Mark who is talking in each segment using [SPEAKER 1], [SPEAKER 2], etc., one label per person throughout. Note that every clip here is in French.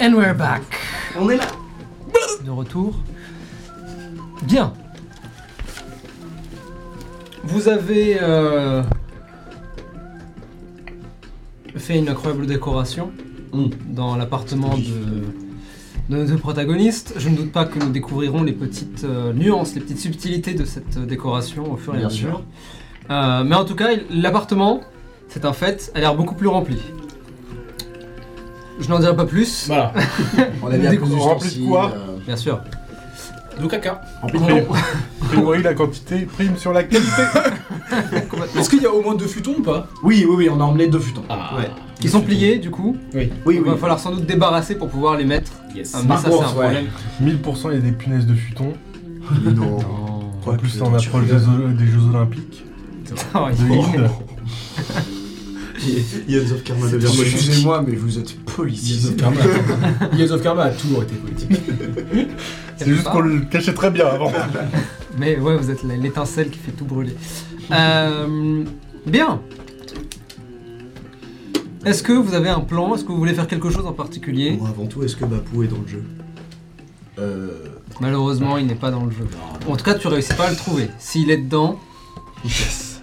[SPEAKER 1] And we're back.
[SPEAKER 2] On est là.
[SPEAKER 1] De retour. Bien. Vous avez euh, fait une incroyable décoration
[SPEAKER 2] Mm.
[SPEAKER 1] dans l'appartement de, de nos deux protagonistes. Je ne doute pas que nous découvrirons les petites euh, nuances, les petites subtilités de cette euh, décoration au fur et à
[SPEAKER 2] Bien
[SPEAKER 1] mesure.
[SPEAKER 2] sûr.
[SPEAKER 1] Euh, mais en tout cas, il- l'appartement, c'est un fait, a l'air beaucoup plus rempli. Je n'en dirai pas plus,
[SPEAKER 3] Voilà.
[SPEAKER 2] On a bien
[SPEAKER 1] Des
[SPEAKER 2] plus
[SPEAKER 3] coups, rempli de
[SPEAKER 2] d'ustensiles,
[SPEAKER 3] quoi
[SPEAKER 2] euh,
[SPEAKER 1] bien sûr.
[SPEAKER 3] Du caca.
[SPEAKER 1] Non.
[SPEAKER 3] Priori, la quantité prime sur la qualité.
[SPEAKER 4] Est-ce qu'il y a au moins deux futons ou pas
[SPEAKER 2] Oui, oui, oui, on a emmené deux futons.
[SPEAKER 3] Ah,
[SPEAKER 2] Ouais.
[SPEAKER 1] Ils sont pliés du coup,
[SPEAKER 2] Oui,
[SPEAKER 1] il
[SPEAKER 2] oui.
[SPEAKER 1] va falloir sans doute débarrasser pour pouvoir les mettre.
[SPEAKER 4] Yes.
[SPEAKER 1] Ah, mais ça c'est un
[SPEAKER 2] Marquance, ouais.
[SPEAKER 1] problème.
[SPEAKER 5] 1000% il y a des punaises de futon.
[SPEAKER 2] Non.
[SPEAKER 5] En plus, on
[SPEAKER 2] tu Oh.
[SPEAKER 5] approche des, o- des Jeux Olympiques.
[SPEAKER 1] Ah, il
[SPEAKER 5] De
[SPEAKER 1] faut-
[SPEAKER 5] l'île.
[SPEAKER 2] Ions of Karma devient
[SPEAKER 4] politique.
[SPEAKER 2] Excusez-moi, mais vous êtes
[SPEAKER 4] Yes
[SPEAKER 2] politisé.
[SPEAKER 4] of Karma. yes of Karma a toujours été politique.
[SPEAKER 5] C'est juste qu'on le cachait très bien avant.
[SPEAKER 1] Mais ouais, vous êtes la- l'étincelle qui fait tout brûler. Euh, bien. Est-ce que vous avez un plan Est-ce que vous voulez faire quelque chose en particulier
[SPEAKER 2] Bon, avant tout, est-ce que Bapou est dans le jeu
[SPEAKER 4] Euh.
[SPEAKER 1] Malheureusement, il n'est pas dans le jeu. En tout cas, tu réussis pas à le trouver. S'il est dedans,
[SPEAKER 2] Yes.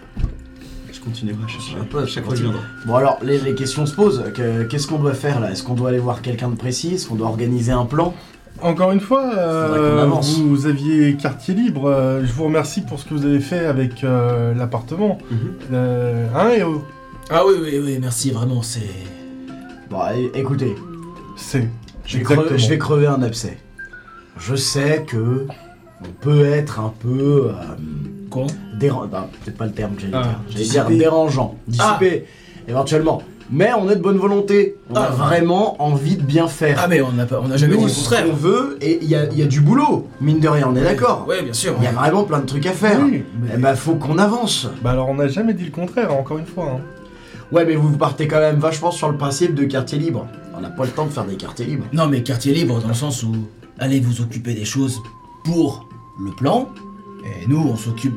[SPEAKER 4] Je continuerai à chercher.
[SPEAKER 2] Un peu Ah, à chaque fois
[SPEAKER 4] Je
[SPEAKER 2] que je
[SPEAKER 4] viendrai.
[SPEAKER 2] Bon, alors, les, les questions se posent. Que- Qu'est-ce qu'on doit faire là Est-ce qu'on doit aller voir quelqu'un de précis Est-ce qu'on doit organiser un plan
[SPEAKER 5] Encore une fois, euh,
[SPEAKER 2] Faudrait qu'on avance.
[SPEAKER 5] vous aviez quartier libre. euh, je vous remercie pour ce que vous avez fait avec euh, l'appartement.
[SPEAKER 2] Mhm.
[SPEAKER 5] Euh, hein, Eo
[SPEAKER 4] Ah oui, oui, oui, merci, vraiment, c'est.
[SPEAKER 2] Bon, é- écoutez,
[SPEAKER 5] C'est.
[SPEAKER 2] je vais, creve-
[SPEAKER 5] Exactement.
[SPEAKER 2] je vais crever un abcès. Je sais que on peut être un peu. euh,
[SPEAKER 4] Con.
[SPEAKER 2] Dérangeant. hein, peut-être pas le terme que j'allais
[SPEAKER 4] Ah,
[SPEAKER 2] dire. J'allais dire
[SPEAKER 4] dissipé.
[SPEAKER 2] dérangeant, dissipé, éventuellement. Mais on est de bonne volonté. On a
[SPEAKER 4] Ah.
[SPEAKER 2] vraiment envie de bien
[SPEAKER 4] Ah,
[SPEAKER 2] faire.
[SPEAKER 4] mais on n'a pas- on n'a jamais dit
[SPEAKER 2] Nous,
[SPEAKER 4] le
[SPEAKER 2] ce
[SPEAKER 4] contraire.
[SPEAKER 2] qu'on veut, et il y a, il y a du boulot, mine de rien, on est d'accord.
[SPEAKER 4] Ouais, bien sûr.
[SPEAKER 2] Il y a vraiment plein de trucs à faire.
[SPEAKER 5] Oui.
[SPEAKER 2] Eh ben, faut qu'on avance.
[SPEAKER 5] Bah alors, on n'a jamais dit le contraire, encore une fois. hein.
[SPEAKER 2] Ouais, mais vous vous partez quand même vachement sur le principe de quartier libre. On n'a pas le temps de faire des quartiers libres.
[SPEAKER 4] Non, mais quartier libre, dans le sens où allez vous occuper des choses pour le plan, et nous, on s'occupe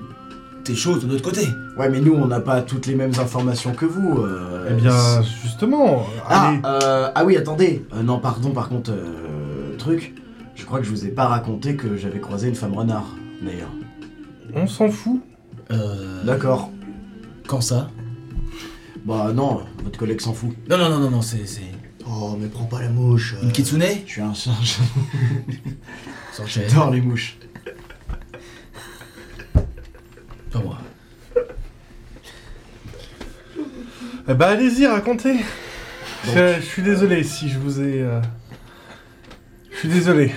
[SPEAKER 4] des choses de notre côté.
[SPEAKER 2] Ouais, mais nous, on n'a pas toutes les mêmes informations que vous. euh,
[SPEAKER 5] Eh bien, justement,
[SPEAKER 2] Ah,
[SPEAKER 5] allez.
[SPEAKER 2] euh, ah oui, attendez. Euh, non, pardon, par contre, euh, truc. Je crois que je vous ai pas raconté que j'avais croisé une femme renard, d'ailleurs.
[SPEAKER 5] on s'en fout.
[SPEAKER 4] Euh.
[SPEAKER 2] D'accord.
[SPEAKER 4] Quand ça
[SPEAKER 2] Bah non, votre collègue s'en fout.
[SPEAKER 4] Non, non, non, non, non, c'est. c'est
[SPEAKER 2] Oh, mais prends pas la mouche. euh,
[SPEAKER 4] Une kitsune
[SPEAKER 2] Je suis un singe.
[SPEAKER 4] Sanchez.
[SPEAKER 2] J'adore les mouches.
[SPEAKER 4] Pas moi.
[SPEAKER 5] Eh bah, allez-y, racontez. Je, je suis désolé si je vous ai. euh, Je suis désolé.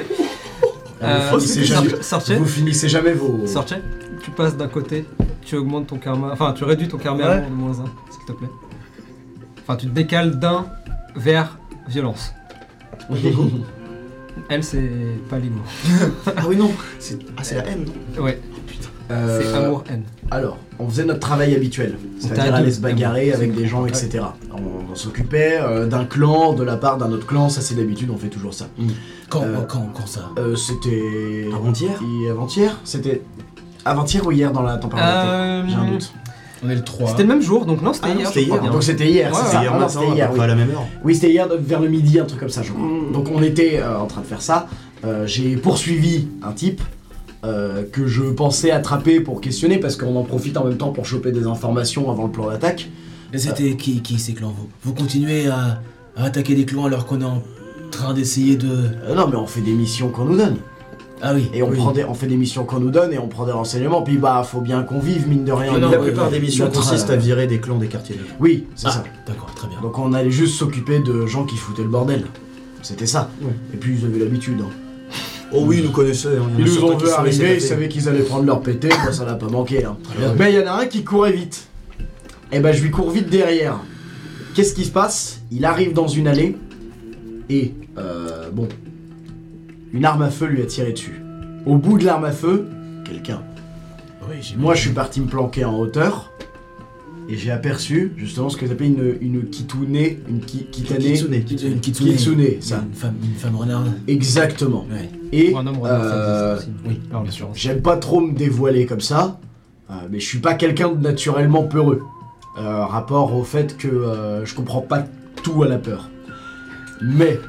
[SPEAKER 1] euh,
[SPEAKER 2] vous, finissez jamais...
[SPEAKER 1] Sar- Sarchet,
[SPEAKER 2] vous finissez jamais vos.
[SPEAKER 1] Sarchet, tu passes d'un côté, tu augmentes ton karma, enfin tu réduis ton karma à
[SPEAKER 5] Ouais.
[SPEAKER 1] moins de moins 1, s'il te plaît. Enfin, tu te décales d'un vers violence. Elle, c'est pas les mots.
[SPEAKER 2] ah oui, non. C'est... Ah, c'est la haine, non
[SPEAKER 1] Ouais,
[SPEAKER 2] Euh,
[SPEAKER 1] c'est amour-haine.
[SPEAKER 2] Alors, on faisait notre travail habituel,
[SPEAKER 1] T'as
[SPEAKER 2] c'est-à-dire aller
[SPEAKER 1] tout.
[SPEAKER 2] se bagarrer avec des gens,
[SPEAKER 1] Ouais.
[SPEAKER 2] etc. On, on s'occupait euh, d'un clan, de la part d'un autre clan, ça c'est d'habitude, on fait toujours ça.
[SPEAKER 4] Quand,
[SPEAKER 2] Euh,
[SPEAKER 4] quand, quand ça
[SPEAKER 2] Euh, c'était.
[SPEAKER 4] Avant-hier
[SPEAKER 2] Et Avant-hier C'était. Avant-hier ou hier dans la temporalité
[SPEAKER 1] Euh,
[SPEAKER 2] J'ai un doute.
[SPEAKER 4] On est le 3.
[SPEAKER 1] C'était le même jour, donc non, c'était
[SPEAKER 2] Ah non,
[SPEAKER 1] hier.
[SPEAKER 2] c'était
[SPEAKER 1] je crois
[SPEAKER 2] hier.
[SPEAKER 1] bien.
[SPEAKER 2] Donc c'était hier,
[SPEAKER 1] Ouais,
[SPEAKER 2] c'est
[SPEAKER 1] ouais.
[SPEAKER 2] ça.
[SPEAKER 1] Hier
[SPEAKER 2] Ah non, c'était hier, oui.
[SPEAKER 6] à la même heure.
[SPEAKER 2] Oui, c'était hier de- vers le midi, un truc comme ça, je crois. Donc on était euh, en train de faire ça. Euh, J'ai poursuivi un type euh, que je pensais attraper pour questionner parce qu'on en profite en même temps pour choper des informations avant le plan d'attaque.
[SPEAKER 4] Et c'était qui, qui ces clans vous, vous continuez à, à attaquer des clans alors qu'on est en train d'essayer de.
[SPEAKER 2] Euh, non, mais on fait des missions qu'on nous donne.
[SPEAKER 4] Ah oui.
[SPEAKER 2] Et on,
[SPEAKER 4] oui.
[SPEAKER 2] prend des- on fait des missions qu'on nous donne et on prend des renseignements. Puis bah, faut bien qu'on vive, mine de rien.
[SPEAKER 4] Non,
[SPEAKER 6] la
[SPEAKER 4] oui,
[SPEAKER 6] plupart
[SPEAKER 4] oui.
[SPEAKER 6] des missions
[SPEAKER 2] Notre,
[SPEAKER 6] consistent à
[SPEAKER 2] euh,
[SPEAKER 6] virer des clans des quartiers.
[SPEAKER 2] Oui, c'est
[SPEAKER 4] Ah,
[SPEAKER 2] ça.
[SPEAKER 4] D'accord, très bien.
[SPEAKER 2] Donc on allait juste s'occuper de gens qui foutaient le bordel. C'était ça.
[SPEAKER 6] Ouais.
[SPEAKER 2] Et puis ils avaient l'habitude. hein.
[SPEAKER 6] Oh oui, ils nous connaissaient. hein. Il y en a
[SPEAKER 2] Ils nous
[SPEAKER 6] certains
[SPEAKER 2] ont
[SPEAKER 6] qui
[SPEAKER 2] vu
[SPEAKER 6] se sont laissés
[SPEAKER 2] arriver, ils
[SPEAKER 6] taper.
[SPEAKER 2] savaient qu'ils allaient prendre leur pété, moi ça l'a pas manqué. hein.
[SPEAKER 6] bien.
[SPEAKER 2] Mais il y en a un qui courait vite. Et ben je lui cours vite derrière. Qu'est-ce qui se passe Il arrive dans une allée et euh, bon, une arme à feu lui a tiré dessus. Au bout de l'arme à feu, quelqu'un.
[SPEAKER 4] Oui, j'ai
[SPEAKER 2] Moi je suis parti me planquer en hauteur et j'ai aperçu justement ce que j'appelais une une kitounée, une ki- kitanée.
[SPEAKER 6] Kitsune,
[SPEAKER 4] Kitsune,
[SPEAKER 6] Kitsune.
[SPEAKER 4] une kitsune.
[SPEAKER 2] Kitsune, ça.
[SPEAKER 4] Une femme, une femme renarde.
[SPEAKER 2] Exactement.
[SPEAKER 4] Ouais.
[SPEAKER 2] Et
[SPEAKER 1] Pour un homme, renard, ça
[SPEAKER 2] euh,
[SPEAKER 1] existe aussi.
[SPEAKER 4] oui,
[SPEAKER 1] Par
[SPEAKER 4] bien sûr.
[SPEAKER 1] l'assurance.
[SPEAKER 2] J'aime pas trop me dévoiler comme ça, euh, mais je suis pas quelqu'un de naturellement peureux. euh, rapport au fait que euh, je comprends pas tout à la peur. Mais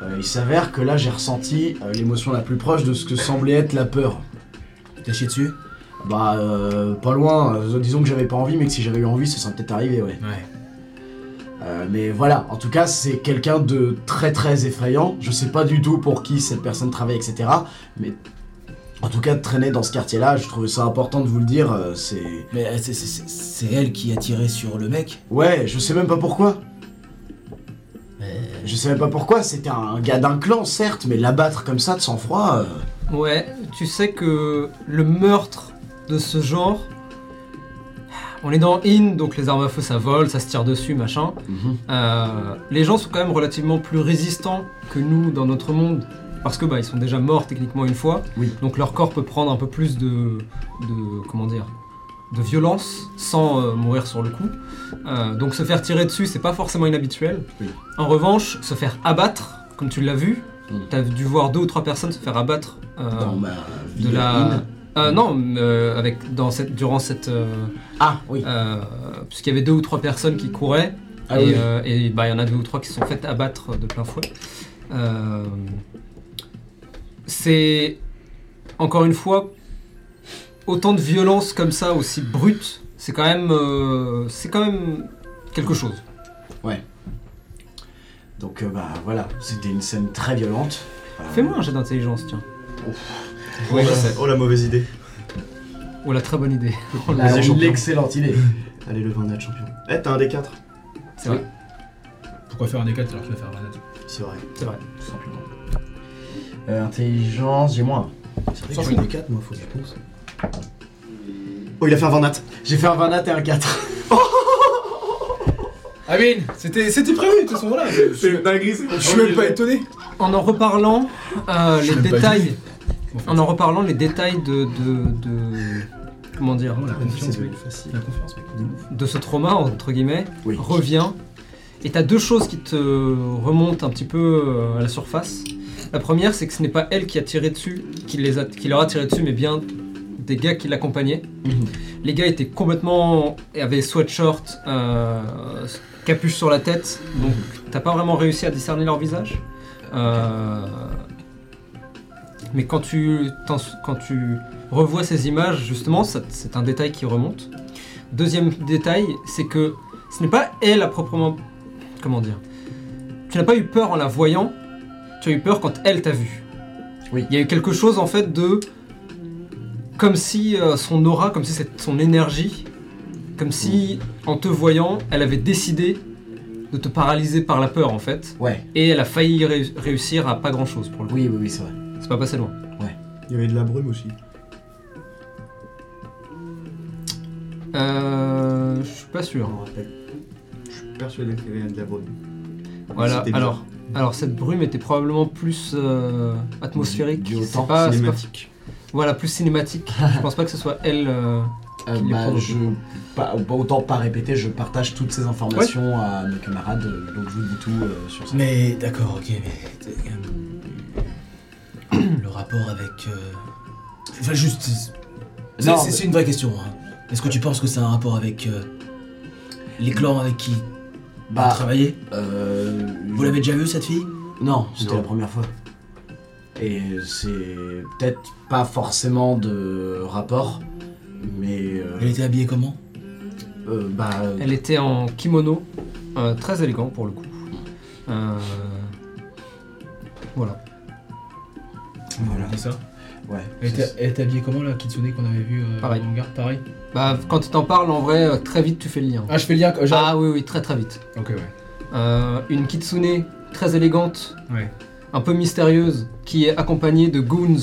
[SPEAKER 2] Euh, il s'avère que là, j'ai ressenti euh, l'émotion la plus proche de ce que semblait être la peur.
[SPEAKER 4] T'as chié dessus
[SPEAKER 2] Bah, euh, pas loin. euh, disons que j'avais pas envie, mais que si j'avais eu envie, ça serait peut-être arrivé, ouais.
[SPEAKER 4] Ouais.
[SPEAKER 2] Euh, mais voilà, en tout cas, c'est quelqu'un de très très effrayant. Je sais pas du tout pour qui cette personne travaille, etc. Mais en tout cas, de traîner dans ce quartier-là, je trouvais ça important de vous le dire. euh, c'est.
[SPEAKER 4] Mais euh, c'est- c'est- c'est c'est elle qui a tiré sur le mec
[SPEAKER 2] Ouais, je sais même pas pourquoi.
[SPEAKER 1] Euh.
[SPEAKER 2] Je sais même pas pourquoi. C'était un gars d'un clan, certes, mais l'abattre comme ça de sang-froid. euh,
[SPEAKER 1] Ouais, tu sais que le meurtre de ce genre. On est dans In, donc les armes à feu ça vole, ça se tire dessus, machin. Euh, les gens sont quand même relativement plus résistants que nous dans notre monde. Parce que bah ils sont déjà morts techniquement une fois.
[SPEAKER 2] Oui.
[SPEAKER 1] Donc leur corps peut prendre un peu plus de. de comment dire de violence sans euh, mourir sur le coup. Euh, donc se faire tirer dessus, c'est pas forcément inhabituel.
[SPEAKER 2] Oui.
[SPEAKER 1] En revanche, se faire abattre, comme tu l'as vu,
[SPEAKER 2] Mm.
[SPEAKER 1] t'as dû voir deux ou trois personnes se faire abattre euh,
[SPEAKER 2] dans ma vie
[SPEAKER 1] de la.
[SPEAKER 2] mine.
[SPEAKER 1] Euh, non, mais, euh, avec dans cette durant cette euh,
[SPEAKER 2] Ah oui.
[SPEAKER 1] euh, puisqu'il y avait deux ou trois personnes qui couraient
[SPEAKER 2] Ah
[SPEAKER 1] et,
[SPEAKER 2] oui.
[SPEAKER 1] euh, et, bah, il y en a deux ou trois qui se sont faites abattre de plein fouet. Euh, c'est encore une fois autant de violence comme ça aussi brute. C'est quand même euh, c'est quand même quelque chose.
[SPEAKER 2] Donc euh, bah voilà, c'était une scène très violente. Euh,
[SPEAKER 1] Fais-moi un jet d'intelligence tiens.
[SPEAKER 6] oh, la, oh, la mauvaise idée.
[SPEAKER 1] Oh la très bonne idée. Oh là,
[SPEAKER 2] la-
[SPEAKER 6] Vas-y, champion.
[SPEAKER 2] L'excellente idée.
[SPEAKER 6] Allez, le 29 champion. Eh, t'as un des 4
[SPEAKER 1] c'est vrai.
[SPEAKER 7] Pourquoi faire un D4 alors que tu vas faire un net
[SPEAKER 6] C'est vrai.
[SPEAKER 2] Tout simplement. Euh, intelligence, j'ai moins.
[SPEAKER 6] C'est vrai que j'ai un des 4, moi, faut que je pense. Oh, il a fait un 20 nat.
[SPEAKER 2] J'ai fait un 20 nat et un 4.
[SPEAKER 7] Ah oui, c'était c'était prévu de toute façon,
[SPEAKER 6] Ah
[SPEAKER 7] voilà. Je je-
[SPEAKER 6] une dinguerie, c'est
[SPEAKER 7] je suis même pas étonné.
[SPEAKER 1] En en reparlant euh, les
[SPEAKER 7] même pas
[SPEAKER 1] détails
[SPEAKER 7] En fait,
[SPEAKER 1] En en reparlant, les détails de, de, de- comment dire,
[SPEAKER 7] vraiment, la confiance,
[SPEAKER 6] C'est
[SPEAKER 7] mec.
[SPEAKER 6] facile.
[SPEAKER 7] La confiance, mec.
[SPEAKER 1] de ce trauma entre guillemets
[SPEAKER 2] Oui.
[SPEAKER 1] revient. Et t'as deux choses qui te remontent un petit peu euh, à la surface. La première, c'est que ce n'est pas elle qui a tiré dessus, qui, les a, qui leur a tiré dessus, mais bien des gars qui l'accompagnaient. Les gars étaient complètement avaient sweatshirt, euh, capuche sur la tête, donc t'as pas vraiment réussi à discerner leur visage. Euh, mais quand tu, t'en- quand tu revois ces images, justement, ça- c'est un détail qui remonte. Deuxième détail, c'est que ce n'est pas elle à proprement. Comment dire Tu n'as pas eu peur en la voyant, tu as eu peur quand elle t'a vu.
[SPEAKER 2] Oui.
[SPEAKER 1] Il y a eu quelque chose en fait de. Comme si euh, son aura, comme si cette- son énergie, comme si
[SPEAKER 2] Mm.
[SPEAKER 1] en te voyant, elle avait décidé de te paralyser par la peur en fait.
[SPEAKER 2] Ouais.
[SPEAKER 1] Et elle a failli ré- réussir à pas grand chose pour le coup.
[SPEAKER 2] Oui, oui, oui, c'est vrai.
[SPEAKER 1] C'est pas passé loin.
[SPEAKER 6] Il y avait de la brume aussi.
[SPEAKER 1] Euh. Je suis pas sûr.
[SPEAKER 6] Je me rappelle. Je suis persuadé qu'il y avait de la brume.
[SPEAKER 1] Voilà,
[SPEAKER 6] C'était bizarre.
[SPEAKER 1] alors, alors cette brume était probablement plus euh, atmosphérique,
[SPEAKER 2] Du- du
[SPEAKER 1] c'est
[SPEAKER 2] temps,
[SPEAKER 1] pas, c'est pas-
[SPEAKER 6] Cinématique.
[SPEAKER 1] Voilà, plus cinématique. je pense pas que ce soit elle. euh,
[SPEAKER 2] Euh,
[SPEAKER 1] Qui les
[SPEAKER 2] bah,
[SPEAKER 1] provoque.
[SPEAKER 2] je, pas, bah, autant pas répéter, je partage toutes ces informations à mes camarades, euh, donc je vous dis tout euh, sur ça.
[SPEAKER 4] Mais d'accord, ok, mais t'es quand même- le rapport avec. euh, Enfin, juste. c'est-
[SPEAKER 2] Non,
[SPEAKER 4] C'est
[SPEAKER 2] mais-
[SPEAKER 4] c'est une vraie question. hein. Est-ce que tu penses que c'est un rapport avec euh, les clans avec qui on a
[SPEAKER 2] Bah,
[SPEAKER 4] travaillé
[SPEAKER 2] euh,
[SPEAKER 4] Vous l'avez déjà vu cette fille
[SPEAKER 2] Non, c'était
[SPEAKER 6] Non.
[SPEAKER 2] la première fois. Et c'est peut-être pas forcément de rapport, mais euh,
[SPEAKER 4] Elle était habillée comment
[SPEAKER 2] euh, bah,
[SPEAKER 1] Elle était en kimono, euh, très élégant pour le coup. Euh, voilà.
[SPEAKER 2] voilà.
[SPEAKER 7] On dit ça
[SPEAKER 2] Ouais. Ah,
[SPEAKER 7] Elle était, elle était habillée comment la Kitsune qu'on avait vu euh,
[SPEAKER 1] Pareil.
[SPEAKER 7] dans le hangar Pareil.
[SPEAKER 1] Bah, quand tu t'en parles, en vrai, euh, très vite tu fais le lien.
[SPEAKER 7] Ah, je fais le lien. genre-
[SPEAKER 1] Ah oui, oui, très très vite.
[SPEAKER 7] Ok, ouais.
[SPEAKER 1] Euh, une kitsune très élégante,
[SPEAKER 7] Ouais.
[SPEAKER 1] un peu mystérieuse, qui est accompagnée de goons,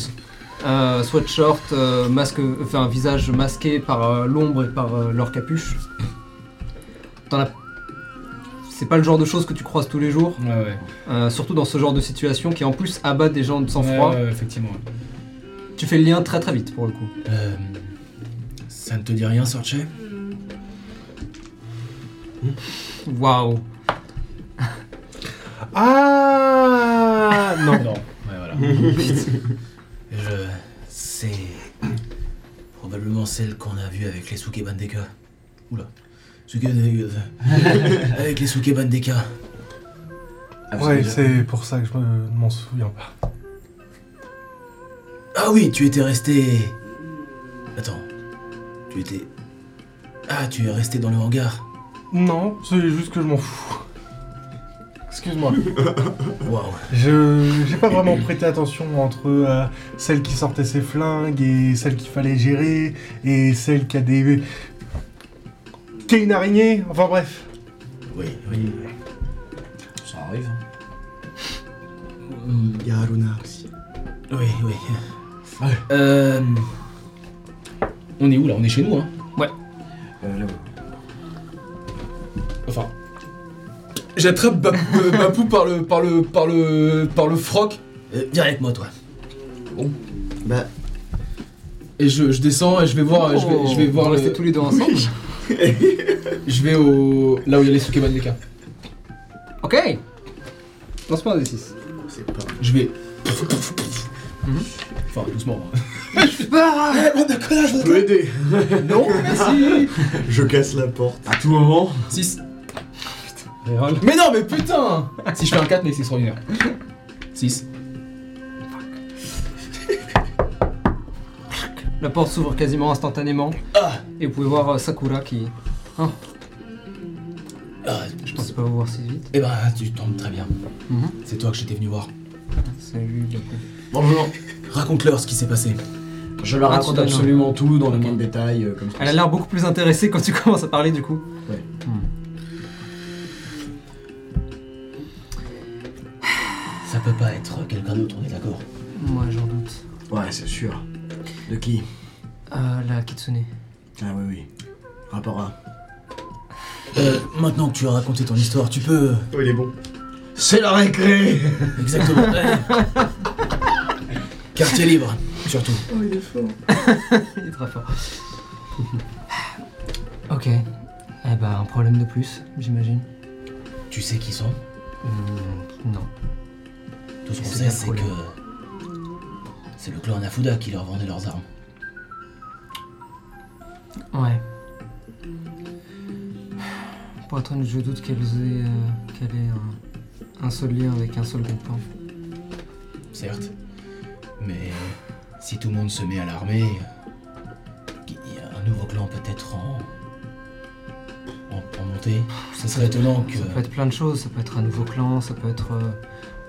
[SPEAKER 1] euh, sweatshirt, euh, masque, enfin visage masqué par euh, l'ombre et par euh, leur capuche. T'en as- C'est pas le genre de choses que tu croises tous les jours,
[SPEAKER 7] Ouais, ouais.
[SPEAKER 1] euh, surtout dans ce genre de situation qui en plus abat des gens de sang-froid.
[SPEAKER 7] Ouais, ouais, Euh, effectivement. ouais.
[SPEAKER 1] Tu fais le lien très très vite pour le coup.
[SPEAKER 4] Euh, Ça ne te dit rien, Sorche
[SPEAKER 1] Waouh.
[SPEAKER 5] Ah Non.
[SPEAKER 7] Non. Ouais, voilà.
[SPEAKER 2] Mmh.
[SPEAKER 4] Je. C'est. Probablement celle qu'on a vue avec les Sukebandeka. Oula. Suke- Avec les Sukebandeka. Ah, vous
[SPEAKER 5] Ouais,
[SPEAKER 4] avez déjà-
[SPEAKER 5] c'est pour ça que je me- m'en souviens pas.
[SPEAKER 4] Ah oui, tu étais resté. Attends. Tu étais. Ah, tu es resté dans le hangar.
[SPEAKER 5] Non, c'est juste que je m'en fous. Excuse-moi.
[SPEAKER 4] Waouh.
[SPEAKER 5] Je j'ai pas vraiment prêté attention entre euh, celle qui sortait ses flingues et celle qu'il fallait gérer et celle qui a des qui a une araignée. Enfin bref.
[SPEAKER 4] Oui, oui.
[SPEAKER 7] Ça arrive.
[SPEAKER 6] Il y a Aruna aussi.
[SPEAKER 4] Oui, oui.
[SPEAKER 7] Ouais.
[SPEAKER 4] Euh,
[SPEAKER 7] On est où là On est chez nous, hein
[SPEAKER 4] euh, là-haut.
[SPEAKER 7] Enfin. J'attrape Bap- euh, Bapou par le par le par le par le froc
[SPEAKER 4] Euh, viens avec moi, toi.
[SPEAKER 6] Bah,
[SPEAKER 7] et je, je descends et je vais voir je vais, je vais voir le,
[SPEAKER 1] rester tous les deux ensemble.
[SPEAKER 7] je vais au là où il y a les Sukeban des cas.
[SPEAKER 1] Ok. Lance-moi un D6.
[SPEAKER 6] c'est pas.
[SPEAKER 7] Je vais enfin doucement. hein.
[SPEAKER 1] Ah
[SPEAKER 6] Je peux aider.
[SPEAKER 7] Non, merci.
[SPEAKER 6] Je casse la porte.
[SPEAKER 2] À tout moment.
[SPEAKER 7] 6.
[SPEAKER 1] Reroll.
[SPEAKER 7] Mais non, mais putain Si je fais un 4, mais c'est extraordinaire. 6.
[SPEAKER 1] La porte s'ouvre quasiment instantanément. Et vous pouvez voir euh, Sakura qui. hein,
[SPEAKER 4] Ah,
[SPEAKER 1] Je pensais pas vous voir si vite.
[SPEAKER 4] eh ben, tu tombes très bien.
[SPEAKER 1] Mhm.
[SPEAKER 4] C'est toi que j'étais venu voir.
[SPEAKER 1] Salut. Bapou.
[SPEAKER 2] Bonjour.
[SPEAKER 4] Raconte-leur ce qui s'est passé.
[SPEAKER 2] Je leur
[SPEAKER 1] Ah,
[SPEAKER 2] raconte
[SPEAKER 1] tu donnes
[SPEAKER 2] absolument tout dans les
[SPEAKER 1] Ok.
[SPEAKER 2] moindres détails, euh, comme ça.
[SPEAKER 1] Elle a l'air beaucoup plus intéressée quand tu commences à parler du coup.
[SPEAKER 2] Ouais.
[SPEAKER 4] Ça peut pas être quelqu'un d'autre, on est d'accord.
[SPEAKER 1] Moi j'en doute.
[SPEAKER 2] Ouais, c'est sûr. De qui
[SPEAKER 1] Euh, la Kitsune.
[SPEAKER 2] Ah oui, oui. Rapport à.
[SPEAKER 4] Euh, maintenant que tu as raconté ton histoire, tu peux.
[SPEAKER 6] Oh, il est bon.
[SPEAKER 2] C'est la récré
[SPEAKER 4] Exactement. Ouais. Quartier libre, surtout.
[SPEAKER 6] Oh, il est fort.
[SPEAKER 1] Il est très fort. ok. Eh bah un problème de plus, j'imagine.
[SPEAKER 4] Tu sais qui sont
[SPEAKER 1] Hmm, non.
[SPEAKER 4] Tout ce qu'on
[SPEAKER 1] C'est
[SPEAKER 4] sait,
[SPEAKER 1] un
[SPEAKER 4] c'est que.
[SPEAKER 1] problème.
[SPEAKER 4] C'est le clan Nafuda qui leur vendait leurs armes.
[SPEAKER 1] Ouais. Pour être honnête, je doute qu'elle ait, euh, qu'elle ait un, un seul lien avec un seul hein. groupement.
[SPEAKER 4] certes. Mais si tout le monde se met à l'armée, il y a un nouveau clan peut-être en, en, en montée. Ce serait étonnant que.
[SPEAKER 1] Ça peut être plein de choses, ça peut être un nouveau clan, ça peut être euh,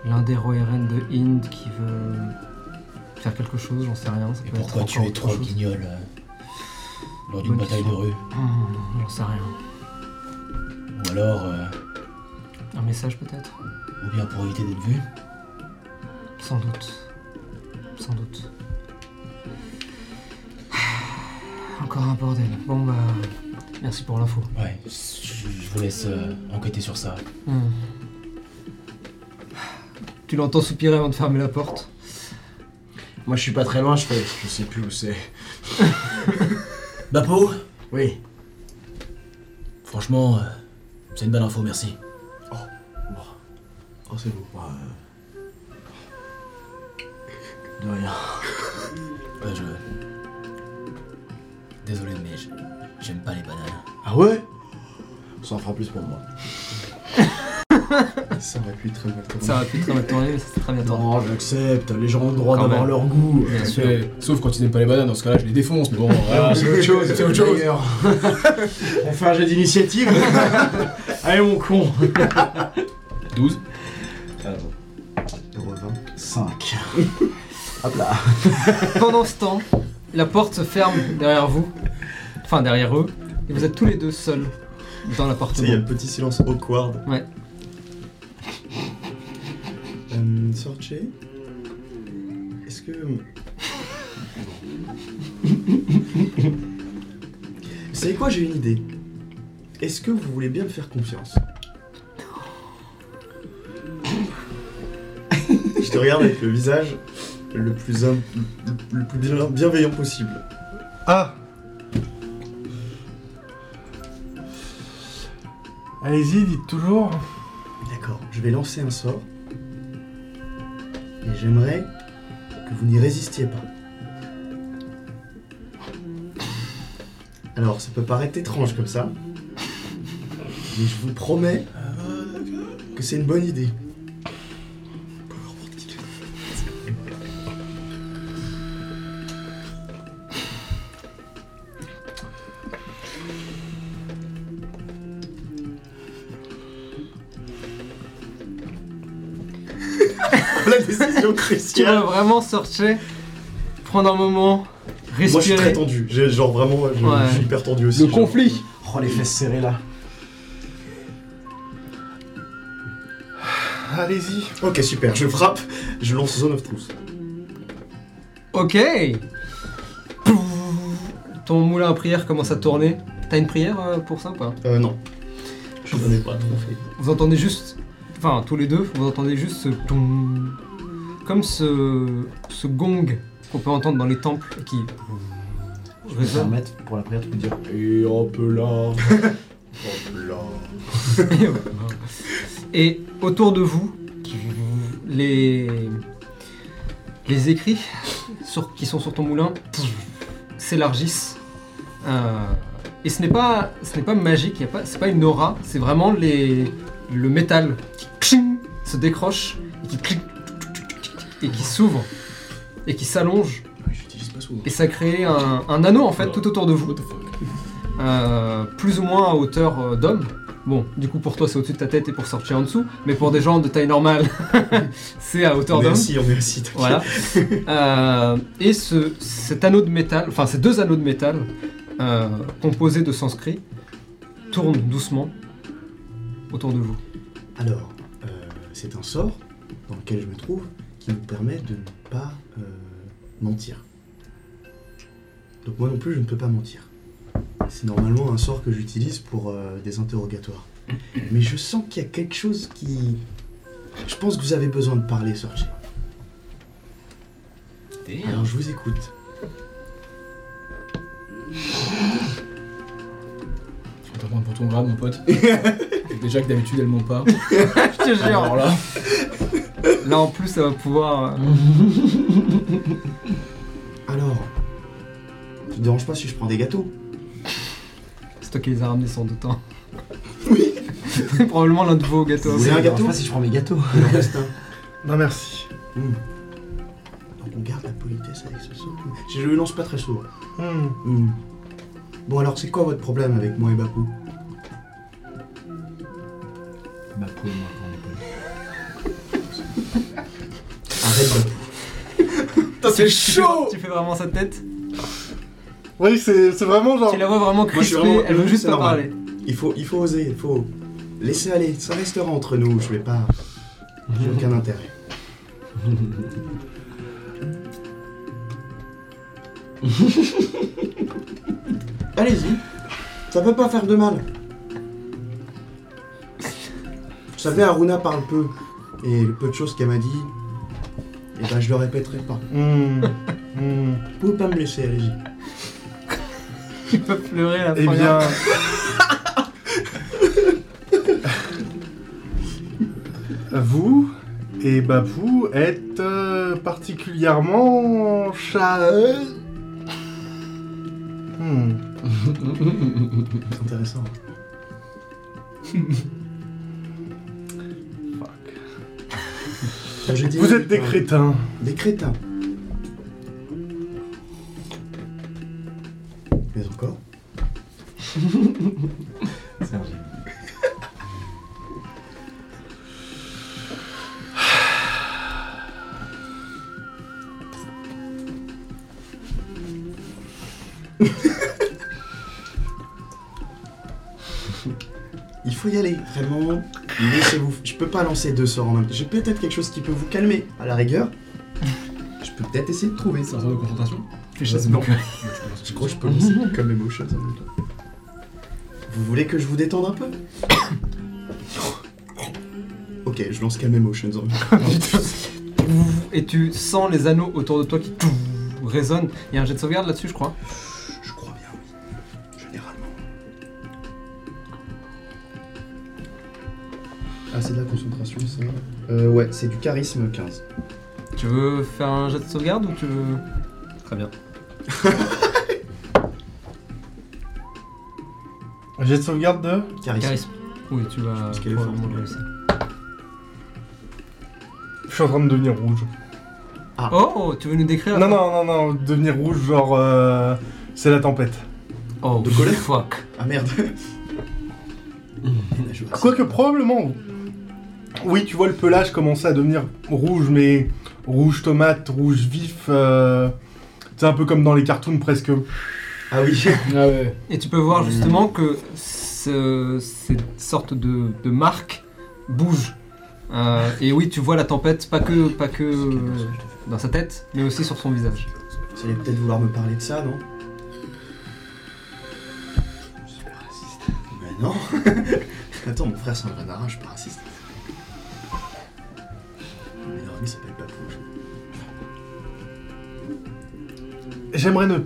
[SPEAKER 1] l'un des rois RN de Hind qui veut faire quelque chose, j'en sais rien. Ça
[SPEAKER 4] Et
[SPEAKER 1] peut
[SPEAKER 4] pourquoi
[SPEAKER 1] être
[SPEAKER 4] tu es
[SPEAKER 1] encore autre
[SPEAKER 4] trois
[SPEAKER 1] chose.
[SPEAKER 4] guignols euh, lors d'une
[SPEAKER 1] Bonne
[SPEAKER 4] bataille de
[SPEAKER 1] question.
[SPEAKER 4] rue
[SPEAKER 1] Hmm, J'en sais rien.
[SPEAKER 4] Ou alors, euh,
[SPEAKER 1] Un message peut-être
[SPEAKER 4] ou bien pour éviter d'être vu
[SPEAKER 1] Sans doute. Sans doute. Encore un bordel. Bon bah. Merci pour l'info.
[SPEAKER 4] Ouais, je, je vous laisse euh, enquêter sur ça.
[SPEAKER 1] Hmm. Tu l'entends soupirer avant de fermer la porte.
[SPEAKER 2] Moi, je suis pas très loin, je fais. Je sais plus où c'est. Bah,
[SPEAKER 4] Bapo
[SPEAKER 2] Oui.
[SPEAKER 4] Franchement, euh, c'est une bonne info, merci.
[SPEAKER 2] Oh, c'est beau. Bah, euh, De rien.
[SPEAKER 4] Ouais, je. Désolé, mais je- j'aime pas les bananes.
[SPEAKER 2] Ah ouais Ça en fera plus pour moi.
[SPEAKER 6] Ça aurait pu être très mal.
[SPEAKER 1] Ça va plus très mal tourner, mais ça s'est très bien tourné.
[SPEAKER 2] Non, j'accepte. Les gens ont le droit
[SPEAKER 1] Quand
[SPEAKER 2] d'avoir
[SPEAKER 1] même.
[SPEAKER 2] leur goût.
[SPEAKER 1] Bien sûr.
[SPEAKER 7] Mais- Sauf quand ils n'aiment pas les bananes, dans ce cas-là, je les défonce, mais bon. voilà.
[SPEAKER 2] C'est autre chose.
[SPEAKER 7] C'est autre chose.
[SPEAKER 2] d'ailleurs. On fait un jeu d'initiative. Allez, mon con.
[SPEAKER 7] 12.
[SPEAKER 2] 5. Hop là.
[SPEAKER 1] Pendant ce temps, la porte se ferme derrière vous. Enfin, derrière eux. Et vous êtes tous les deux seuls dans
[SPEAKER 6] Tu sais, il y a
[SPEAKER 1] l'appartement.
[SPEAKER 6] le petit silence awkward.
[SPEAKER 1] Ouais.
[SPEAKER 6] Euh, Sorche, Est-ce que. Vous savez quoi, j'ai une idée. Est-ce que vous voulez bien me faire confiance Je te regarde avec le visage le plus, im- le, le plus bien- bienveillant possible.
[SPEAKER 5] Ah. Allez-y, dites toujours.
[SPEAKER 6] D'accord, je vais lancer un sort. Et j'aimerais que vous n'y résistiez pas. Alors, ça peut paraître étrange comme ça. Mais je vous promets que c'est une bonne idée.
[SPEAKER 8] la décision
[SPEAKER 1] Tu vas
[SPEAKER 8] cruciale.
[SPEAKER 1] vraiment sortir, prendre un moment, respirer.
[SPEAKER 2] Moi, je suis très tendu. J'ai- Genre, vraiment, je,
[SPEAKER 1] Ouais.
[SPEAKER 2] je suis hyper tendu aussi.
[SPEAKER 4] Le
[SPEAKER 2] genre.
[SPEAKER 4] conflit
[SPEAKER 8] Oh, les fesses serrées là.
[SPEAKER 5] Allez-y.
[SPEAKER 2] Ok, super. Je frappe, je lance Zone of Truth.
[SPEAKER 1] Ok. Ton moulin à prière commence à tourner. T'as une prière euh, pour ça ou pas
[SPEAKER 2] Euh, non. Je n'en ai pas trop fait.
[SPEAKER 1] Vous entendez juste, enfin tous les deux, vous entendez juste ce toum, comme ce, ce gong qu'on peut entendre dans les temples et qui
[SPEAKER 8] Je vais te remettre pour la prière, tu peux dire.
[SPEAKER 2] Et hop là. hop là.
[SPEAKER 1] et autour de vous les les écrits sur- qui sont sur ton moulin s'élargissent Euh, et ce n'est pas ce n'est pas magique, y a pas c'est pas une aura, c'est vraiment les le métal qui cling, se décroche et qui cling, et qui s'ouvre et qui s'allonge
[SPEAKER 2] J'utilise pas souvent.
[SPEAKER 1] et ça crée un, un anneau en fait tout autour de vous. Euh, plus ou moins à hauteur euh, d'homme. Bon, du coup pour toi c'est au-dessus de ta tête et pour sortir en dessous, mais pour des gens de taille normale, c'est à hauteur
[SPEAKER 2] On est
[SPEAKER 1] d'homme.
[SPEAKER 2] assis, on est assis. t'inquiète.
[SPEAKER 1] Voilà. Euh, et ce, cet anneau de métal, enfin ces deux anneaux de métal euh, composés de sanskrit tournent doucement autour de vous.
[SPEAKER 2] Alors, euh, c'est un sort dans lequel je me trouve qui nous permet de ne pas euh, mentir. Donc moi non plus, je ne peux pas mentir. C'est normalement un sort que j'utilise pour euh, des interrogatoires. Mais je sens qu'il y a quelque chose qui... Je pense que vous avez besoin de parler, Sorche. Alors je vous écoute.
[SPEAKER 4] Je vais te prendre pour ton grade, mon pote. Déjà que d'habitude, elle ment pas.
[SPEAKER 1] Je te jure,
[SPEAKER 4] Alors là,
[SPEAKER 1] là en plus ça va pouvoir... euh,
[SPEAKER 2] Alors, ça te dérange pas si je prends des gâteaux
[SPEAKER 1] C'est toi qui les as ramenés sans doute. Hein. Oui. C'est probablement l'un de vos gâteaux.
[SPEAKER 2] Vous voulez un gâteau
[SPEAKER 8] Je sais pas si je prends mes gâteaux.
[SPEAKER 2] Il en reste un.
[SPEAKER 5] Non, merci.
[SPEAKER 2] Mm. Donc on garde la politesse avec ce sort. Je le lance pas très souvent.
[SPEAKER 5] Hmm.
[SPEAKER 2] Hmm. Bon alors c'est quoi votre problème avec moi et Bapou
[SPEAKER 8] Bah, pour moi, quand on est pas
[SPEAKER 2] Arrête Bapou.
[SPEAKER 4] c'est
[SPEAKER 1] Tu fais-
[SPEAKER 4] chaud
[SPEAKER 1] Tu fais vraiment sa tête
[SPEAKER 5] Oui, c'est c'est vraiment genre.
[SPEAKER 1] Tu la vois vraiment
[SPEAKER 2] je suis
[SPEAKER 1] crispée,
[SPEAKER 2] vraiment-
[SPEAKER 1] elle veut juste
[SPEAKER 2] c'est
[SPEAKER 1] pas
[SPEAKER 2] normal.
[SPEAKER 1] parler.
[SPEAKER 2] Il faut, il faut oser, il faut laisser aller, ça restera entre nous, je vais pas... J'ai aucun intérêt. Allez-y, ça peut pas faire de mal. Vous savez, Aruna parle peu, et le peu de choses qu'elle m'a dit, et ben je le répéterai pas.
[SPEAKER 5] Hmm. Hmm.
[SPEAKER 2] Vous pouvez pas me laisser, allez-y.
[SPEAKER 1] Tu peux pleurer la
[SPEAKER 5] Eh
[SPEAKER 1] première.
[SPEAKER 5] bien. Vous et Bapou êtes euh, particulièrement cha. Hmm.
[SPEAKER 2] C'est intéressant. Bon, Bah, j'ai dit- euh,
[SPEAKER 5] Vous êtes des crétins.
[SPEAKER 2] Des crétins. Mais encore Il faut y aller, vraiment. Laissez-vous. Je peux pas lancer deux sorts en même temps. J'ai peut-être quelque chose qui peut vous calmer, à la rigueur. Je peux peut-être essayer de trouver
[SPEAKER 4] C'est
[SPEAKER 2] ça.
[SPEAKER 4] un sort de confrontation
[SPEAKER 2] Euh, non. Je crois que je peux lancer comme emotions en même temps. Vous voulez que je vous détende un peu Ok, je lance calm emotions en même temps.
[SPEAKER 1] Et tu sens les anneaux autour de toi qui résonnent. Il y a un jet de sauvegarde là-dessus, je crois.
[SPEAKER 2] Je crois bien, oui. Généralement. Ah, c'est de la concentration, ça Euh, ouais, c'est du charisme 15.
[SPEAKER 1] Tu veux faire un jet de sauvegarde ou tu veux. Très bien.
[SPEAKER 5] J'ai de sauvegarde de.
[SPEAKER 2] Charisme.
[SPEAKER 1] Charisme. Oui, tu vas
[SPEAKER 2] pense Ah, qu'elle est
[SPEAKER 1] probablement
[SPEAKER 2] forte,
[SPEAKER 1] le réussir.
[SPEAKER 5] Je suis en train de devenir rouge.
[SPEAKER 1] Oh, oh, tu veux nous décrire
[SPEAKER 5] Non, non, non, non, devenir rouge, genre. euh, c'est la tempête.
[SPEAKER 1] Oh,
[SPEAKER 2] De colère
[SPEAKER 1] fuck.
[SPEAKER 2] Ah merde. Eh ben, je vois ça.
[SPEAKER 5] Quoique, probablement. Oui, tu vois le pelage commencer à devenir rouge, mais rouge tomate, rouge vif. euh, C'est un peu comme dans les cartoons presque.
[SPEAKER 2] Ah oui.
[SPEAKER 9] Ah ouais.
[SPEAKER 1] Et tu peux voir
[SPEAKER 2] Mm.
[SPEAKER 1] justement que ce- cette sorte de, de marque bouge. Euh, et oui, tu vois la tempête, pas que, pas que euh, dans sa tête, mais aussi sur son visage.
[SPEAKER 2] Vous allez peut-être vouloir me parler de ça, non Mais non Attends, mon frère, c'est un vrai marin, je suis pas raciste. Mais leur ami s'appelle Papou.
[SPEAKER 5] J'aimerais ne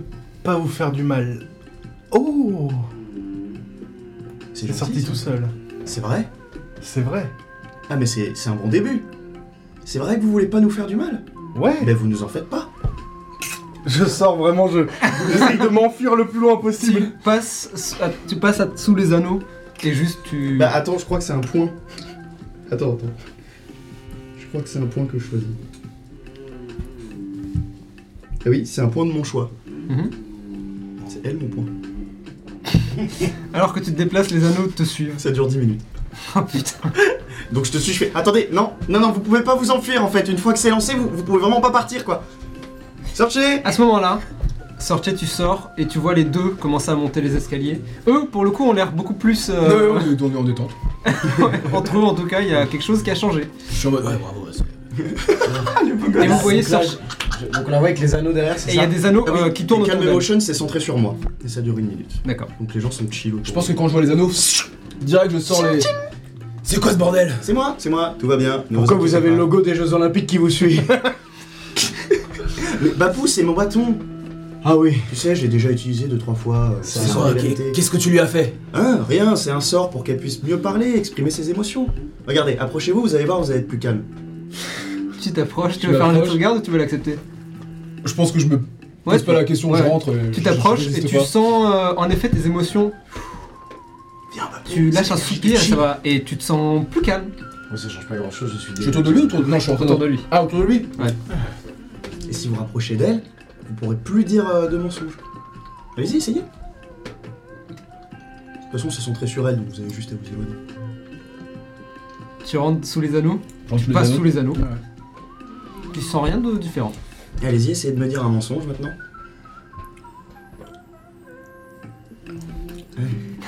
[SPEAKER 5] pas vous faire du mal. Oh
[SPEAKER 2] C'est
[SPEAKER 5] C'est
[SPEAKER 2] gentil,
[SPEAKER 5] sorti
[SPEAKER 2] ça.
[SPEAKER 5] tout seul.
[SPEAKER 2] C'est vrai
[SPEAKER 5] C'est vrai.
[SPEAKER 2] Ah, mais c'est c'est un bon début C'est vrai que vous voulez pas nous faire du mal
[SPEAKER 5] Ouais.
[SPEAKER 2] Ben, vous nous en faites pas
[SPEAKER 5] Je sors vraiment, je j'essaye de m'enfuir le plus loin
[SPEAKER 1] Tu
[SPEAKER 5] possible.
[SPEAKER 1] passes, à- tu passes à- sous les anneaux et juste tu.
[SPEAKER 2] Bah, attends, je crois que c'est un point. Attends, attends. Je crois que c'est un point que je choisis. Ah oui, c'est un point de mon choix.
[SPEAKER 1] Mhm.
[SPEAKER 2] C'est elle, mon point.
[SPEAKER 1] Alors que tu te déplaces, les anneaux te suivent.
[SPEAKER 2] Ça dure 10 minutes.
[SPEAKER 1] Oh putain.
[SPEAKER 2] Donc je te suis, je fais. Attendez, non, non, non, vous pouvez pas vous enfuir en fait. Une fois que c'est lancé, vous, vous pouvez vraiment pas partir quoi. Sortez
[SPEAKER 1] À ce moment-là, sortez, tu sors et tu vois les deux commencer à monter les escaliers. Eux, pour le coup, ont l'air beaucoup plus. euh,
[SPEAKER 4] Non, mais on est- on est en détente.
[SPEAKER 1] entre eux, en tout cas, il y a quelque chose qui a changé.
[SPEAKER 4] Je suis en mode, ouais, bravo. ouais, c'est-
[SPEAKER 1] Et vous voyez
[SPEAKER 10] ça.
[SPEAKER 1] sortir.
[SPEAKER 10] Donc on la voit avec les anneaux derrière,
[SPEAKER 1] Et
[SPEAKER 10] c'est
[SPEAKER 1] il y
[SPEAKER 10] ça
[SPEAKER 1] a des anneaux euh, qui tournent autour
[SPEAKER 2] Ah Calm
[SPEAKER 1] d'elle.
[SPEAKER 2] Emotion, c'est centré sur moi. Et ça dure une minute.
[SPEAKER 1] D'accord.
[SPEAKER 2] Donc les gens sont chill autour.
[SPEAKER 4] Je pense que quand je vois les anneaux, direct je sors les. C'est quoi ce bordel
[SPEAKER 2] C'est moi, c'est moi, tout va bien. Ne
[SPEAKER 10] Pourquoi vous
[SPEAKER 2] inquiétez
[SPEAKER 10] avez le
[SPEAKER 2] pas.
[SPEAKER 10] logo des Jeux Olympiques qui vous suit
[SPEAKER 2] Mais Bapou, c'est mon bâton
[SPEAKER 10] Ah oui.
[SPEAKER 2] Tu sais, j'ai déjà utilisé deux trois fois. euh,
[SPEAKER 4] C'est
[SPEAKER 2] c'est
[SPEAKER 4] quoi
[SPEAKER 2] la réalité.
[SPEAKER 4] Qu'est- Qu'est-ce que tu lui as fait
[SPEAKER 2] Hein, rien, c'est un sort pour qu'elle puisse mieux parler, exprimer ses émotions. Regardez, approchez-vous, vous allez voir, vous allez être plus calme.
[SPEAKER 1] Tu t'approches, tu
[SPEAKER 4] Tu
[SPEAKER 1] veux faire une
[SPEAKER 4] l'approches.
[SPEAKER 1] sauvegarde ou tu veux l'accepter
[SPEAKER 4] Je pense que je me pose
[SPEAKER 1] Ouais,
[SPEAKER 4] pas la question, je
[SPEAKER 1] ouais.
[SPEAKER 4] rentre. et
[SPEAKER 1] Tu
[SPEAKER 4] je-
[SPEAKER 1] t'approches
[SPEAKER 4] je
[SPEAKER 1] et
[SPEAKER 4] résiste
[SPEAKER 1] tu
[SPEAKER 4] pas.
[SPEAKER 1] sens euh, en effet tes émotions.
[SPEAKER 2] Viens, Bapou.
[SPEAKER 1] Tu lâches un soupir et ça va. Et tu te sens plus calme
[SPEAKER 10] Moi ça change pas grand chose, je suis
[SPEAKER 4] Je suis autour de lui ou autour de. Non, je suis en train
[SPEAKER 1] autour
[SPEAKER 4] de.
[SPEAKER 1] de lui.
[SPEAKER 4] Ah, autour de lui
[SPEAKER 2] Et si vous rapprochez d'elle, vous pourrez plus dire euh, de mensonges. Allez-y, essayez. De toute façon, c'est centré sur elle, donc vous avez juste à vous éloigner.
[SPEAKER 1] Tu rentres sous les anneaux,
[SPEAKER 4] J'en suis
[SPEAKER 1] tu
[SPEAKER 4] les
[SPEAKER 1] passes
[SPEAKER 4] anneaux.
[SPEAKER 1] sous les anneaux.
[SPEAKER 4] Ouais.
[SPEAKER 1] Tu sens rien de différent.
[SPEAKER 2] Et Allez-y, essayez de me dire un mensonge maintenant.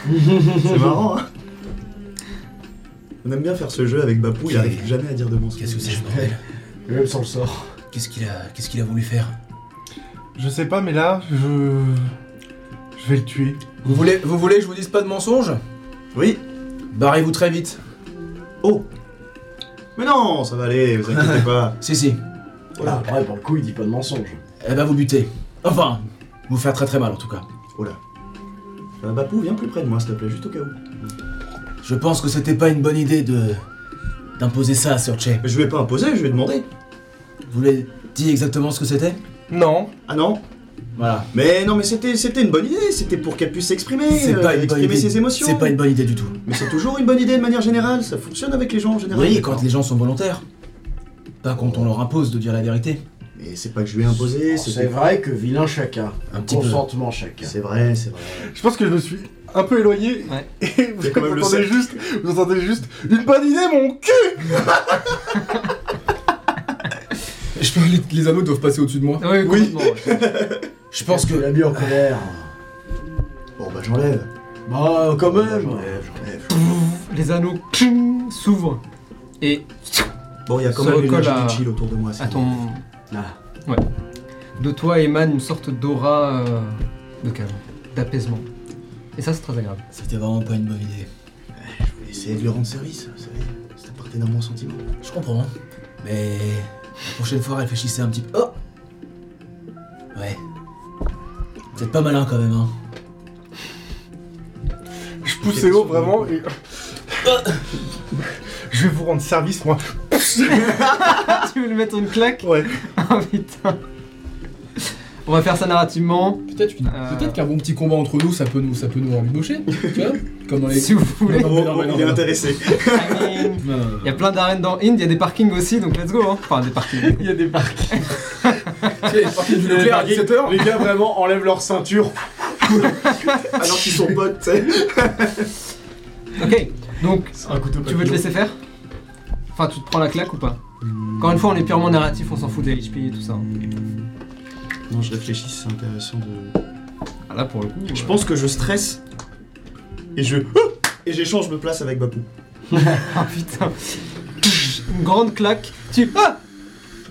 [SPEAKER 2] c'est marrant, hein On aime bien faire ce jeu avec Bapou, il arrive jamais à dire de mensonges.
[SPEAKER 9] Qu'est-ce que c'est ce bordel
[SPEAKER 10] Même sans le sort.
[SPEAKER 9] Qu'est-ce qu'il a, qu'est-ce qu'il a voulu faire
[SPEAKER 5] Je sais pas, mais là, je. Je vais le tuer.
[SPEAKER 4] Vous voulez, vous voulez que je vous dise pas de mensonge
[SPEAKER 2] Oui
[SPEAKER 4] Barrez-vous très vite.
[SPEAKER 2] Oh Mais non, ça va aller, vous inquiétez pas.
[SPEAKER 4] Si, si.
[SPEAKER 10] Ah, ouais, pour le coup, il dit pas de mensonge.
[SPEAKER 4] Elle va vous buter. Enfin, vous faire très très mal en tout cas.
[SPEAKER 2] Euh, Bapou, viens plus près de moi, s'il te plaît, juste au cas où.
[SPEAKER 9] Je pense que c'était pas une bonne idée de d'imposer ça à Sir Che.
[SPEAKER 2] Mais je vais pas imposer, je vais demander.
[SPEAKER 9] Vous voulez dire exactement ce que c'était
[SPEAKER 5] Non.
[SPEAKER 2] Ah non
[SPEAKER 9] Voilà.
[SPEAKER 2] Mais non, mais c'était c'était une bonne idée, c'était pour qu'elle puisse s'exprimer,
[SPEAKER 9] C'est
[SPEAKER 2] euh,
[SPEAKER 9] pas une bonne
[SPEAKER 2] exprimer
[SPEAKER 9] idée.
[SPEAKER 2] ses émotions.
[SPEAKER 9] C'est pas une bonne idée du tout.
[SPEAKER 2] Mais c'est toujours une bonne idée de manière générale, ça fonctionne avec les gens en
[SPEAKER 9] Vous
[SPEAKER 2] général.
[SPEAKER 9] voyez, quand les gens sont volontaires, pas quand on leur impose de dire la vérité.
[SPEAKER 2] Mais c'est pas que je lui ai imposé,
[SPEAKER 10] C'est
[SPEAKER 2] c'est
[SPEAKER 10] vrai que vilain chacun.
[SPEAKER 9] Un petit peu.
[SPEAKER 10] Consentement chacun.
[SPEAKER 2] C'est vrai, c'est vrai.
[SPEAKER 5] Je pense que je me suis un peu éloigné.
[SPEAKER 1] Ouais.
[SPEAKER 5] Et vous,
[SPEAKER 2] C'est quand même le
[SPEAKER 5] entendez
[SPEAKER 2] seul.
[SPEAKER 5] juste, vous entendez juste une bonne idée, mon cul
[SPEAKER 4] Je peux- les, les anneaux doivent passer au-dessus de moi.
[SPEAKER 1] Ah Ouais, complètement, ouais.
[SPEAKER 9] Je pense
[SPEAKER 10] Tu
[SPEAKER 9] que
[SPEAKER 10] l'as mis en colère.
[SPEAKER 2] Bon bah j'enlève.
[SPEAKER 10] Bah, quand même.
[SPEAKER 2] J'enlève, j'enlève.
[SPEAKER 1] Les anneaux tchoum, s'ouvrent et
[SPEAKER 2] Bon, il y a quand
[SPEAKER 1] Se
[SPEAKER 2] même
[SPEAKER 1] recolle
[SPEAKER 2] l'énergie
[SPEAKER 1] à-
[SPEAKER 2] du chill autour de moi. c'est
[SPEAKER 1] à ton.
[SPEAKER 10] Ah.
[SPEAKER 1] Ouais. De toi émane une sorte d'aura euh, de calme, d'apaisement. Et ça, c'est très agréable.
[SPEAKER 9] c'était vraiment pas une bonne idée.
[SPEAKER 2] bon. Je voulais essayer de lui rendre service, vous savez. Ça partait d'un bon sentiment.
[SPEAKER 9] Je comprends. hein. Mais la prochaine fois, réfléchissez un petit peu. Oh Ouais. Vous êtes pas malin quand même, hein.
[SPEAKER 5] Je poussais haut vraiment et. je vais vous rendre service, moi.
[SPEAKER 1] Ah, tu veux lui mettre une claque
[SPEAKER 5] Ouais.
[SPEAKER 1] Oh putain. On va faire ça narrativement.
[SPEAKER 4] Peut-être une-
[SPEAKER 1] Euh.
[SPEAKER 4] peut-être qu'un bon petit combat entre nous, ça peut nous, ça peut nous embaucher. tu vois Comme dans les.
[SPEAKER 1] Si vous voulez.
[SPEAKER 4] Non, mais non, mais non,
[SPEAKER 2] il est
[SPEAKER 4] non.
[SPEAKER 2] intéressé.
[SPEAKER 4] Non, non, non.
[SPEAKER 1] Il y a plein d'arènes dans Inde, il y a des parkings aussi, donc let's go. Hein. Enfin, des parkings.
[SPEAKER 10] Il y a des parcs.
[SPEAKER 4] Tu sais, les parties du nucléaire à 17h.
[SPEAKER 10] Les gars, vraiment, enlèvent leur ceinture.
[SPEAKER 2] Alors qu'ils sont potes, tu sais.
[SPEAKER 1] Ok, donc
[SPEAKER 10] Un couteau
[SPEAKER 1] tu veux te laisser faire Enfin, tu te prends la claque ou pas Encore une fois, on est purement narratif, on s'en fout des HP et tout ça. hein.
[SPEAKER 6] Non, je réfléchis, c'est intéressant de.
[SPEAKER 1] Ah, là, pour le coup.
[SPEAKER 6] Je
[SPEAKER 1] euh,
[SPEAKER 6] pense que je stresse et je. oh Et j'échange, je me place avec Bapou.
[SPEAKER 1] Ah putain. Une grande claque. Tu. Ah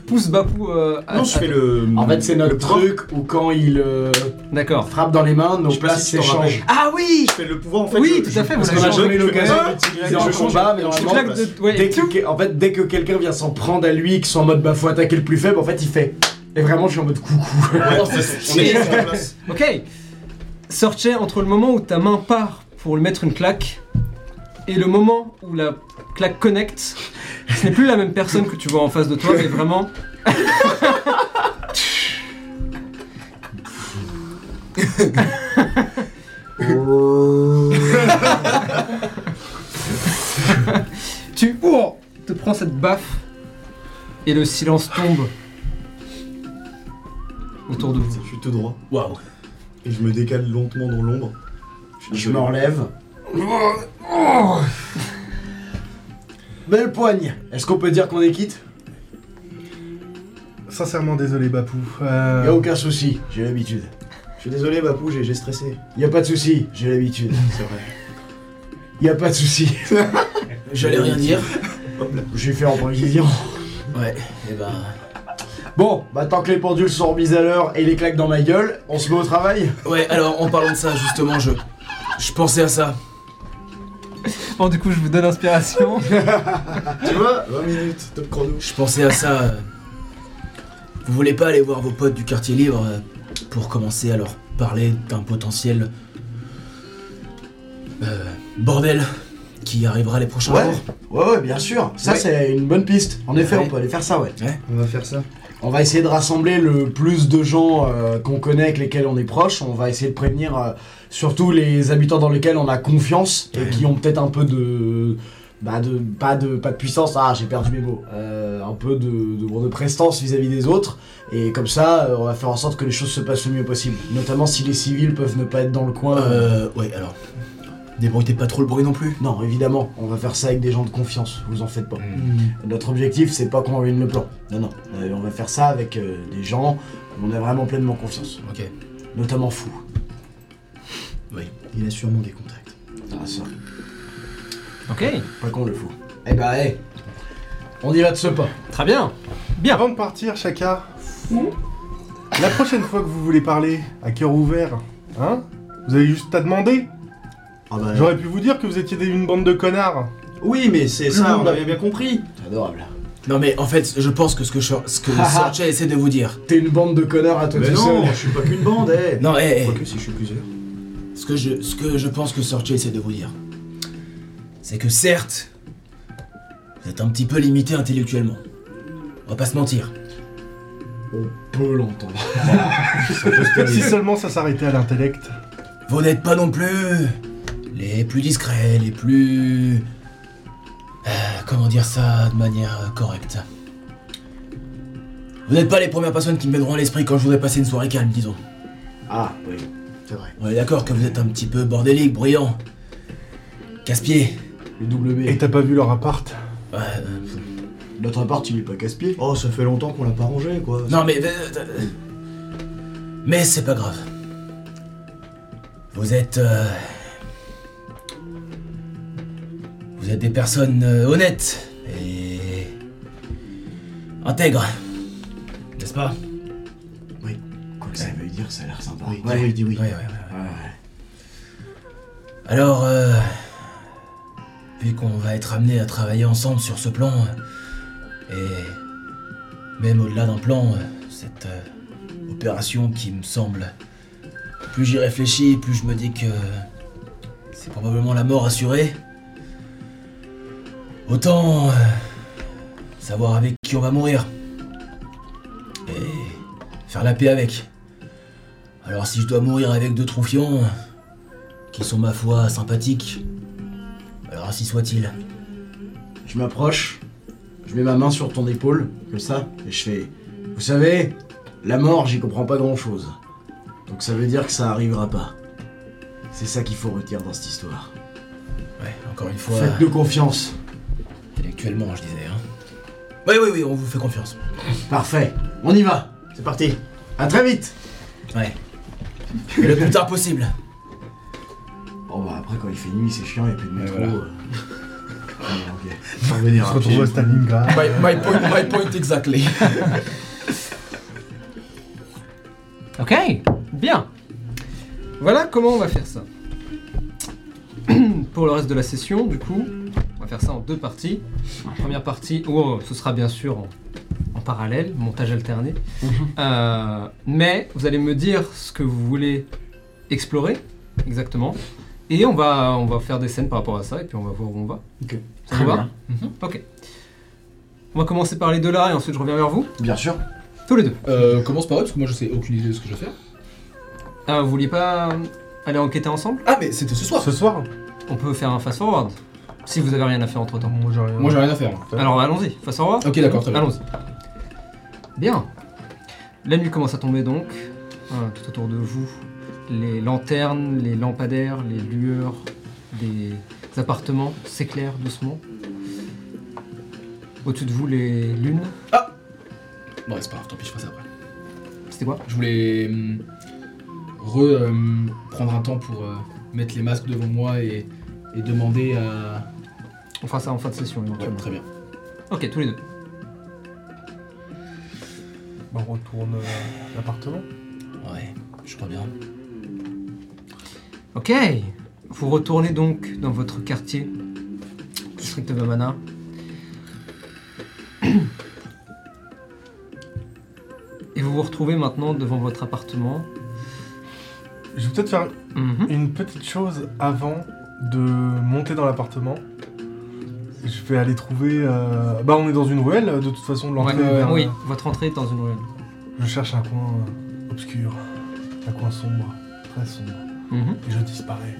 [SPEAKER 1] Pousse Bapou euh, à.
[SPEAKER 6] Non, je
[SPEAKER 1] à-
[SPEAKER 6] fais le.
[SPEAKER 2] En fait, c'est notre
[SPEAKER 6] le pouvoir.
[SPEAKER 2] truc où quand il euh,
[SPEAKER 1] D'accord.
[SPEAKER 2] frappe dans les mains,
[SPEAKER 6] Je
[SPEAKER 2] nos
[SPEAKER 6] sais pas
[SPEAKER 2] places
[SPEAKER 6] si tu t'en
[SPEAKER 2] s'échangent.
[SPEAKER 1] Ah oui
[SPEAKER 6] Je fais le pouvoir en fait.
[SPEAKER 1] Oui,
[SPEAKER 6] je-
[SPEAKER 1] tout à fait,
[SPEAKER 6] je-
[SPEAKER 1] vous
[SPEAKER 6] parce
[SPEAKER 1] l'avez
[SPEAKER 6] que
[SPEAKER 1] jamais eu
[SPEAKER 6] je-
[SPEAKER 1] l'occasion
[SPEAKER 6] je-
[SPEAKER 2] C'est en
[SPEAKER 6] je- je-
[SPEAKER 2] combat, mais
[SPEAKER 6] je-
[SPEAKER 1] Tu
[SPEAKER 2] normalement,
[SPEAKER 1] claques de. Ouais,
[SPEAKER 2] Dès
[SPEAKER 1] et tout.
[SPEAKER 2] que, en fait, dès que quelqu'un vient s'en prendre à lui, qui sont en mode bah faut attaquer le plus faible, en fait, il fait. Et vraiment, je suis en mode coucou.
[SPEAKER 6] Ouais, on est sur la place.
[SPEAKER 1] Ok. Sortez entre le moment où ta main part pour lui mettre une claque et le moment où la claque connecte. Ce n'est plus la même personne que tu vois en face de toi, mais vraiment. tu oh, te prends cette baffe et le silence tombe autour de vous.
[SPEAKER 6] Je suis tout droit
[SPEAKER 4] Waouh.
[SPEAKER 6] et je me décale lentement dans l'ombre. suis
[SPEAKER 2] Je
[SPEAKER 6] désolé.
[SPEAKER 2] m'enlève. Belle poigne. Est-ce qu'on peut dire qu'on est quitte
[SPEAKER 5] Sincèrement désolé Bapou.
[SPEAKER 2] Y a
[SPEAKER 5] Euh,
[SPEAKER 2] aucun souci, j'ai l'habitude.
[SPEAKER 6] Je suis désolé, Bapou, j'ai j'ai stressé.
[SPEAKER 2] Y a pas de souci, j'ai l'habitude.
[SPEAKER 6] C'est vrai.
[SPEAKER 2] Y a pas de souci.
[SPEAKER 4] J'allais rien dire.
[SPEAKER 2] J'ai fait en prévision.
[SPEAKER 4] Ouais, et ben.
[SPEAKER 2] Bon, bah tant que les pendules sont remises à l'heure et les claques dans ma gueule, on se met au travail.
[SPEAKER 4] Ouais, alors en parlant de ça, justement, je. Je pensais à ça.
[SPEAKER 1] Bon, du coup, je vous donne inspiration.
[SPEAKER 6] tu vois, 20 minutes, top chrono.
[SPEAKER 4] Je pensais à ça. euh, Vous voulez pas aller voir vos potes du quartier libre euh, pour commencer à leur parler d'un potentiel. euh, bordel qui arrivera les prochains
[SPEAKER 2] Ouais.
[SPEAKER 4] jours
[SPEAKER 2] Ouais, ouais, bien sûr. Ça,
[SPEAKER 4] Ouais.
[SPEAKER 2] c'est une bonne piste. En effet,
[SPEAKER 4] Ouais.
[SPEAKER 2] on peut aller faire ça, ouais.
[SPEAKER 6] On va faire ça.
[SPEAKER 2] On va essayer de rassembler le plus de gens euh, qu'on connaît, avec lesquels on est proche. On va essayer de prévenir euh, surtout les habitants dans lesquels on a confiance et qui ont peut-être un peu de. Bah de, pas de pas de puissance, ah j'ai perdu mes mots, Euh, un peu de, de, bon, de prestance vis-à-vis des autres, et comme ça euh, on va faire en sorte que les choses se passent le mieux possible, notamment si les civils peuvent ne pas être dans le coin.
[SPEAKER 4] Euh. Ouais, alors. Débrouillez pas trop le bruit non plus.
[SPEAKER 2] Non, évidemment, on va faire ça avec des gens de confiance, vous en faites
[SPEAKER 6] Hmm.
[SPEAKER 2] pas. Hmm. Notre objectif, c'est pas qu'on ruine le plan. Non, non. Euh, on va faire ça avec euh, des gens où on a vraiment pleinement confiance.
[SPEAKER 4] Ok.
[SPEAKER 2] Notamment Fou.
[SPEAKER 6] Il a sûrement des contacts.
[SPEAKER 2] Ah, ça,
[SPEAKER 1] ok,
[SPEAKER 2] pas con le Fou. Eh
[SPEAKER 6] ben,
[SPEAKER 2] bah, eh. On y va de ce pas.
[SPEAKER 1] très bien.
[SPEAKER 5] Avant de partir, Chaka, la prochaine fois que vous voulez parler à cœur ouvert, hein Vous avez juste à demander.
[SPEAKER 6] Ah bah.
[SPEAKER 5] J'aurais pu vous dire que vous étiez des- une bande de connards.
[SPEAKER 2] eh.
[SPEAKER 6] Oui, mais c'est
[SPEAKER 5] Plus
[SPEAKER 6] ça,
[SPEAKER 5] long,
[SPEAKER 6] on
[SPEAKER 5] là.
[SPEAKER 6] avait bien compris.
[SPEAKER 2] C'est adorable.
[SPEAKER 4] Non mais en fait, je pense que ce que, je, ce que Sorcha essaie de vous dire.
[SPEAKER 2] T'es une bande de connards à toi
[SPEAKER 6] Mais
[SPEAKER 2] tout
[SPEAKER 6] non,
[SPEAKER 2] seul.
[SPEAKER 6] je suis pas qu'une bande, eh.
[SPEAKER 4] Non, hé, hé,
[SPEAKER 6] Quoique si je suis plusieurs.
[SPEAKER 4] ce que je, ce que je pense que Sorcha essaie de vous dire, c'est que certes, vous êtes un petit peu limité intellectuellement. On va pas se mentir.
[SPEAKER 2] On peut l'entendre.
[SPEAKER 5] si seulement ça s'arrêtait à l'intellect.
[SPEAKER 4] Vous n'êtes pas non plus les plus discrets, les plus... euh, comment dire ça de manière euh, correcte Vous n'êtes pas les premières personnes qui me viendront à l'esprit quand je voudrais passer une soirée calme, disons.
[SPEAKER 2] Ah, oui.
[SPEAKER 6] C'est vrai.
[SPEAKER 4] On est d'accord que vous êtes un petit peu bordélique, bruyant, casse-pied.
[SPEAKER 2] Le W.
[SPEAKER 5] Et t'as pas vu leur appart
[SPEAKER 4] Ouais, euh,
[SPEAKER 2] Notre part, il est pas casse-pied.
[SPEAKER 6] Oh, ça fait longtemps qu'on l'a pas rangé, quoi.
[SPEAKER 4] Non mais... euh, euh, Mais c'est pas grave. Vous êtes... euh, Vous êtes des personnes euh, honnêtes et... intègres. N'est-ce pas
[SPEAKER 2] Quoi que ça veut dire, ça a l'air sympa.
[SPEAKER 6] Oui, dis
[SPEAKER 2] Ouais.
[SPEAKER 6] oui, dis oui.
[SPEAKER 4] Ouais, ouais, ouais, ouais. Alors, euh, vu qu'on va être amené à travailler ensemble sur ce plan, euh, et même au-delà d'un plan, euh, cette euh, opération qui me semble, plus j'y réfléchis, plus je me dis que c'est probablement la mort assurée. Autant euh, savoir avec qui on va mourir et faire la paix avec. Alors si je dois mourir avec deux troufions, qui sont ma foi sympathiques, alors ainsi soit-il.
[SPEAKER 2] Je m'approche, je mets ma main sur ton épaule, comme ça, et je fais Vous savez, la mort, j'y comprends pas grand chose. Donc ça veut dire que ça arrivera pas. C'est ça qu'il faut retenir dans cette histoire.
[SPEAKER 4] Ouais, encore une fois,
[SPEAKER 2] Faites-nous confiance.
[SPEAKER 4] intellectuellement je disais. Hein. Oui, oui, oui, on vous fait confiance.
[SPEAKER 2] Parfait, on y va. C'est parti. À très vite.
[SPEAKER 4] Et le plus tard possible.
[SPEAKER 2] Bon bah après quand il fait nuit c'est chiant, il n'y a plus de métro.
[SPEAKER 4] voilà.
[SPEAKER 2] euh. Ah, ok. Faut revenir
[SPEAKER 5] On se
[SPEAKER 2] à
[SPEAKER 5] retrouve
[SPEAKER 2] pied.
[SPEAKER 5] à Stalingrad.
[SPEAKER 7] My, my point, my point exactly.
[SPEAKER 1] Ok, bien. Voilà comment on va faire ça. Pour le reste de la session, du coup, on va faire ça en deux parties. La première partie, oh, ce sera bien sûr en, en parallèle, montage alterné. Euh, mais vous allez me dire ce que vous voulez explorer exactement. Et on va, on va faire des scènes par rapport à ça, et puis on va voir où on va.
[SPEAKER 2] Ok.
[SPEAKER 1] Ça vous va Mhm. Ok. On va commencer par les deux là, et ensuite je reviens vers vous,
[SPEAKER 2] Bien sûr.
[SPEAKER 1] tous les deux.
[SPEAKER 7] Euh, commence par eux, parce que moi je sais aucune idée de ce que je vais faire.
[SPEAKER 1] Ah, vous vouliez pas aller enquêter ensemble
[SPEAKER 7] Ah, mais c'était ce soir
[SPEAKER 5] Ce soir
[SPEAKER 1] On peut faire un fast-forward, si vous avez rien à faire entre temps.
[SPEAKER 5] Moi, j'ai rien.
[SPEAKER 7] Moi j'ai rien à faire.
[SPEAKER 1] Alors allons-y, fast-forward
[SPEAKER 7] Ok, d'accord, très bien.
[SPEAKER 1] Allons-y. Bien. La nuit commence à tomber donc. Voilà, tout autour de vous, les lanternes, les lampadaires, les lueurs des appartements s'éclairent doucement. Au-dessus de vous, les lunes.
[SPEAKER 7] Bon, c'est pas grave, tant pis, je ferai ça après.
[SPEAKER 1] C'était quoi
[SPEAKER 7] Je voulais hum, re, hum, prendre un temps pour euh, mettre les masques devant moi et, et demander à.
[SPEAKER 1] On fera ça en fin de session
[SPEAKER 7] Ouais,
[SPEAKER 1] éventuellement.
[SPEAKER 7] très bien.
[SPEAKER 1] Ok, tous les deux.
[SPEAKER 5] Bah, on retourne euh, à l'appartement.
[SPEAKER 4] Ouais, je crois bien.
[SPEAKER 1] Ok, vous retournez donc dans votre quartier, district de Bamana. Et vous vous retrouvez maintenant devant votre appartement.
[SPEAKER 5] Je vais peut-être faire
[SPEAKER 1] Mhm.
[SPEAKER 5] une petite chose avant de monter dans l'appartement. Je vais aller trouver. euh, Bah, on est dans une ruelle, de toute façon, de l'entrée.
[SPEAKER 1] Ouais, euh,
[SPEAKER 5] vers-
[SPEAKER 1] oui, votre entrée est dans une ruelle.
[SPEAKER 5] Je cherche un coin euh, obscur, un coin sombre, très sombre,
[SPEAKER 1] Mhm.
[SPEAKER 5] et je disparais.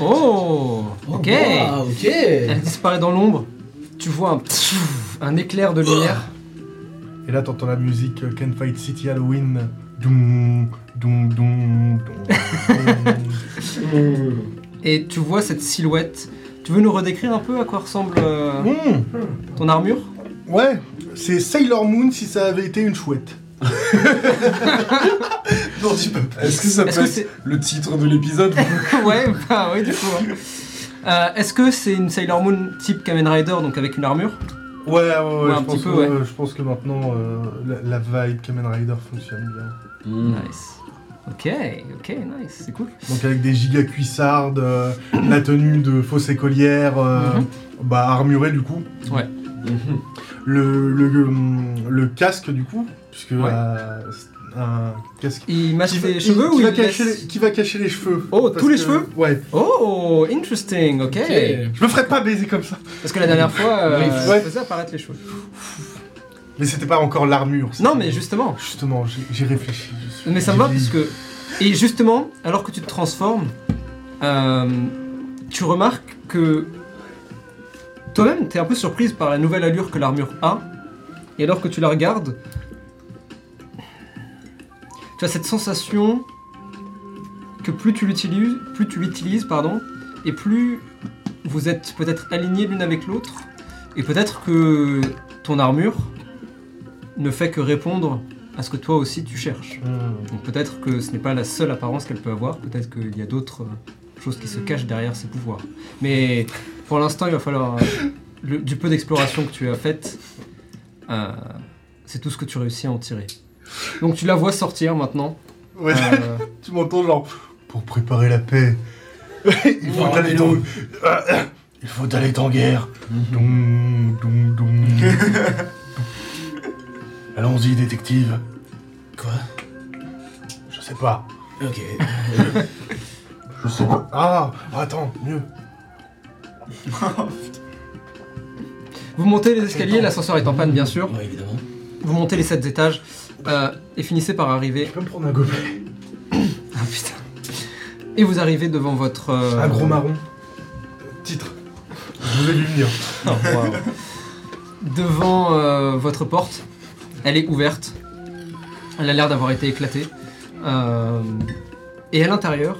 [SPEAKER 1] Oh, ok.
[SPEAKER 4] Ah, ok
[SPEAKER 1] Elle disparaît dans l'ombre. Tu vois un, un éclair de lumière.
[SPEAKER 5] Et là, t'entends la musique euh, Can Fight City Halloween. Doum, doum, doum, doum, doum.
[SPEAKER 1] Et tu vois cette silhouette. Tu veux nous redécrire un peu à quoi ressemble euh,
[SPEAKER 5] Mmh.
[SPEAKER 1] ton armure
[SPEAKER 5] Ouais, c'est Sailor Moon si ça avait été une chouette.
[SPEAKER 7] Non, dis pas.
[SPEAKER 11] Est-ce que ça
[SPEAKER 1] Est-ce
[SPEAKER 11] peut
[SPEAKER 1] que
[SPEAKER 11] être
[SPEAKER 1] c'est
[SPEAKER 11] le titre de l'épisode
[SPEAKER 1] ouais, bah ouais, du coup. hein. Euh, Est-ce que c'est une Sailor Moon type Kamen Rider, donc avec une armure
[SPEAKER 5] Ouais, ouais, ouais,
[SPEAKER 1] Ouais, un
[SPEAKER 5] je,
[SPEAKER 1] petit
[SPEAKER 5] pense
[SPEAKER 1] peu,
[SPEAKER 5] que,
[SPEAKER 1] ouais.
[SPEAKER 5] euh, je pense que maintenant euh, la, la vibe Kamen Rider fonctionne bien.
[SPEAKER 1] Nice. Ok, ok, nice, c'est cool.
[SPEAKER 5] Donc avec des giga cuissardes, euh, la tenue de fausse écolière, euh,
[SPEAKER 1] Mhm.
[SPEAKER 5] bah armurée du coup. Mhm.
[SPEAKER 1] Ouais.
[SPEAKER 5] Le, le, le- le casque du coup, puisque
[SPEAKER 1] Ouais.
[SPEAKER 5] euh, c'est un casque.
[SPEAKER 1] Il mâche
[SPEAKER 5] Qui va,
[SPEAKER 1] ses
[SPEAKER 5] qui-
[SPEAKER 1] cheveux
[SPEAKER 5] qui
[SPEAKER 1] ou il
[SPEAKER 5] va cacher
[SPEAKER 1] laisse-
[SPEAKER 5] les, qui va cacher les cheveux
[SPEAKER 1] Oh, tous les cheveux
[SPEAKER 5] Ouais.
[SPEAKER 1] Oh, interesting, ok.
[SPEAKER 5] Je me ferais pas baiser comme ça.
[SPEAKER 1] Parce que la dernière fois, euh,
[SPEAKER 5] Oui,
[SPEAKER 1] il
[SPEAKER 5] ouais.
[SPEAKER 1] faisait apparaître les cheveux.
[SPEAKER 5] Mais c'était pas encore l'armure.
[SPEAKER 1] Non,
[SPEAKER 5] c'était-
[SPEAKER 1] mais justement.
[SPEAKER 5] Justement, j'ai j'ai réfléchi. dessus.
[SPEAKER 1] Mais ça
[SPEAKER 5] J'ai
[SPEAKER 1] me va,
[SPEAKER 5] dit-
[SPEAKER 1] puisque. Et justement, alors que tu te transformes, euh, tu remarques que. Toi-même, t'es un peu surprise par la nouvelle allure que l'armure a. Et alors que tu la regardes. Tu as cette sensation. Que plus tu l'utilises, plus tu l'utilises, pardon, et plus vous êtes peut-être alignés l'une avec l'autre, et peut-être que ton armure ne fait que répondre à ce que toi aussi tu cherches.
[SPEAKER 5] Hmm.
[SPEAKER 1] Donc peut-être que ce n'est pas la seule apparence qu'elle peut avoir, peut-être qu'il y a d'autres euh, choses qui se cachent derrière ses pouvoirs. Mais pour l'instant, il va falloir euh, le- du peu d'exploration que tu as faite, euh, c'est tout ce que tu réussis à en tirer. Donc tu la vois sortir maintenant.
[SPEAKER 5] Ouais,
[SPEAKER 1] euh,
[SPEAKER 5] tu m'entends genre pour préparer la paix. il faut aller dans... Ah, ah, il faut aller en guerre. Doum, doum, doum. Allons-y détective.
[SPEAKER 4] Quoi
[SPEAKER 5] Je sais pas.
[SPEAKER 4] Ok.
[SPEAKER 5] Je sais pas. Ah, attends, mieux.
[SPEAKER 1] vous montez les escaliers, l'ascenseur est en panne bien sûr.
[SPEAKER 4] Ouais, évidemment.
[SPEAKER 1] Vous montez les sept étages euh, et finissez par arriver.
[SPEAKER 5] Tu peux me prendre un gobelet
[SPEAKER 1] Ah putain. Et vous arrivez devant votre. euh,
[SPEAKER 5] Un gros marron. Titre. Je vais lui venir.
[SPEAKER 1] Oh, wow. Devant euh, votre porte, elle est ouverte. Elle a l'air d'avoir été éclatée. Euh, et à l'intérieur,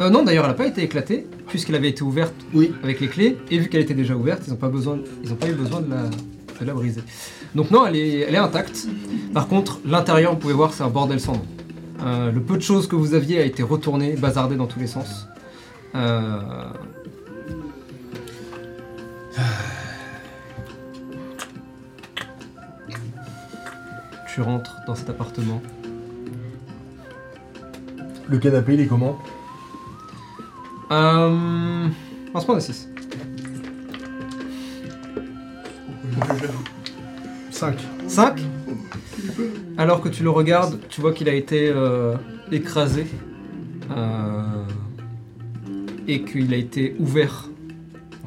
[SPEAKER 1] Euh, non, d'ailleurs, elle n'a pas été éclatée, puisqu'elle avait été ouverte
[SPEAKER 2] Oui.
[SPEAKER 1] avec les clés, et vu qu'elle était déjà ouverte, ils n'ont pas, besoin, ils ont pas eu besoin de la, de la briser. Donc non, elle est, elle est intacte. Par contre, l'intérieur, vous pouvez voir, c'est un bordel sans nom. Euh, le peu de choses que vous aviez a été retourné, bazardé dans tous les sens. Euh, Tu rentres dans cet appartement.
[SPEAKER 5] Le canapé, il est comment
[SPEAKER 1] Euh... Lancement de 6.
[SPEAKER 5] 5.
[SPEAKER 1] 5 Alors que tu le regardes, tu vois qu'il a été euh, écrasé euh, et qu'il a été ouvert.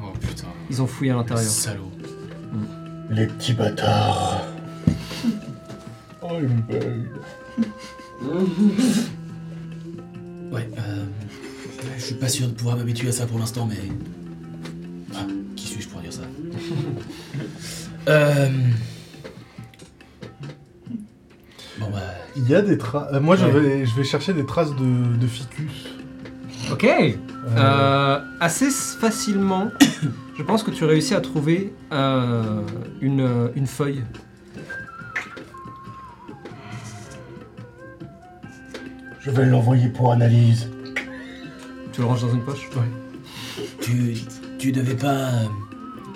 [SPEAKER 4] Oh putain,
[SPEAKER 1] Ils ont fouillé à l'intérieur.
[SPEAKER 4] salaud.
[SPEAKER 11] Les petits bâtards.
[SPEAKER 5] Oh, il me bug.
[SPEAKER 4] Ouais, euh, je suis pas sûr de pouvoir m'habituer à ça pour l'instant, mais. Ah, qui suis-je pour dire ça Euh. Bon bah.
[SPEAKER 5] Il y a des traces. moi, je,
[SPEAKER 4] Ouais.
[SPEAKER 5] vais, je vais chercher des traces de, de ficus.
[SPEAKER 1] Ok Euh, Assez s- facilement, je pense que tu réussis à trouver euh, une, euh, une feuille.
[SPEAKER 11] Je vais l'envoyer pour analyse.
[SPEAKER 1] Tu le ranges dans une poche
[SPEAKER 4] Tu, tu devais pas euh,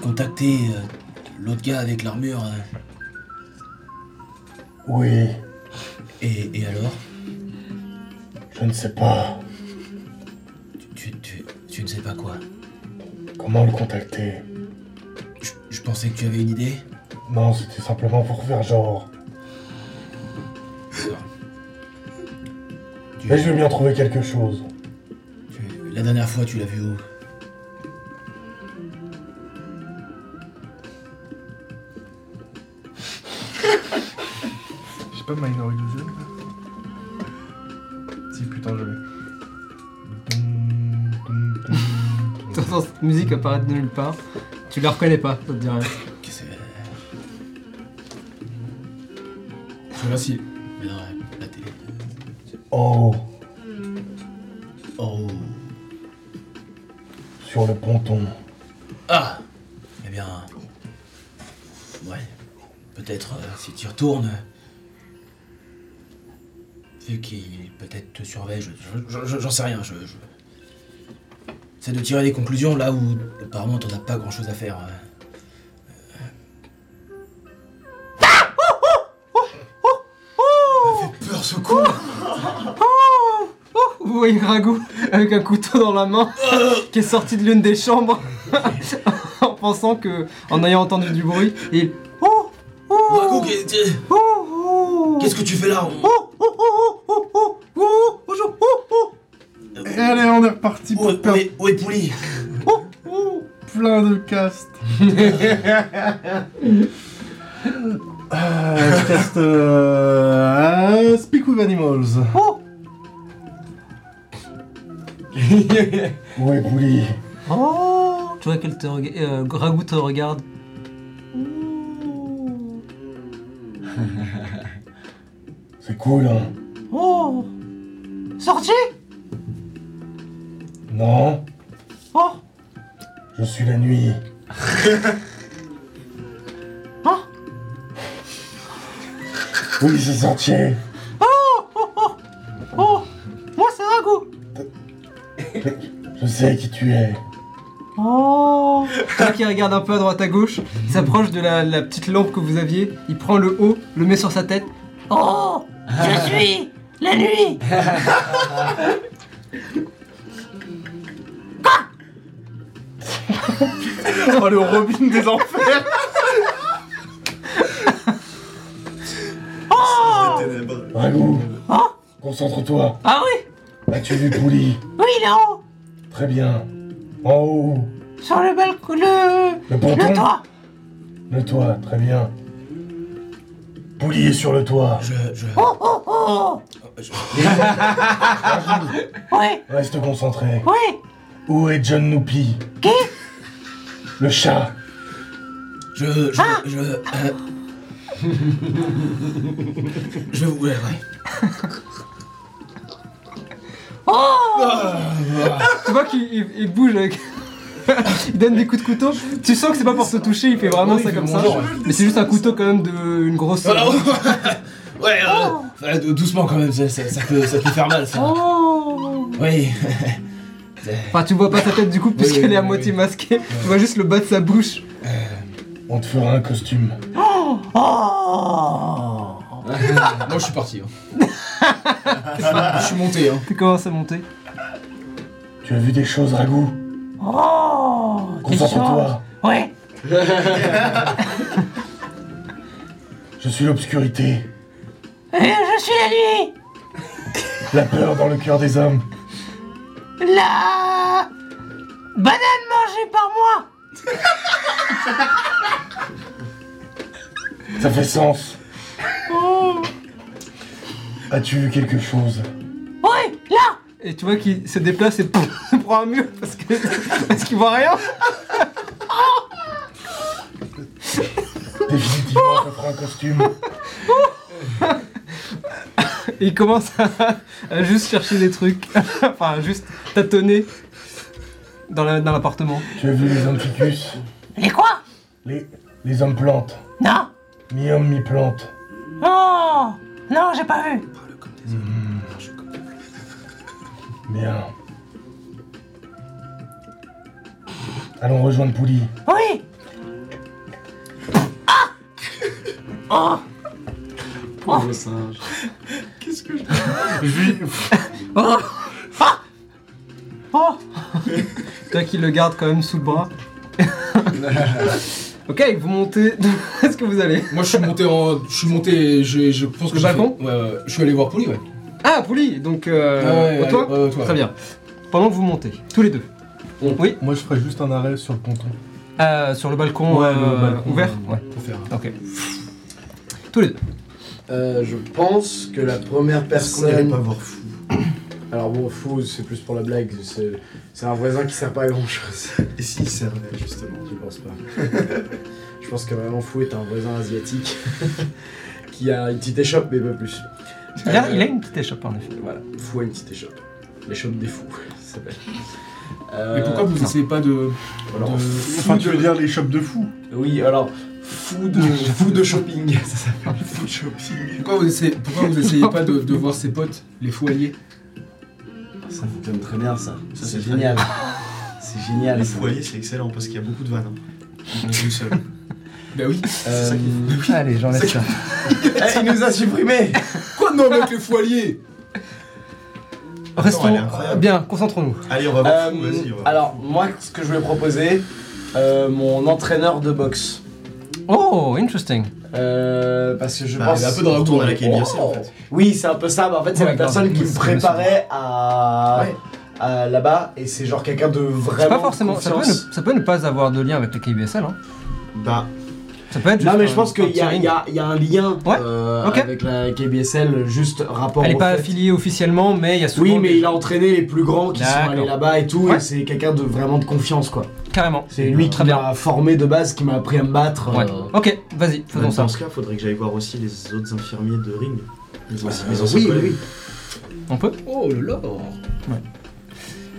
[SPEAKER 4] contacter euh, l'autre gars avec l'armure euh,
[SPEAKER 11] Oui,
[SPEAKER 4] et, et alors
[SPEAKER 11] je ne sais pas
[SPEAKER 4] tu, tu, tu ne sais pas quoi.
[SPEAKER 11] comment le contacter.
[SPEAKER 4] Je, je pensais que tu avais une idée.
[SPEAKER 11] Non, c'était simplement pour faire genre.
[SPEAKER 4] Tu-
[SPEAKER 11] Mais je vais bien trouver quelque chose.
[SPEAKER 4] tu- la dernière fois, tu l'as vu où
[SPEAKER 5] Je sais pas, Minority Illusion. Si, putain, je l'ai. Dum, dum, dum, dum.
[SPEAKER 1] T'entends cette musique apparaît de nulle part. Tu la reconnais pas, ça te dit rien.
[SPEAKER 4] Qu'est-ce que-
[SPEAKER 7] Je remercie.
[SPEAKER 4] Mais non, la- la télé.
[SPEAKER 11] Oh,
[SPEAKER 4] Oh
[SPEAKER 11] sur le ponton.
[SPEAKER 4] Ah Eh bien. Ouais. Peut-être euh, si tu y retournes. Vu qu'il peut-être te surveille, je- je- je- j'en sais rien. Je, je... C'est de tirer des conclusions là où apparemment t'en as pas grand chose à faire. hein.
[SPEAKER 6] Peur ce con
[SPEAKER 1] Vous voyez Ragout avec un couteau dans la main qui est sorti de l'une des chambres en pensant que, en ayant entendu du bruit, il. Oh
[SPEAKER 4] Drago,
[SPEAKER 1] Oh
[SPEAKER 4] qu'est- qu'est-
[SPEAKER 1] Oh Oh
[SPEAKER 4] Qu'est-ce que tu fais là
[SPEAKER 1] Oh Oh Oh Oh Oh Oh Oh Bonjour Oh Oh
[SPEAKER 5] Et allez, on est reparti
[SPEAKER 4] Où
[SPEAKER 5] pour
[SPEAKER 4] est, où
[SPEAKER 5] perdre
[SPEAKER 4] est- où est Pouli
[SPEAKER 1] Oh
[SPEAKER 5] plein de castes. Euh, je caste euh, Speak with Animals.
[SPEAKER 1] Oh
[SPEAKER 11] Où est Bouli
[SPEAKER 1] Oh Tu vois qu'elle te rega- euh, Ragout te regarde.
[SPEAKER 11] C'est cool, hein
[SPEAKER 1] Oh Sorti
[SPEAKER 11] Non,
[SPEAKER 1] Oh
[SPEAKER 11] je suis la nuit.
[SPEAKER 1] Hein
[SPEAKER 11] Oui, c'est sorti.
[SPEAKER 1] Oh Moi c'est Ragout
[SPEAKER 11] Je sais qui tu es.
[SPEAKER 1] Oh Toi qui regarde un peu à droite à gauche, il s'approche de la, la petite lampe que vous aviez, il prend le haut, le met sur sa tête. Oh Je suis la nuit
[SPEAKER 5] Oh, le Robin des enfers.
[SPEAKER 11] Ragout, concentre-toi.
[SPEAKER 1] Ah oui
[SPEAKER 11] As-tu vu Pouli
[SPEAKER 1] Oui, il est en haut
[SPEAKER 11] Très bien. En haut,
[SPEAKER 1] Sur le balcon, le...
[SPEAKER 11] le ponton.
[SPEAKER 1] le toit
[SPEAKER 11] Le toit, très bien. Pouli est sur le toit.
[SPEAKER 4] Je. je...
[SPEAKER 1] Oh, oh, oh
[SPEAKER 4] je-
[SPEAKER 1] Ouais,
[SPEAKER 11] Reste concentré.
[SPEAKER 1] ouais
[SPEAKER 11] Où est John Noopy
[SPEAKER 1] Qui
[SPEAKER 11] Le chat.
[SPEAKER 4] Je. Je.
[SPEAKER 2] Ah.
[SPEAKER 4] Je. euh, je vous. Ouais, ouais.
[SPEAKER 1] Tu vois qu'il il- il bouge avec. il donne des coups de couteau. Tu sens que c'est pas pour se toucher, il fait vraiment
[SPEAKER 7] Oui,
[SPEAKER 1] ça
[SPEAKER 7] il
[SPEAKER 1] comme
[SPEAKER 7] fait
[SPEAKER 1] ça.
[SPEAKER 7] mon genre, ouais.
[SPEAKER 1] Mais c'est juste un couteau quand même de une
[SPEAKER 2] Oh.
[SPEAKER 1] grosse. euh,
[SPEAKER 4] Voilà. ouais, euh, voilà, dou- doucement quand même, ça, ça- ça peut, ça peut faire mal ça.
[SPEAKER 2] Oh.
[SPEAKER 4] Oui,
[SPEAKER 1] Enfin, tu vois pas sa tête du coup, puisqu'elle
[SPEAKER 4] Oh. oui,
[SPEAKER 1] est à
[SPEAKER 4] oui,
[SPEAKER 1] moitié masquée. Tu vois juste le bas de sa bouche.
[SPEAKER 11] On te fera un costume.
[SPEAKER 1] Oh.
[SPEAKER 7] Moi je suis parti. hein. je suis monté. Hein.
[SPEAKER 1] Tu commences à monter.
[SPEAKER 11] Tu as vu des choses, Ragout Oh Concentre-toi
[SPEAKER 1] Ouais
[SPEAKER 11] Je suis l'obscurité. je suis la nuit La peur dans le cœur des hommes. La banane mangée par moi Ça fait sens. As-tu vu quelque chose
[SPEAKER 1] Et tu vois qu'il se déplace et pouf, il prend un mur parce que parce qu'il voit rien.
[SPEAKER 11] Définitivement,
[SPEAKER 1] Oh.
[SPEAKER 11] je prends un costume.
[SPEAKER 1] Et il commence à, à juste chercher des trucs. enfin, juste tâtonner dans la- dans l'appartement.
[SPEAKER 11] Tu as vu les hommes ficus
[SPEAKER 12] Les quoi
[SPEAKER 11] les, les hommes plantes.
[SPEAKER 12] Non
[SPEAKER 11] Mi-homme, mi-plante.
[SPEAKER 12] Oh Non, j'ai pas vu
[SPEAKER 11] Hmm. Bien. Allons rejoindre Pouli.
[SPEAKER 12] Oui
[SPEAKER 1] Ah.
[SPEAKER 12] Oh.
[SPEAKER 6] Pauvre singe.
[SPEAKER 1] Ah.
[SPEAKER 12] Ah.
[SPEAKER 1] Oh Toi qui le garde quand même sous le bras. ok, vous montez. Où est-ce que vous allez
[SPEAKER 7] Moi je suis monté en. Je suis monté. Je, je pense que
[SPEAKER 1] Le
[SPEAKER 7] j'ai
[SPEAKER 1] balcon
[SPEAKER 7] fait- Ouais, ouais, je suis allé voir Pouli, ouais.
[SPEAKER 1] Ah, Pouli Donc, euh,
[SPEAKER 4] Ah
[SPEAKER 7] Ouais,
[SPEAKER 1] au
[SPEAKER 7] ouais,
[SPEAKER 1] toit
[SPEAKER 7] ouais, au toit,
[SPEAKER 1] Très
[SPEAKER 7] ouais.
[SPEAKER 1] bien. Pendant que vous montez, tous les deux. Oui
[SPEAKER 5] Moi, je ferais juste un arrêt sur le ponton.
[SPEAKER 1] Euh, Sur le balcon,
[SPEAKER 5] Ouais, le
[SPEAKER 1] euh,
[SPEAKER 5] balcon,
[SPEAKER 1] ouvert
[SPEAKER 5] euh,
[SPEAKER 1] Ouais.
[SPEAKER 7] Pour faire.
[SPEAKER 1] Ok. Tous les deux.
[SPEAKER 2] Euh, je pense que la première
[SPEAKER 6] Est-ce qu'on irait
[SPEAKER 2] personne.
[SPEAKER 6] pas voir fou
[SPEAKER 2] Alors bon, fou, c'est plus pour la blague. C'est c'est un voisin qui sert pas à grand chose.
[SPEAKER 6] Et s'il servait justement
[SPEAKER 2] Je pense pas. je pense que vraiment fou est un voisin asiatique qui a une petite échoppe, mais pas plus.
[SPEAKER 1] Il a, il a une petite échoppe en effet.
[SPEAKER 2] Voilà, fou a une petite échoppe. L'échoppe des fous, ça s'appelle. Euh,
[SPEAKER 7] Mais pourquoi vous essayez pas de.
[SPEAKER 2] alors,
[SPEAKER 7] de-
[SPEAKER 5] Enfin, tu veux dire les chopes de fou
[SPEAKER 2] Oui, alors, fou de, fou de shopping, ça s'appelle fou de shopping.
[SPEAKER 7] Pourquoi vous essayez, pourquoi vous essayez pas de, de voir ses potes, les fous alliés
[SPEAKER 2] Ça fonctionne très bien, ça.
[SPEAKER 6] Ça, c'est génial.
[SPEAKER 2] C'est génial.
[SPEAKER 6] Les foyers, c'est excellent parce qu'il y a beaucoup de vannes. hein. Dans une seule.
[SPEAKER 7] Bah oui.
[SPEAKER 6] ça qui
[SPEAKER 1] Allez, j'enlève ça.
[SPEAKER 2] Euh, eh, il nous a supprimé
[SPEAKER 7] Quoi non avec les fous alliés
[SPEAKER 1] Restons euh,
[SPEAKER 6] elle est incroyable.
[SPEAKER 1] bien, concentrons-nous.
[SPEAKER 6] Allez, on va voir bah,
[SPEAKER 1] Euh,
[SPEAKER 6] fou, vas-y. on va.
[SPEAKER 2] Euh, Alors, moi, ce que je vais proposer, euh, mon entraîneur de boxe.
[SPEAKER 1] Oh, interesting.
[SPEAKER 2] Euh, parce que je
[SPEAKER 6] Bah,
[SPEAKER 2] pense.
[SPEAKER 6] elle est un peu dans la retourne à la KBC, en
[SPEAKER 2] Oh.
[SPEAKER 6] fait.
[SPEAKER 2] Oui, c'est un peu ça, mais en fait, c'est
[SPEAKER 1] Ouais,
[SPEAKER 2] la personne
[SPEAKER 1] pardon,
[SPEAKER 2] qui
[SPEAKER 1] oui,
[SPEAKER 2] me
[SPEAKER 1] c'est monsieur.
[SPEAKER 2] préparait à.
[SPEAKER 6] Ouais.
[SPEAKER 2] à là-bas, et c'est genre quelqu'un de vraiment.
[SPEAKER 1] C'est pas forcément. Ça peut,
[SPEAKER 2] confiance.
[SPEAKER 1] ne, ça peut ne pas avoir de lien avec le KBSL. Hein.
[SPEAKER 6] Bah,
[SPEAKER 1] Ça peut être juste
[SPEAKER 2] Non, mais
[SPEAKER 1] un-
[SPEAKER 2] je pense qu'il
[SPEAKER 1] un
[SPEAKER 2] y, a-
[SPEAKER 1] petit
[SPEAKER 2] il y a- il y a un lien
[SPEAKER 1] Ouais,
[SPEAKER 2] euh,
[SPEAKER 1] ok.
[SPEAKER 2] avec la KBSL, juste rapport
[SPEAKER 1] Elle
[SPEAKER 2] au
[SPEAKER 1] n'est pas
[SPEAKER 2] fait-
[SPEAKER 1] affiliée officiellement, mais il y a souvent.
[SPEAKER 2] Oui, mais
[SPEAKER 1] des-
[SPEAKER 2] il a entraîné les plus grands qui sont
[SPEAKER 1] D'accord.
[SPEAKER 2] allés là-bas et tout,
[SPEAKER 1] Ouais.
[SPEAKER 2] et c'est quelqu'un de vraiment de confiance, quoi.
[SPEAKER 1] Carrément.
[SPEAKER 2] C'est lui
[SPEAKER 1] Très
[SPEAKER 2] qui
[SPEAKER 1] bien.
[SPEAKER 2] m'a formé de base, qui m'a appris à me battre.
[SPEAKER 1] Ouais.
[SPEAKER 2] euh,
[SPEAKER 1] Ok, vas-y, faisons ça.
[SPEAKER 6] dans ce cas, faudrait que j'aille voir aussi les autres infirmiers de Ring. Les anciens, mes anciens
[SPEAKER 2] Oui, oui,
[SPEAKER 6] collègues.
[SPEAKER 2] oui.
[SPEAKER 1] On peut
[SPEAKER 7] Oh le lord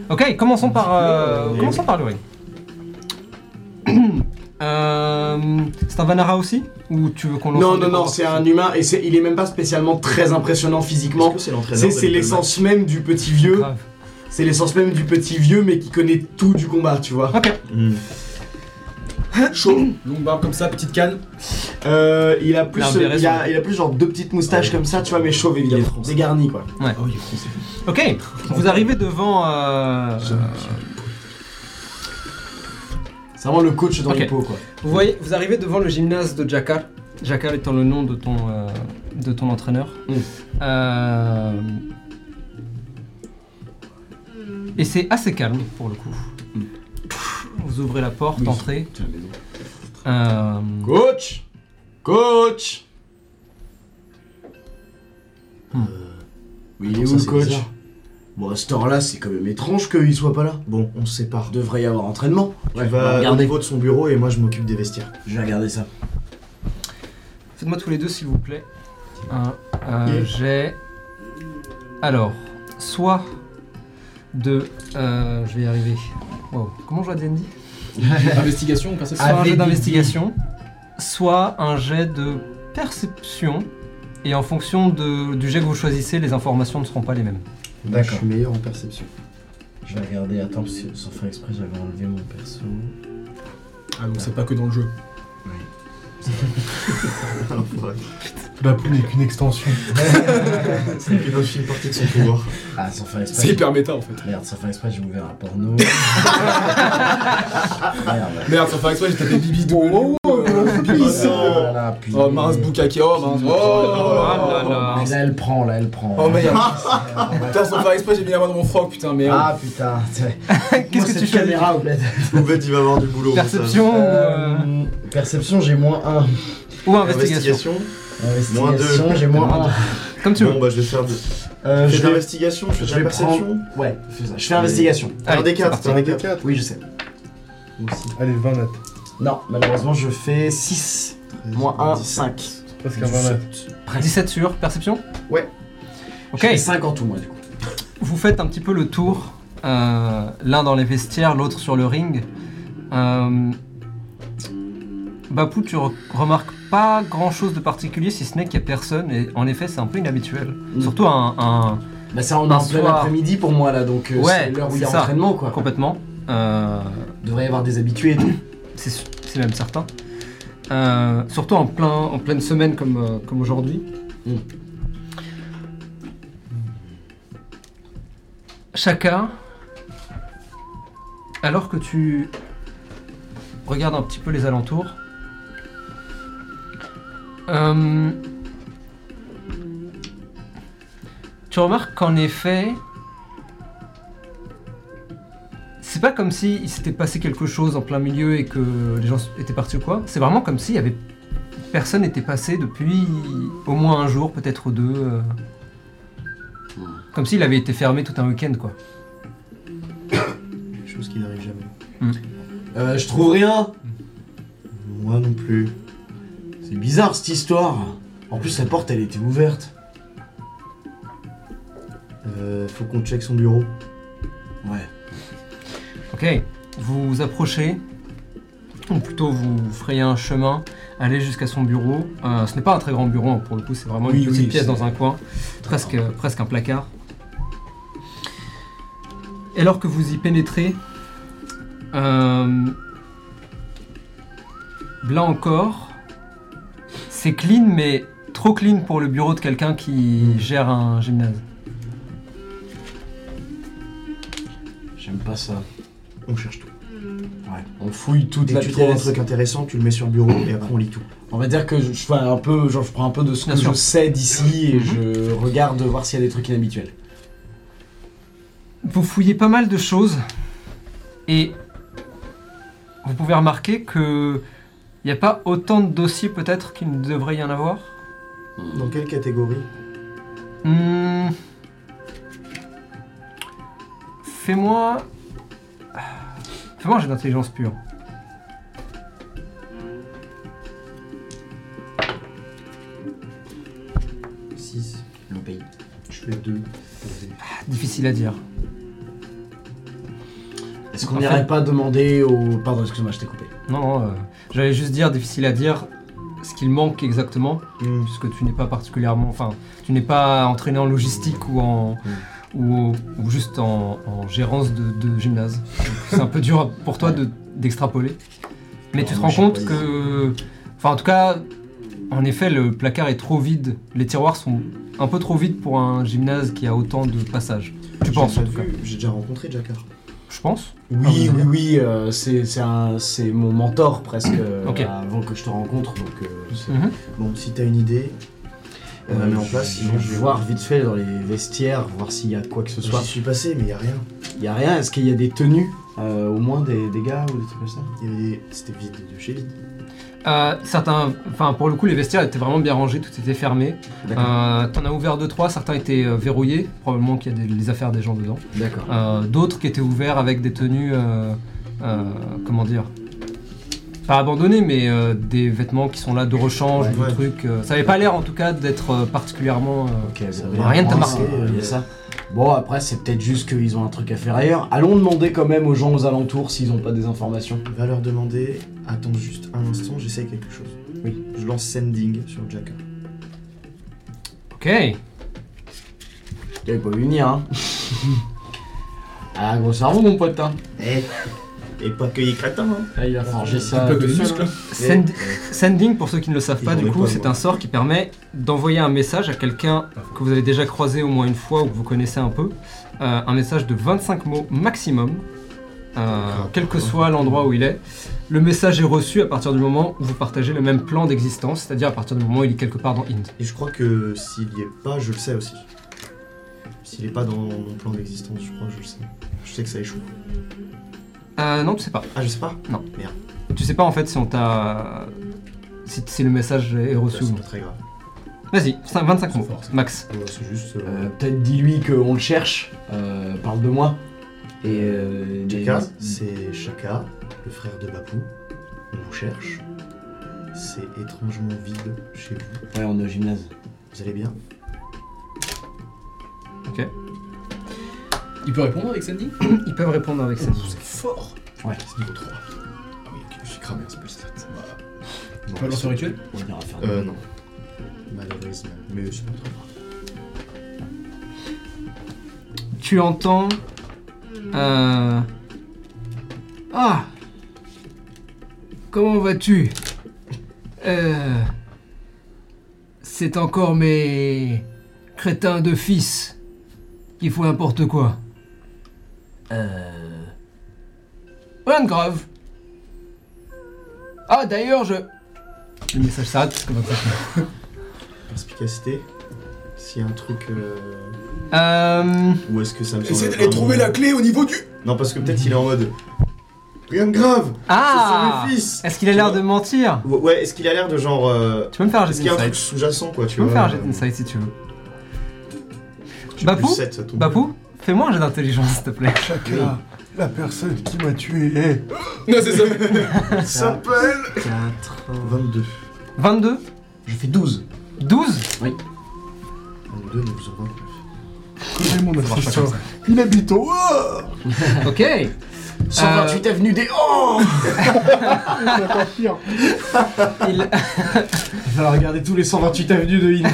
[SPEAKER 1] Ok, commençons par, euh,
[SPEAKER 6] Oui.
[SPEAKER 1] commençons par le ring. Euh, c'est un Vanara aussi Ou tu veux qu'on lance
[SPEAKER 2] Non,
[SPEAKER 1] un
[SPEAKER 2] non,
[SPEAKER 1] des
[SPEAKER 2] non,
[SPEAKER 1] trois
[SPEAKER 2] c'est un humain et c'est- il est même pas spécialement très impressionnant
[SPEAKER 6] Est-ce
[SPEAKER 2] physiquement.
[SPEAKER 6] que c'est l'entraîneur
[SPEAKER 2] C'est
[SPEAKER 6] de
[SPEAKER 2] c'est
[SPEAKER 6] Little
[SPEAKER 2] l'essence même du petit vieux.
[SPEAKER 1] Grave.
[SPEAKER 2] C'est l'essence même du petit vieux, mais qui connaît tout du combat, tu vois.
[SPEAKER 6] Mac Hmm.
[SPEAKER 7] Chaud Longue barbe comme ça, petite canne.
[SPEAKER 2] Euh, il a plus,
[SPEAKER 1] Il a un béret
[SPEAKER 2] il, a,
[SPEAKER 1] sur
[SPEAKER 2] il a plus genre deux petites moustaches comme ça, tu vois, mais chauve évidemment, dégarni quoi.
[SPEAKER 6] Oh, il est français.
[SPEAKER 1] Ok, vous arrivez devant. euh,
[SPEAKER 2] C'est vraiment le coach dans
[SPEAKER 1] Ok.
[SPEAKER 2] les pots quoi.
[SPEAKER 1] vous voyez, vous arrivez devant le gymnase de Jakar. Jakar étant le nom de ton, euh, de ton entraîneur.
[SPEAKER 2] Mm.
[SPEAKER 1] Euh, et c'est assez calme pour le coup.
[SPEAKER 2] Mm.
[SPEAKER 1] Vous ouvrez la porte, entrez. Euh,
[SPEAKER 2] Coach Coach
[SPEAKER 1] Hmm.
[SPEAKER 2] Mais il est
[SPEAKER 6] Ça,
[SPEAKER 2] où le
[SPEAKER 6] c'est
[SPEAKER 2] coach
[SPEAKER 6] bizarre.
[SPEAKER 2] Bon, à cette heure-là, c'est quand même étrange qu'il soit pas là.
[SPEAKER 6] Bon, on se sépare.
[SPEAKER 2] Devrait y avoir entraînement.
[SPEAKER 6] Tu vas au
[SPEAKER 2] regardez.
[SPEAKER 6] niveau de son bureau et moi je m'occupe des vestiaires.
[SPEAKER 2] Je vais regarder ça.
[SPEAKER 1] Faites-moi tous les deux, s'il vous plaît. Un, un jet. Alors, soit de. euh, je vais y arriver. Wow. Comment je vois D&D
[SPEAKER 5] Investigation ou
[SPEAKER 2] Ah.
[SPEAKER 5] perception
[SPEAKER 1] Soit un jet
[SPEAKER 5] Avec-
[SPEAKER 1] d'investigation, soit un jet de perception. Et en fonction de- du jet que vous choisissez, les informations ne seront pas les mêmes.
[SPEAKER 6] Moi, Je
[SPEAKER 2] D'accord.
[SPEAKER 6] suis meilleur en perception.
[SPEAKER 2] Je vais regarder, attends, parce que sans faire exprès, j'avais enlevé mon perso.
[SPEAKER 5] Ah donc c'est pas que dans le jeu.
[SPEAKER 6] L'enfoiré.
[SPEAKER 13] La poule n'est qu'une extension.
[SPEAKER 6] Il refile une partie de son pouvoir.
[SPEAKER 2] Ah, sans faire exprès.
[SPEAKER 5] C'est hyper méta en fait.
[SPEAKER 2] Merde, sans faire exprès, j'ai ouvert un porno. Merde.
[SPEAKER 5] Merde, sans faire exprès, j'ai tapé Bibi Oh, oh, oh, puissant
[SPEAKER 2] Voilà, puis-
[SPEAKER 5] Oh mince, Bukake, oh mince. Oh,
[SPEAKER 1] là là.
[SPEAKER 2] Puis Ah, Là, elle prend, là, elle prend.
[SPEAKER 5] Oh merde. Oh. Putain, sans faire exprès, j'ai mis la main dans mon froc, putain, merde.
[SPEAKER 2] Ah putain,
[SPEAKER 1] Qu'est-ce que tu choisis
[SPEAKER 2] caméra au bled.
[SPEAKER 6] En fait, il va avoir du boulot. au
[SPEAKER 1] Perception ou, euh,
[SPEAKER 2] Euh, Perception, j'ai moins 1.
[SPEAKER 1] ou euh,
[SPEAKER 6] montage.
[SPEAKER 1] investigation
[SPEAKER 6] Investigation. Moins
[SPEAKER 2] Investigation, j'ai moins 1.
[SPEAKER 1] Comme tu veux.
[SPEAKER 6] Bon, bah, je vais faire de.
[SPEAKER 2] Euh,
[SPEAKER 6] Fais
[SPEAKER 2] je
[SPEAKER 6] de
[SPEAKER 2] vais...
[SPEAKER 6] l'investigation, je fais
[SPEAKER 2] je
[SPEAKER 6] de la
[SPEAKER 2] vais
[SPEAKER 6] perception.
[SPEAKER 2] Ouais, fais ça. Je fais investigation.
[SPEAKER 6] Un
[SPEAKER 1] Allez,
[SPEAKER 6] des quatre,
[SPEAKER 1] c'est
[SPEAKER 6] un des
[SPEAKER 1] parti.
[SPEAKER 6] quatre.
[SPEAKER 2] Oui, je sais.
[SPEAKER 13] Allez, 20 notes.
[SPEAKER 2] Non, malheureusement, je fais 6. Moins 1, 5.
[SPEAKER 13] C'est presque un 20 notes.
[SPEAKER 1] 17 sur perception
[SPEAKER 2] Ouais.
[SPEAKER 1] Ok,
[SPEAKER 2] 5 en tout, moi, du coup.
[SPEAKER 1] vous faites un petit peu le tour, euh, l'un dans les vestiaires, l'autre sur le ring. Euh, Bapou, tu re- remarques pas grand chose de particulier si ce n'est qu'il y a personne, et en effet, c'est un peu inhabituel.
[SPEAKER 2] Mm.
[SPEAKER 1] Surtout un- un,
[SPEAKER 2] Bah, ça, on est
[SPEAKER 1] Un
[SPEAKER 2] en plein
[SPEAKER 1] soir.
[SPEAKER 2] après-midi pour moi, là, donc euh,
[SPEAKER 1] Ouais,
[SPEAKER 2] c'est l'heure où il y a
[SPEAKER 1] c'est ça.
[SPEAKER 2] entraînement, quoi.
[SPEAKER 1] Complètement. Euh,
[SPEAKER 2] devrait y avoir des habitués et tout.
[SPEAKER 1] c'est su- c'est même certain. Euh, surtout en, plein, en pleine semaine comme, euh, comme aujourd'hui.
[SPEAKER 2] Mm.
[SPEAKER 1] Chacun, alors que tu regardes un petit peu les alentours, euh, tu remarques qu'en effet, c'est pas comme si il s'était passé quelque chose en plein milieu et que les gens étaient partis ou quoi. C'est vraiment comme s'il y avait personne n'était passé depuis au moins un jour, peut-être deux. euh. Comme s'il avait été fermé tout un week-end quoi.
[SPEAKER 6] Chose qui n'arrive jamais.
[SPEAKER 2] Euh, je trouve rien.
[SPEAKER 6] Moi non plus.
[SPEAKER 2] C'est bizarre cette histoire. En plus, la porte, elle était ouverte.
[SPEAKER 6] Euh, faut qu'on check son bureau.
[SPEAKER 2] Ouais.
[SPEAKER 1] Ok, vous vous approchez, ou plutôt vous frayez un chemin, allez jusqu'à son bureau. Euh, ce n'est pas un très grand bureau hein, pour le coup, c'est vraiment
[SPEAKER 5] Oui,
[SPEAKER 1] une petite
[SPEAKER 5] oui,
[SPEAKER 1] pièce
[SPEAKER 5] c'est-
[SPEAKER 1] dans un coin, presque, presque un placard. Et alors que vous y pénétrez, euh, là encore, c'est clean mais trop clean pour le bureau de quelqu'un qui gère un gymnase.
[SPEAKER 2] J'aime pas ça.
[SPEAKER 6] On cherche tout.
[SPEAKER 2] On fouille toute
[SPEAKER 6] Dès
[SPEAKER 2] la
[SPEAKER 6] que tu trouves un
[SPEAKER 2] pièce.
[SPEAKER 6] truc intéressant, tu le mets sur le bureau et après on lit tout.
[SPEAKER 2] On va dire que je, je fais un peu, genre, je prends un peu de ce
[SPEAKER 1] Bien
[SPEAKER 2] que
[SPEAKER 1] sûr.
[SPEAKER 2] je sais d'ici et je regarde voir s'il y a des trucs inhabituels.
[SPEAKER 1] Vous fouillez pas mal de choses et vous pouvez remarquer que il n'y a pas autant de dossiers peut-être qu'il ne devrait y en avoir.
[SPEAKER 6] Dans quelle catégorie
[SPEAKER 1] Hmm. Fais-moi. Fais-moi un jet d'intelligence pure.
[SPEAKER 2] Le pays.
[SPEAKER 6] Je fais deux.
[SPEAKER 1] Difficile à dire.
[SPEAKER 2] Est-ce qu'on
[SPEAKER 1] En
[SPEAKER 2] n'irait
[SPEAKER 1] fait-
[SPEAKER 2] pas demander au. Pardon, excuse-moi, je t'ai coupé.
[SPEAKER 1] Non, non, euh, j'allais juste dire difficile à dire ce qu'il manque exactement, puisque tu n'es pas particulièrement, enfin, tu n'es pas entraîné en logistique ou en ou, ou juste en, en gérance de, de gymnase. Donc, C'est un peu dur à- pour toi de- d'extrapoler, mais tu te rends compte que, enfin, en tout cas, en effet, le placard est trop vide, les tiroirs sont un peu trop vides pour un gymnase qui a autant de passages. Tu penses
[SPEAKER 6] J'ai
[SPEAKER 1] en
[SPEAKER 6] déjà
[SPEAKER 1] tout cas
[SPEAKER 6] vu- J'ai déjà rencontré Jakar.
[SPEAKER 1] Je pense.
[SPEAKER 2] Oui,
[SPEAKER 1] Ah,
[SPEAKER 2] oui, oui, euh, c'est c'est un- c'est mon mentor presque euh,
[SPEAKER 1] Ok.
[SPEAKER 2] avant que je te rencontre. Donc, euh, c'est-
[SPEAKER 1] Mhm.
[SPEAKER 6] Bon, si t'as une idée, on la
[SPEAKER 2] Euh,
[SPEAKER 6] met en
[SPEAKER 2] je-
[SPEAKER 6] place.
[SPEAKER 2] Je
[SPEAKER 6] Sinon,
[SPEAKER 2] vais voir vite fait dans les vestiaires, voir s'il y a quoi que ce soit.
[SPEAKER 6] J'y suis passé, mais y a rien.
[SPEAKER 2] Il y a rien, est-ce qu'il y a des tenues euh, Au moins des, des gars ou des trucs comme ça
[SPEAKER 6] Y avait- C'était vide de chez vide.
[SPEAKER 1] Euh, certains, enfin pour le coup, les vestiaires étaient vraiment bien rangés, tout était fermé. Euh, T'en as ouvert deux trois, certains étaient euh, verrouillés, probablement qu'il y a des, les affaires des gens dedans.
[SPEAKER 2] D'accord.
[SPEAKER 1] Euh, D'autres qui étaient ouverts avec des tenues, euh, euh, comment dire, pas abandonnées, mais euh, des vêtements qui sont là de rechange,
[SPEAKER 6] Ouais,
[SPEAKER 1] ou de
[SPEAKER 6] ouais.
[SPEAKER 1] trucs. euh, ça avait pas l'air en tout cas d'être euh, particulièrement. euh,
[SPEAKER 2] Ok, bon,
[SPEAKER 6] Ça
[SPEAKER 2] bah,
[SPEAKER 6] va
[SPEAKER 1] rien de
[SPEAKER 2] on
[SPEAKER 1] ta
[SPEAKER 2] pense,
[SPEAKER 6] marqué,
[SPEAKER 2] euh, Il y
[SPEAKER 6] euh,
[SPEAKER 2] a ça. Bon, après, c'est peut-être juste qu'ils ont un truc à faire ailleurs. Allons demander quand même aux gens aux alentours s'ils n'ont pas des informations.
[SPEAKER 6] Va leur demander. Attends juste un instant, j'essaye quelque chose.
[SPEAKER 2] Oui.
[SPEAKER 6] Je lance sending sur Jaka.
[SPEAKER 1] Ok.
[SPEAKER 2] Il pas vu venir, hein. ah, gros cerveau, mon pote, hein.
[SPEAKER 6] Eh Et pas que les crétins, hein
[SPEAKER 2] Ah, il a forgé ça.
[SPEAKER 7] peu de
[SPEAKER 2] tout seul,
[SPEAKER 7] muscle.
[SPEAKER 2] hein.
[SPEAKER 1] Send- Sending, pour ceux qui ne le savent
[SPEAKER 6] Ils
[SPEAKER 1] pas, du
[SPEAKER 6] vont
[SPEAKER 1] coup,
[SPEAKER 6] répondre,
[SPEAKER 1] c'est
[SPEAKER 6] moi.
[SPEAKER 1] un sort qui permet d'envoyer un message à quelqu'un que vous avez déjà croisé au moins une fois ou que vous connaissez un peu. euh, un message de 25 mots maximum, euh, quel que soit l'endroit où il est. Le message est reçu à partir du moment où vous partagez le même plan d'existence, c'est-à-dire à partir du moment où il est quelque part dans Inde.
[SPEAKER 6] Et je crois que s'il y est pas, je le sais aussi. S'il est pas dans mon plan d'existence, je crois que je le sais. Je sais que ça échoue.
[SPEAKER 1] Euh, non, tu sais pas.
[SPEAKER 6] Ah, je sais pas
[SPEAKER 1] Tu sais pas en fait si on t'a. Si, si le message est
[SPEAKER 6] Bah,
[SPEAKER 1] reçu ou
[SPEAKER 6] C'est
[SPEAKER 1] non.
[SPEAKER 6] pas très grave.
[SPEAKER 1] Vas-y, cin- 25 mots,
[SPEAKER 7] Force.
[SPEAKER 1] max.
[SPEAKER 6] Ouais, c'est juste.
[SPEAKER 2] Euh, peut-être dis-lui qu'on le cherche. Euh, parle de moi. Et. Euh,
[SPEAKER 6] Chaka,
[SPEAKER 2] des-
[SPEAKER 6] c'est Chaka, le frère de Bapu. On vous cherche. C'est étrangement vide chez vous.
[SPEAKER 2] Ouais, on est au gymnase.
[SPEAKER 6] Vous allez bien
[SPEAKER 7] Il peut répondre avec Sandy
[SPEAKER 1] Ils peuvent répondre avec ça.
[SPEAKER 7] Fort
[SPEAKER 2] Ouais.
[SPEAKER 6] C'est niveau 3.
[SPEAKER 4] Ah oui, ok, j'ai cramé un spell stat. Voilà.
[SPEAKER 7] On peut lancer un rituel
[SPEAKER 2] On ira faire.
[SPEAKER 6] Euh, non. Malheureusement. Mais c'est pas très grave.
[SPEAKER 1] Tu entends. euh, Ah Comment vas-tu Euh, C'est encore mes crétins de fils qui font n'importe quoi. Euh. Rien de grave. Ah d'ailleurs je. Le message s'arrête parce que ma prochaine-
[SPEAKER 6] Perspicacité S'il y a un truc. euh,
[SPEAKER 1] Euh.
[SPEAKER 6] Ou est-ce que ça me
[SPEAKER 4] Essaye
[SPEAKER 6] semble
[SPEAKER 4] d'aller
[SPEAKER 6] vraiment-
[SPEAKER 4] trouver la clé au niveau du.
[SPEAKER 6] Non, parce que peut-être il est en mode. Rien de grave
[SPEAKER 1] Ah
[SPEAKER 6] Ce sont mes fils
[SPEAKER 1] Est-ce qu'il a l'air de mentir
[SPEAKER 6] Ou- Ouais, est-ce qu'il a l'air de genre. euh,
[SPEAKER 1] Tu peux me faire un
[SPEAKER 6] Est-ce
[SPEAKER 1] jet
[SPEAKER 6] qu'il y a un
[SPEAKER 1] d'insight.
[SPEAKER 6] truc sous-jacent quoi, tu
[SPEAKER 1] Tu peux
[SPEAKER 6] vois
[SPEAKER 1] me faire un jet
[SPEAKER 6] euh,
[SPEAKER 1] d'insight si tu veux.
[SPEAKER 6] j'ai plus
[SPEAKER 1] Bapou
[SPEAKER 6] sept, ça tombe bien.
[SPEAKER 1] Bapou, fais-moi un jet d'intelligence s'il te plaît.
[SPEAKER 5] Chaka, la personne qui m'a tué. eh,
[SPEAKER 7] Non, c'est ça
[SPEAKER 2] Il s'appelle 4.
[SPEAKER 6] 22.
[SPEAKER 1] 22
[SPEAKER 2] Je fais 12.
[SPEAKER 1] 12
[SPEAKER 6] 22, nous faisons 29.
[SPEAKER 1] Euh,
[SPEAKER 5] connais mon assistant. Il habite au. Oh
[SPEAKER 1] Ok
[SPEAKER 2] 128 avenue des. Oh
[SPEAKER 5] C'est encore pire.
[SPEAKER 1] Il-
[SPEAKER 2] Il va regarder tous les 128 avenues de Hind.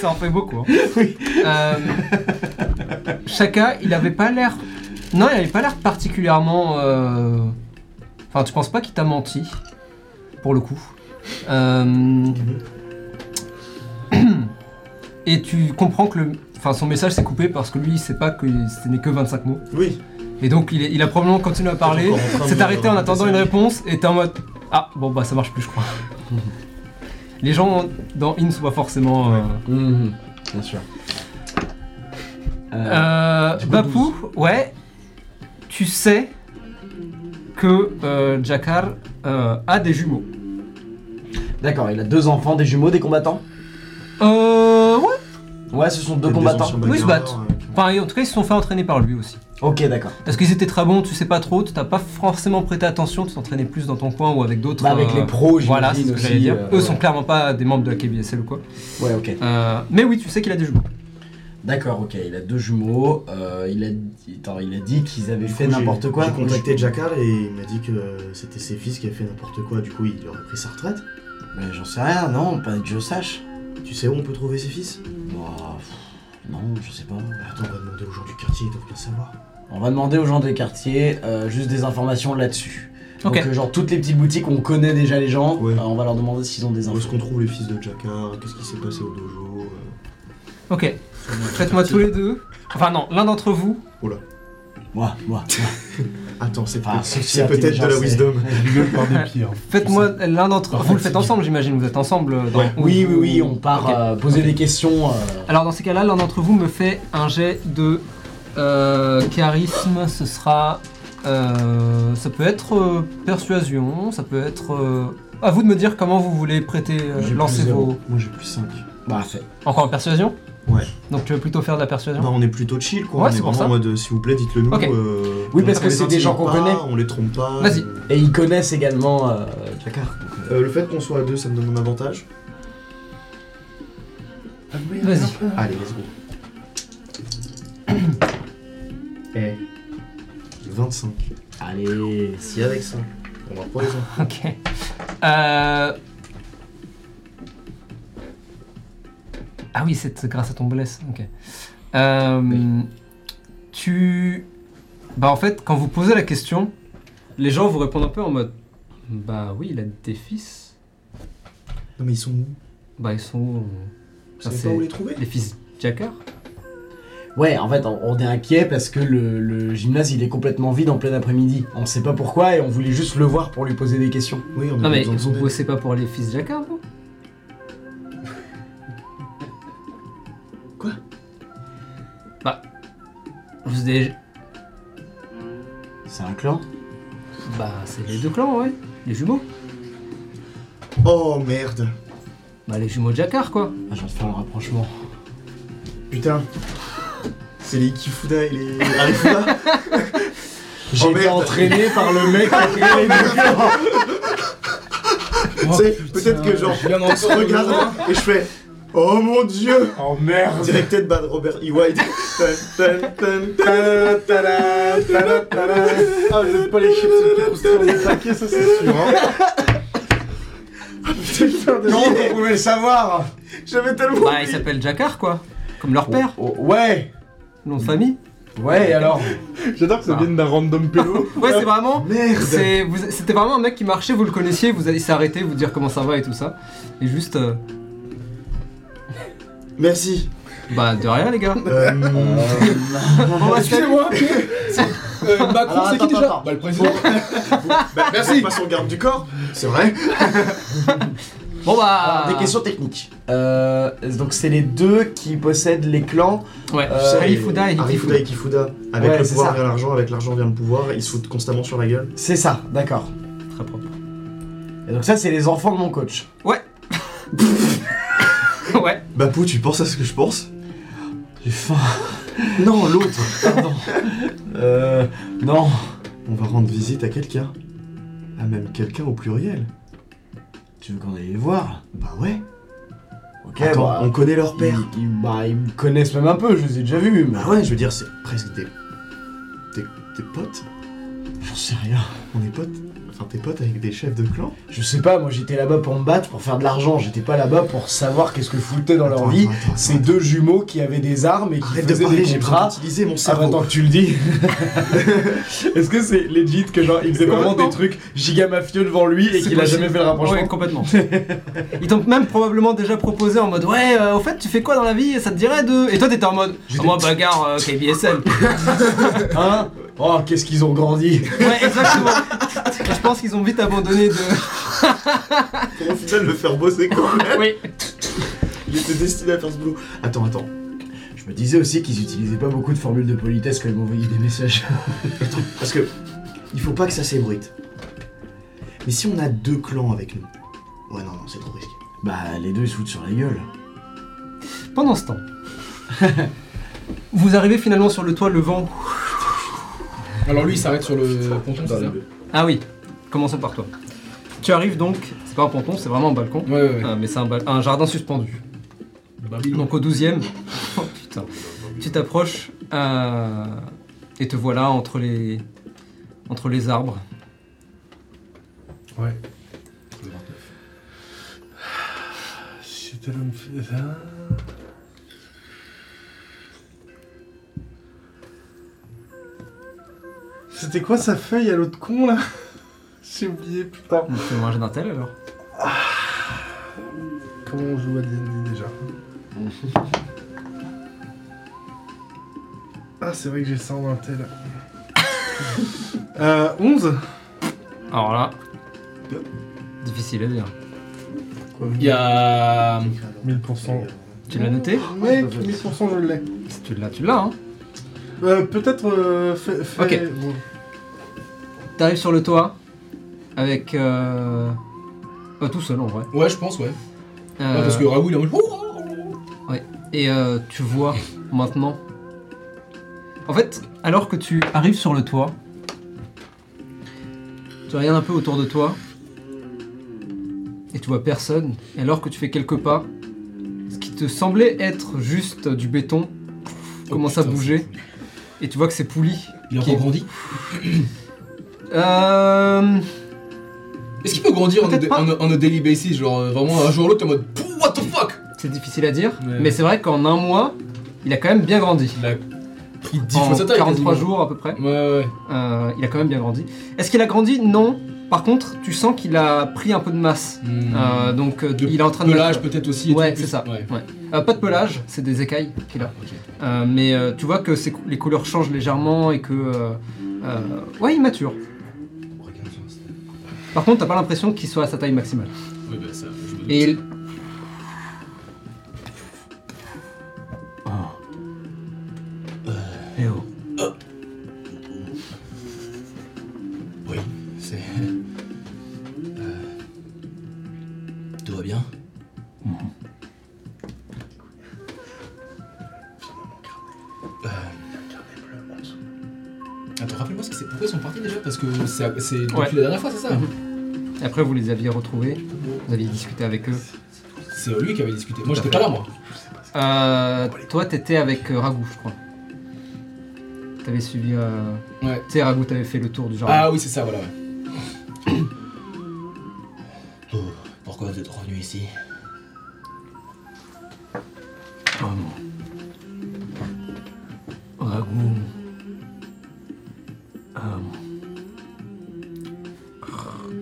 [SPEAKER 1] Ça en fait beaucoup. hein. Euh, Chaka, il avait pas l'air. Non, il avait pas l'air particulièrement. euh, Enfin, tu penses pas qu'il t'a menti, pour le coup. Euh, Et tu comprends que le. Enfin, son message s'est coupé parce que lui, il sait pas que ce n'est que 25 mots.
[SPEAKER 6] Oui
[SPEAKER 1] Et donc, il, est- il a probablement continué à parler,
[SPEAKER 6] encore en train de
[SPEAKER 1] s'est
[SPEAKER 6] me
[SPEAKER 1] arrêté en
[SPEAKER 6] raconter
[SPEAKER 1] attendant
[SPEAKER 6] sa
[SPEAKER 1] une
[SPEAKER 6] vie.
[SPEAKER 1] réponse, et t'es en mode Ah, bon, bah ça marche plus, je crois. Les gens dans In sont pas forcément. euh,
[SPEAKER 2] Mhm. Bien sûr.
[SPEAKER 1] Euh,
[SPEAKER 2] Du coup,
[SPEAKER 1] Bapou, ouais, tu sais que euh, Jakar euh, a des jumeaux.
[SPEAKER 2] D'accord, il a deux enfants, des jumeaux, des combattants.
[SPEAKER 1] Euh, ouais.
[SPEAKER 2] Ouais, ce sont deux
[SPEAKER 6] Peut-être des
[SPEAKER 2] combattants.
[SPEAKER 6] anciens
[SPEAKER 1] Oui, ils se battent.
[SPEAKER 6] bagarreurs, euh, qui ont-
[SPEAKER 1] Enfin, en tout cas, ils se sont fait entraîner par lui aussi.
[SPEAKER 2] Ok, d'accord.
[SPEAKER 1] Est-ce qu'ils étaient très bons Tu sais pas trop. Tu t'as pas forcément prêté attention. Tu t'entraînais plus dans ton coin ou avec d'autres.
[SPEAKER 2] Bah, avec
[SPEAKER 1] euh,
[SPEAKER 2] les pros, j'imagine
[SPEAKER 1] Voilà, c'est ce que
[SPEAKER 2] aussi,
[SPEAKER 1] j'allais dire.
[SPEAKER 2] euh,
[SPEAKER 1] Eux sont
[SPEAKER 2] ouais.
[SPEAKER 1] clairement pas des membres de la KBSL ou quoi.
[SPEAKER 2] Ouais, ok.
[SPEAKER 1] Euh, mais oui, tu sais qu'il a des jumeaux.
[SPEAKER 2] D'accord, ok. Il a deux jumeaux. euh, il, a... Attends, il a dit qu'ils avaient
[SPEAKER 6] Du
[SPEAKER 2] fait
[SPEAKER 6] coup,
[SPEAKER 2] n'importe
[SPEAKER 6] j'ai-
[SPEAKER 2] quoi.
[SPEAKER 6] J'ai contacté Jackal et il m'a dit que euh, c'était ses fils qui avaient fait n'importe quoi, du coup il aurait pris sa retraite.
[SPEAKER 2] Mais j'en sais rien, non, pas que je sache.
[SPEAKER 6] Tu sais où on peut trouver ses fils Bah,
[SPEAKER 2] Bah, pff, non, je sais pas.
[SPEAKER 6] Attends, on va demander aux gens du quartier, ils doivent bien savoir.
[SPEAKER 2] On va demander aux gens des quartiers euh, juste des informations là-dessus.
[SPEAKER 1] Ok.
[SPEAKER 2] Donc, euh, genre, toutes les petites boutiques, on connaît déjà les gens.
[SPEAKER 6] Ouais.
[SPEAKER 2] euh, on va leur demander s'ils ont des
[SPEAKER 6] Où est-ce
[SPEAKER 2] infos.
[SPEAKER 6] qu'on trouve les fils de Jackal Qu'est-ce qui s'est passé au dojo euh,
[SPEAKER 1] Ok. Faites-moi tous les deux. Enfin non, l'un d'entre vous.
[SPEAKER 2] Moi, moi.
[SPEAKER 6] Attends, c'est
[SPEAKER 2] Enfin,
[SPEAKER 6] peut-
[SPEAKER 2] sauf si
[SPEAKER 6] c'est peut-être de la
[SPEAKER 2] intelligence, c'est-
[SPEAKER 6] wisdom.
[SPEAKER 5] Je rigole par des pires.
[SPEAKER 1] Faites-moi l'un d'entre vous. le faites ensemble, j'imagine. Vous êtes ensemble. euh, Dans...
[SPEAKER 6] Ouais.
[SPEAKER 2] Oui, oui, oui, on part
[SPEAKER 1] Ok.
[SPEAKER 2] euh, poser des questions. euh,
[SPEAKER 1] Alors dans ces cas-là, l'un d'entre vous me fait un jet de euh, charisme. Ce sera, euh, ça peut être euh, persuasion, ça peut être. euh, à vous de me dire comment vous voulez prêter, euh,
[SPEAKER 6] J'ai
[SPEAKER 1] lancer
[SPEAKER 6] plus zéro.
[SPEAKER 1] vos.
[SPEAKER 6] Moi j'ai plus 5.
[SPEAKER 2] Bah, fait.
[SPEAKER 1] Encore en persuasion.
[SPEAKER 6] Ouais.
[SPEAKER 1] Donc tu veux plutôt faire de la persuasion.
[SPEAKER 6] Bah, on est plutôt chill quoi.
[SPEAKER 1] Ouais,
[SPEAKER 6] on
[SPEAKER 1] c'est
[SPEAKER 6] est
[SPEAKER 1] pour
[SPEAKER 6] vraiment
[SPEAKER 1] ça.
[SPEAKER 6] en mode s'il vous plaît, dites-le nous.
[SPEAKER 1] Ok.
[SPEAKER 6] euh,
[SPEAKER 2] Oui,
[SPEAKER 6] on
[SPEAKER 2] parce que
[SPEAKER 6] les
[SPEAKER 2] c'est des gens
[SPEAKER 6] intimide
[SPEAKER 2] qu'on
[SPEAKER 6] pas,
[SPEAKER 2] connaît.
[SPEAKER 6] On les trompe pas.
[SPEAKER 1] Vas-y.
[SPEAKER 6] euh,
[SPEAKER 2] Et ils connaissent également euh, Dakar. donc, euh,
[SPEAKER 6] euh, le fait qu'on soit à deux, ça me donne un avantage.
[SPEAKER 1] Vas-y.
[SPEAKER 6] Allez, let's go. Eh. 25. Allez, si avec ça.
[SPEAKER 2] Euh,
[SPEAKER 6] On va pas les enfants.
[SPEAKER 1] Ok. Euh... Ah oui, c'est c'est grâce à ton bless. Ok. Euh, Tu. Bah en fait, quand vous posez la question, les gens vous répondent un peu en mode. Bah oui, il a des fils.
[SPEAKER 6] Non, mais ils sont où
[SPEAKER 1] Bah ils sont.
[SPEAKER 6] Vous
[SPEAKER 1] Enfin,
[SPEAKER 6] savez
[SPEAKER 1] c'est
[SPEAKER 6] pas où les trouver
[SPEAKER 1] les fils Jacker.
[SPEAKER 2] Ouais, en fait, on, on est inquiet parce que le, le gymnase il est complètement vide en plein après-midi. On sait pas pourquoi et on voulait juste le voir pour lui poser des questions.
[SPEAKER 6] Oui, on a
[SPEAKER 1] Non mais
[SPEAKER 6] besoin de
[SPEAKER 1] vous
[SPEAKER 6] son aide.
[SPEAKER 1] bossez pas pour les fils Jacker, vous
[SPEAKER 6] Quoi
[SPEAKER 1] Bah. Vous avez.
[SPEAKER 2] C'est un clan
[SPEAKER 1] Bah c'est les deux clans, ouais. Les jumeaux.
[SPEAKER 6] Oh merde.
[SPEAKER 1] Bah les jumeaux Jacker, quoi.
[SPEAKER 2] ah, J'en fais un rapprochement.
[SPEAKER 6] Oh, Putain. C'est les Kifuda et les Arifuda
[SPEAKER 2] J'ai
[SPEAKER 6] Oh,
[SPEAKER 2] été
[SPEAKER 6] merde.
[SPEAKER 2] entraîné par le mec qui a créé les deux clans.
[SPEAKER 6] Tu sais, peut-être que genre,
[SPEAKER 7] viens
[SPEAKER 6] on se regarde et je fais Oh mon dieu
[SPEAKER 11] Oh merde
[SPEAKER 6] Directed by Robert E. White. Tan, tan, tan, tan, tan, tan, tan, tan.
[SPEAKER 5] Ah, vous êtes pas les chips qui croustillent les paquets, ça c'est sûr. Hein.
[SPEAKER 6] Ah,
[SPEAKER 11] Non, vous pouvez le savoir
[SPEAKER 6] J'avais tellement.
[SPEAKER 1] Bah ils s'appellent Jacker, quoi. Comme leur père,
[SPEAKER 2] Oh, oh, ouais
[SPEAKER 1] nom de famille.
[SPEAKER 2] Ouais, et alors
[SPEAKER 5] J'adore que ça
[SPEAKER 1] Ah.
[SPEAKER 5] vienne d'un random pélo.
[SPEAKER 1] Ouais, c'est vraiment.
[SPEAKER 6] Merde
[SPEAKER 1] c'est- vous- C'était vraiment un mec qui marchait, vous le connaissiez, vous allez s'arrêter, vous dire comment ça va et tout ça. Et juste. euh,
[SPEAKER 6] Merci.
[SPEAKER 1] bah, de rien, les gars.
[SPEAKER 6] Euh,
[SPEAKER 1] On va se calmer.
[SPEAKER 7] Euh, Macron,
[SPEAKER 2] Alors,
[SPEAKER 7] c'est qui
[SPEAKER 2] attends,
[SPEAKER 7] déjà
[SPEAKER 2] attends.
[SPEAKER 7] Bah, le président.
[SPEAKER 6] bah, merci. Pas son garde du corps. C'est vrai.
[SPEAKER 1] Bon,
[SPEAKER 6] Ah.
[SPEAKER 1] bah.
[SPEAKER 2] Alors, Des questions techniques. Euh, donc c'est les deux qui possèdent les clans.
[SPEAKER 1] Ouais,
[SPEAKER 2] Euh,
[SPEAKER 1] Arifuda et Hikifuda.
[SPEAKER 6] Arifuda et Kifuda. Avec
[SPEAKER 2] Ouais,
[SPEAKER 6] le
[SPEAKER 2] c'est
[SPEAKER 6] pouvoir
[SPEAKER 2] ça.
[SPEAKER 6] vient l'argent, avec l'argent vient le pouvoir. Ils se foutent constamment sur la gueule.
[SPEAKER 2] C'est ça, d'accord.
[SPEAKER 1] Très propre.
[SPEAKER 2] Et donc ça c'est les enfants de mon coach.
[SPEAKER 1] Ouais.
[SPEAKER 6] Bapou, tu penses à ce que je pense
[SPEAKER 2] J'ai faim. Non, l'autre, pardon. euh. Non.
[SPEAKER 6] On va rendre visite à quelqu'un. À même quelqu'un au pluriel.
[SPEAKER 2] Tu veux qu'on aille les voir
[SPEAKER 6] Bah ouais.
[SPEAKER 2] Ok,
[SPEAKER 6] Attends,
[SPEAKER 2] bah,
[SPEAKER 6] on connaît leur père.
[SPEAKER 2] Ils, ils- bah, ils me connaissent même un peu, je les ai déjà vus. mais
[SPEAKER 6] Bah ouais, je veux dire, c'est presque des... des. des potes.
[SPEAKER 2] J'en sais rien.
[SPEAKER 6] On est potes. Enfin, t'es potes avec des chefs de clan.
[SPEAKER 2] Je sais pas, moi j'étais là-bas pour me battre, pour faire de l'argent. J'étais pas là-bas pour savoir qu'est-ce que foutaient dans leur
[SPEAKER 6] Attends,
[SPEAKER 2] vie.
[SPEAKER 6] attends, attends,
[SPEAKER 2] Ces
[SPEAKER 6] attends.
[SPEAKER 2] deux jumeaux qui avaient des armes et qui
[SPEAKER 6] Arrête de
[SPEAKER 2] faisaient
[SPEAKER 6] parler,
[SPEAKER 2] des
[SPEAKER 6] j'ai besoin
[SPEAKER 2] contrats.
[SPEAKER 6] d'utiliser mon
[SPEAKER 2] Ah bah
[SPEAKER 6] cerveau.
[SPEAKER 2] tant que tu le dis. Est-ce que c'est legit que genre il faisait vraiment des trucs giga mafieux devant lui et
[SPEAKER 1] C'est
[SPEAKER 2] qu'il a
[SPEAKER 1] possible.
[SPEAKER 2] jamais fait le rapprochement
[SPEAKER 1] Ouais, complètement. Ils t'ont même probablement déjà proposé en mode Ouais, euh, au fait, tu fais quoi dans la vie Ça te dirait de. Et toi, t'étais en mode Ah, Moi, bagarre euh, KBSL.
[SPEAKER 2] Hein Oh qu'est-ce qu'ils ont grandi
[SPEAKER 1] ouais, exactement. Je pense qu'ils ont vite abandonné de.
[SPEAKER 6] Pour au final le faire bosser quand même.
[SPEAKER 1] Oui.
[SPEAKER 6] Il était destiné à faire ce boulot. Attends, attends.
[SPEAKER 2] Je me disais aussi qu'ils utilisaient pas beaucoup de formules de politesse quand ils m'envoyaient des messages.
[SPEAKER 6] Parce que il faut pas que ça s'ébruite. Mais si on a deux clans avec nous. Ouais, non, non, c'est trop risqué.
[SPEAKER 2] Bah les deux ils se foutent sur la gueule.
[SPEAKER 1] Pendant ce temps, vous arrivez finalement sur le toit, le vent.
[SPEAKER 7] Alors, lui, il s'arrête sur le ponton, c'est ça
[SPEAKER 1] Ah oui, commençons par toi. Tu arrives donc, c'est pas un ponton, c'est vraiment un balcon,
[SPEAKER 7] Ouais, ouais, ouais.
[SPEAKER 1] Ah, mais c'est un, bal- un jardin suspendu. Donc au 12 e oh putain, tu t'approches euh, et te voilà entre les, entre les arbres.
[SPEAKER 5] Ouais. J'étais là, me fait ça. C'était quoi sa feuille à l'autre con là J'ai oublié putain.
[SPEAKER 1] Tu fais manger d'un tel alors
[SPEAKER 5] Comment on joue à D&D déjà Ah c'est vrai que j'ai ça en tel. euh, 11
[SPEAKER 1] Alors là, difficile à dire.
[SPEAKER 7] Il y
[SPEAKER 6] Ah,
[SPEAKER 7] a.
[SPEAKER 5] 1000%.
[SPEAKER 1] Tu l'as noté
[SPEAKER 5] Mec, 1000% je l'ai.
[SPEAKER 1] Si tu l'as, tu l'as. Hein.
[SPEAKER 5] Euh, Peut-être... Euh, fait,
[SPEAKER 1] Ok. T'arrives sur le toit avec... Euh... Pas tout seul en vrai.
[SPEAKER 7] Ouais, je pense, ouais.
[SPEAKER 1] Euh,
[SPEAKER 7] Ouais, parce que Raoul, il est en mode. oh, Ouh
[SPEAKER 1] Et euh, tu vois maintenant. En fait, alors que tu arrives sur le toit, tu regardes un peu autour de toi et tu vois personne. Et alors que tu fais quelques pas, ce qui te semblait être juste du béton commence à
[SPEAKER 7] putain,
[SPEAKER 1] bouger Et tu vois que c'est Pouli.
[SPEAKER 4] Il a
[SPEAKER 1] qui est-
[SPEAKER 4] encore grandi.
[SPEAKER 1] Euh,
[SPEAKER 7] Est-ce qu'il peut grandir en,
[SPEAKER 1] Peut-être
[SPEAKER 7] OD-
[SPEAKER 1] pas.
[SPEAKER 7] en- en ODL basis Genre euh, vraiment un jour ou l'autre, t'es en mode Pouh, What the fuck
[SPEAKER 1] C'est difficile à dire,
[SPEAKER 7] Ouais.
[SPEAKER 1] mais c'est vrai qu'en un mois, il a quand même bien grandi.
[SPEAKER 7] Il a pris 10
[SPEAKER 1] en
[SPEAKER 7] fois sa taille.
[SPEAKER 1] 43
[SPEAKER 7] quasiment.
[SPEAKER 1] jours à peu près.
[SPEAKER 7] Ouais, ouais.
[SPEAKER 1] Euh, il a quand même bien grandi. Est-ce qu'il a grandi Non. Par contre, tu sens qu'il a pris un peu de masse.
[SPEAKER 7] Hmm.
[SPEAKER 1] Euh, donc euh,
[SPEAKER 7] De
[SPEAKER 1] il est en train de.
[SPEAKER 7] Pelage peut-être aussi. et
[SPEAKER 1] Ouais,
[SPEAKER 7] tout.
[SPEAKER 1] c'est ça.
[SPEAKER 7] Ouais.
[SPEAKER 1] Ouais. Euh, pas de pelage, c'est des écailles qu'il a.
[SPEAKER 7] Ok.
[SPEAKER 1] Euh, mais euh, tu vois que ses cou- les couleurs changent légèrement et que. euh, euh, ouais, il mature.
[SPEAKER 4] Regarde sur Insta.
[SPEAKER 1] Par contre, t'as pas l'impression qu'il soit à sa taille maximale.
[SPEAKER 7] Ouais, bah ça, je me doute.
[SPEAKER 1] Et il-
[SPEAKER 4] Eh oh. Oui, c'est. Euh, Tout va bien Euh,
[SPEAKER 7] Attends, rappelle-moi ce que c'est. Pourquoi ils sont partis déjà Parce que c'est c'est depuis
[SPEAKER 1] Ouais. Mhm.
[SPEAKER 7] la dernière fois, c'est ça
[SPEAKER 1] Après, vous les aviez retrouvés, vous aviez discuté avec eux.
[SPEAKER 7] C'est lui qui avait discuté. Moi,
[SPEAKER 1] Tout à
[SPEAKER 7] j'étais pas là,
[SPEAKER 1] fait.
[SPEAKER 7] moi.
[SPEAKER 1] Euh, toi, t'étais avec euh, Ragou, je crois. T'avais suivi. Euh...
[SPEAKER 7] Ouais.
[SPEAKER 1] Tu sais, Ragou, t'avais fait le tour du jardin.
[SPEAKER 7] Ah oui, c'est ça, voilà. ouais.
[SPEAKER 4] oh, Pourquoi vous êtes revenu ici
[SPEAKER 1] Vraiment.
[SPEAKER 4] Ragout.
[SPEAKER 1] Euh,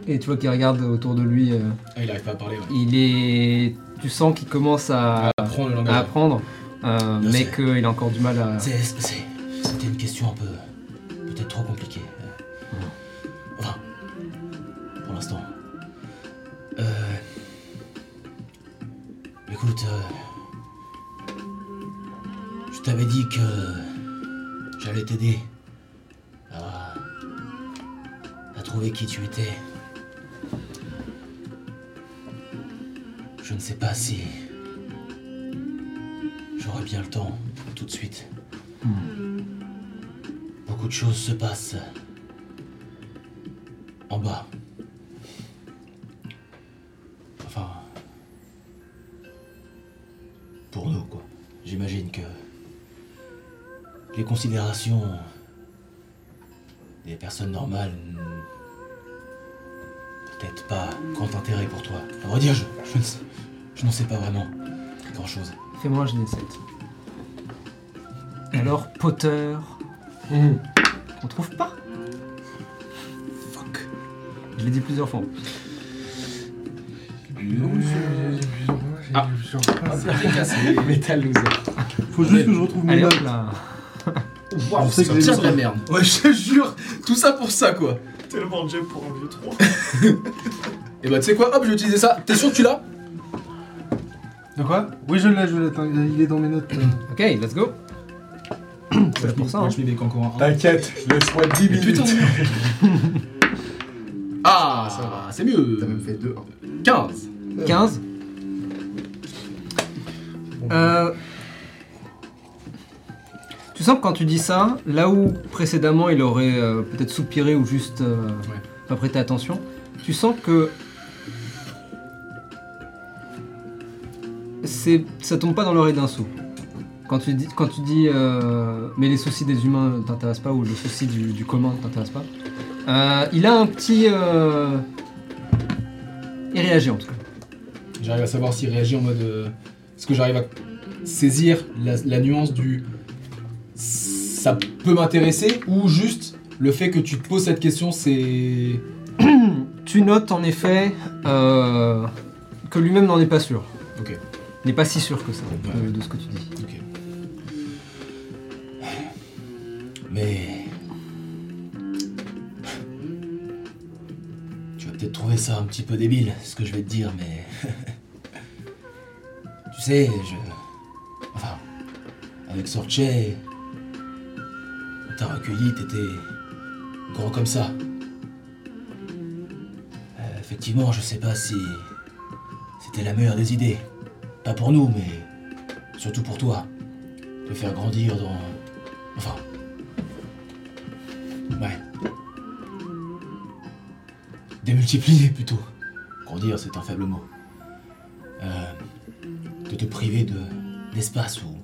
[SPEAKER 1] Et tu vois qu'il regarde autour de lui. euh,
[SPEAKER 7] Ah, il arrive pas à parler. Ouais.
[SPEAKER 1] il est. Tu sens qu'il commence à,
[SPEAKER 7] À apprendre le langage.
[SPEAKER 1] à apprendre, euh,
[SPEAKER 4] Ah, Je
[SPEAKER 1] mais
[SPEAKER 4] sais.
[SPEAKER 1] qu'il a encore du mal à.
[SPEAKER 4] C'est- c'est- C'était une question un peu. peut-être trop compliquée. Euh, Enfin, pour l'instant. Euh, Écoute, euh, je t'avais dit que j'allais t'aider à, à trouver qui tu étais. Je ne sais pas si j'aurai bien le temps tout de suite. Beaucoup de choses se passent en bas. Enfin, pour nous, quoi. J'imagine que les considérations des personnes normales n'ont peut-être pas grand intérêt pour toi. À vrai dire, je, je ne sais- je n'en sais pas vraiment grand-chose.
[SPEAKER 1] Fais-moi un dé 7. Alors, Potter.
[SPEAKER 4] Hmm.
[SPEAKER 1] On trouve pas Fuck. Je l'ai dit plusieurs fois.
[SPEAKER 5] Ah.
[SPEAKER 1] Mais t'as loser.
[SPEAKER 5] Faut juste que je retrouve mes
[SPEAKER 1] Allez hop
[SPEAKER 5] notes.
[SPEAKER 1] là.
[SPEAKER 5] Je sais que j'ai
[SPEAKER 7] de la merde. Ouais, je te jure. Tout ça pour ça, quoi.
[SPEAKER 6] Tellement de pour un vieux 3.
[SPEAKER 7] Et bah, tu sais quoi Hop, je vais utiliser ça. T'es sûr que tu l'as
[SPEAKER 5] De quoi Oui, je l'ai, je l'ai. attends, Il est dans mes notes. euh.
[SPEAKER 1] Ok, let's go. C'est pour ça. hein.
[SPEAKER 7] Je mets mes encore un.
[SPEAKER 11] T'inquiète, laisse-moi 10 minutes.
[SPEAKER 7] Putain. Ah, ça va. C'est mieux.
[SPEAKER 6] T'as même fait 2. Hein.
[SPEAKER 7] 15.
[SPEAKER 1] 15. Euh, tu sens que quand tu dis ça, là où précédemment il aurait euh, peut-être soupiré ou juste euh, pas prêté attention, tu sens que c'est ça tombe pas dans l'oreille d'un sourd. Quand tu dis, quand tu dis euh, mais les soucis des humains ne t'intéressent pas ou le souci du, du commun ne t'intéresse pas, euh, il a un petit... euh, il réagit en tout cas.
[SPEAKER 7] J'arrive à savoir s'il réagit en mode. euh, Est-ce que j'arrive à saisir la, la nuance du. Ça peut m'intéresser ou juste le fait que tu te poses cette question, c'est.
[SPEAKER 1] Tu notes en effet euh, que lui-même n'en est pas sûr.
[SPEAKER 7] Ok.
[SPEAKER 1] N'est pas si sûr que ça de, de ce que tu dis.
[SPEAKER 4] Mais. Tu vas peut-être trouver ça un petit peu débile, ce que je vais te dire, mais. tu sais, je. Enfin, avec Sorche, on t'a recueilli, t'étais grand comme ça. Euh, effectivement, je sais pas si. C'était la meilleure des idées. Pas pour nous, mais. Surtout pour toi. Te faire grandir dans. Enfin. Ouais. Démultiplier plutôt. Grandir, c'est un faible mot. Euh, de te priver de d'espace ou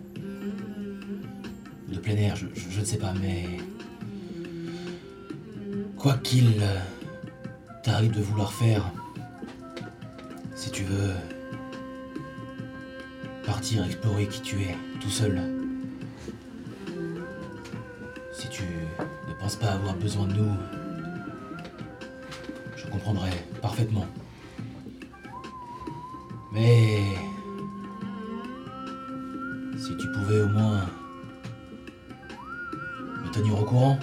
[SPEAKER 4] de plein air, je, je- je ne sais pas, mais. Quoi qu'il euh, t'arrive de vouloir faire, si tu veux partir explorer qui tu es tout seul, si tu ne penses pas avoir besoin de nous, je comprendrai parfaitement. Mais si tu pouvais au moins me tenir au courant.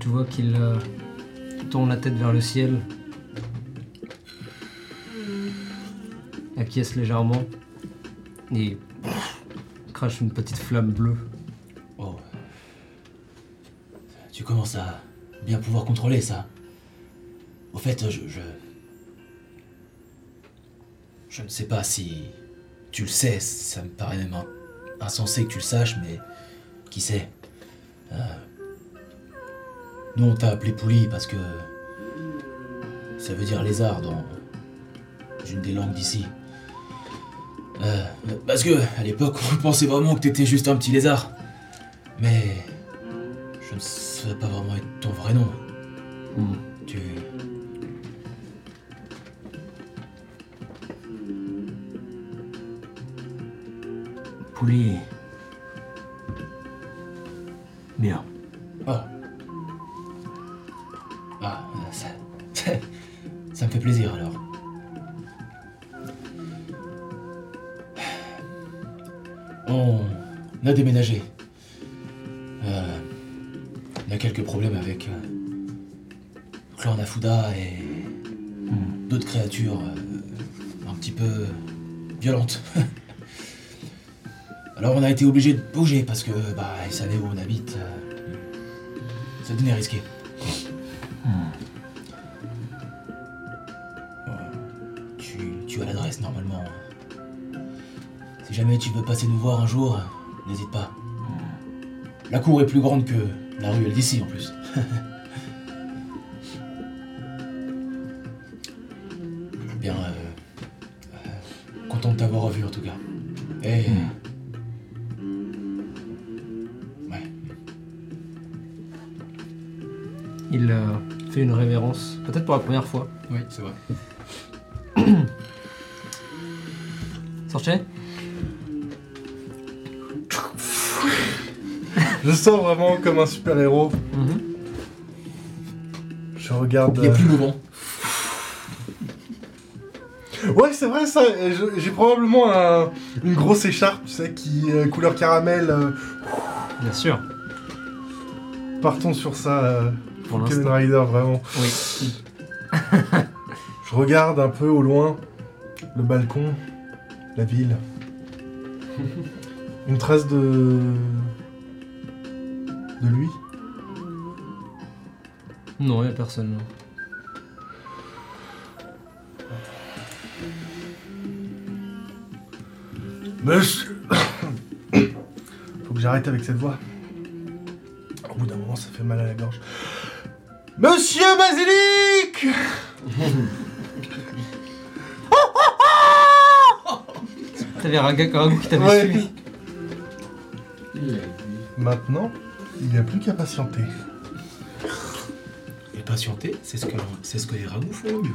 [SPEAKER 1] Tu vois qu'il euh, tourne la tête vers le ciel, acquiesce légèrement et crache une petite flamme bleue.
[SPEAKER 4] Oh. Tu commences à bien pouvoir contrôler ça. Au fait, je. Je, je ne sais pas si tu le sais, ça me paraît même in- insensé que tu le saches, mais qui sait Euh, Nous, on t'a appelé Pouli parce que. Ça veut dire lézard dans une des langues d'ici. Euh, parce que, à l'époque, on pensait vraiment que t'étais juste un petit lézard. Mais je ne saurais pas vraiment être ton vrai nom. Tu. Pouli. Bien. Oh. Ah, ça. ça me fait plaisir alors. On a déménagé. Euh, on a quelques problèmes avec euh, Clan Nafuda et d'autres créatures euh, un petit peu violentes. Alors on a été obligé de bouger parce que bah ils savaient où on habite. euh, ça devenait risqué. Euh, Tu, tu as l'adresse normalement. Si jamais tu veux passer nous voir un jour, n'hésite pas. La cour est plus grande que la ruelle d'ici en plus. Bien, euh, euh, content de t'avoir revu en tout cas. Eh, Et. Ouais.
[SPEAKER 1] Il euh, fait une révérence, peut-être pour la première fois.
[SPEAKER 7] Oui, c'est vrai.
[SPEAKER 1] Sortez
[SPEAKER 5] Je sors vraiment comme un super héros.
[SPEAKER 1] Mhm.
[SPEAKER 5] Je regarde.
[SPEAKER 7] Il est
[SPEAKER 5] euh,
[SPEAKER 7] plus mouvant.
[SPEAKER 5] Ouais, c'est vrai ça. et je- J'ai probablement un- une grosse écharpe, tu sais, qui euh, couleur caramel. euh,
[SPEAKER 1] Bien sûr.
[SPEAKER 5] partons sur ça. euh,
[SPEAKER 1] Pour
[SPEAKER 5] Kamen
[SPEAKER 1] l'instant.
[SPEAKER 5] Rider, vraiment.
[SPEAKER 1] Oui.
[SPEAKER 5] Je regarde un peu au loin le balcon, la ville. Une trace de. de lui.
[SPEAKER 1] Non, il a personne. non.
[SPEAKER 5] Mais je- Faut que j'arrête avec cette voix. Au bout d'un moment, ça fait mal à la gorge. Monsieur Basilic
[SPEAKER 1] T'avais Raga Karagu qui t'avait
[SPEAKER 5] Ouais.
[SPEAKER 1] suivi.
[SPEAKER 5] Maintenant, il n'y a plus qu'à patienter.
[SPEAKER 4] Et patienter, c'est ce que l'on- c'est ce que les ragoûts font au mieux.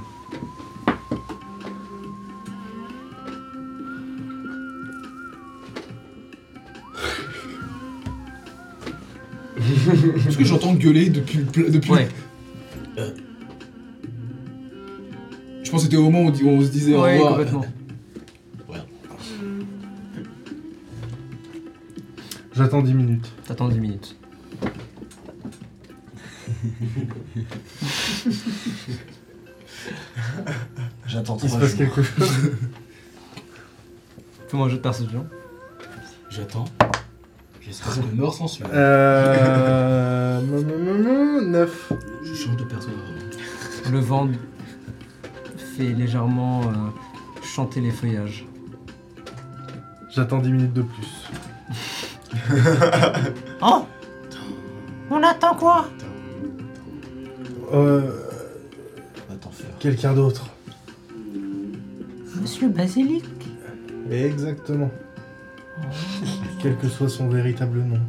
[SPEAKER 7] Parce que j'entends gueuler depuis. le- depuis
[SPEAKER 1] Ouais.
[SPEAKER 7] Je pense que c'était au moment où on dit- où on se disait au
[SPEAKER 1] Ouais,
[SPEAKER 7] revoir.
[SPEAKER 1] complètement.
[SPEAKER 5] J'attends 10 minutes.
[SPEAKER 1] T'attends 10 minutes.
[SPEAKER 11] J'attends
[SPEAKER 5] Il se
[SPEAKER 11] trois
[SPEAKER 5] passe
[SPEAKER 11] jours.
[SPEAKER 5] quelque chose.
[SPEAKER 1] Fais-moi un jeu de perception.
[SPEAKER 4] J'attends.
[SPEAKER 7] J'espère que mort sans sueur.
[SPEAKER 5] Euh. 9.
[SPEAKER 4] Je change de perso. vraiment.
[SPEAKER 1] Le vent fait légèrement euh, chanter les feuillages.
[SPEAKER 5] J'attends 10 minutes de plus.
[SPEAKER 12] Oh On attend quoi
[SPEAKER 5] Euh.
[SPEAKER 11] Attends, faire.
[SPEAKER 5] Quelqu'un d'autre.
[SPEAKER 12] Monsieur Basilic
[SPEAKER 5] Exactement.
[SPEAKER 12] Oh.
[SPEAKER 5] Quel que soit son véritable nom.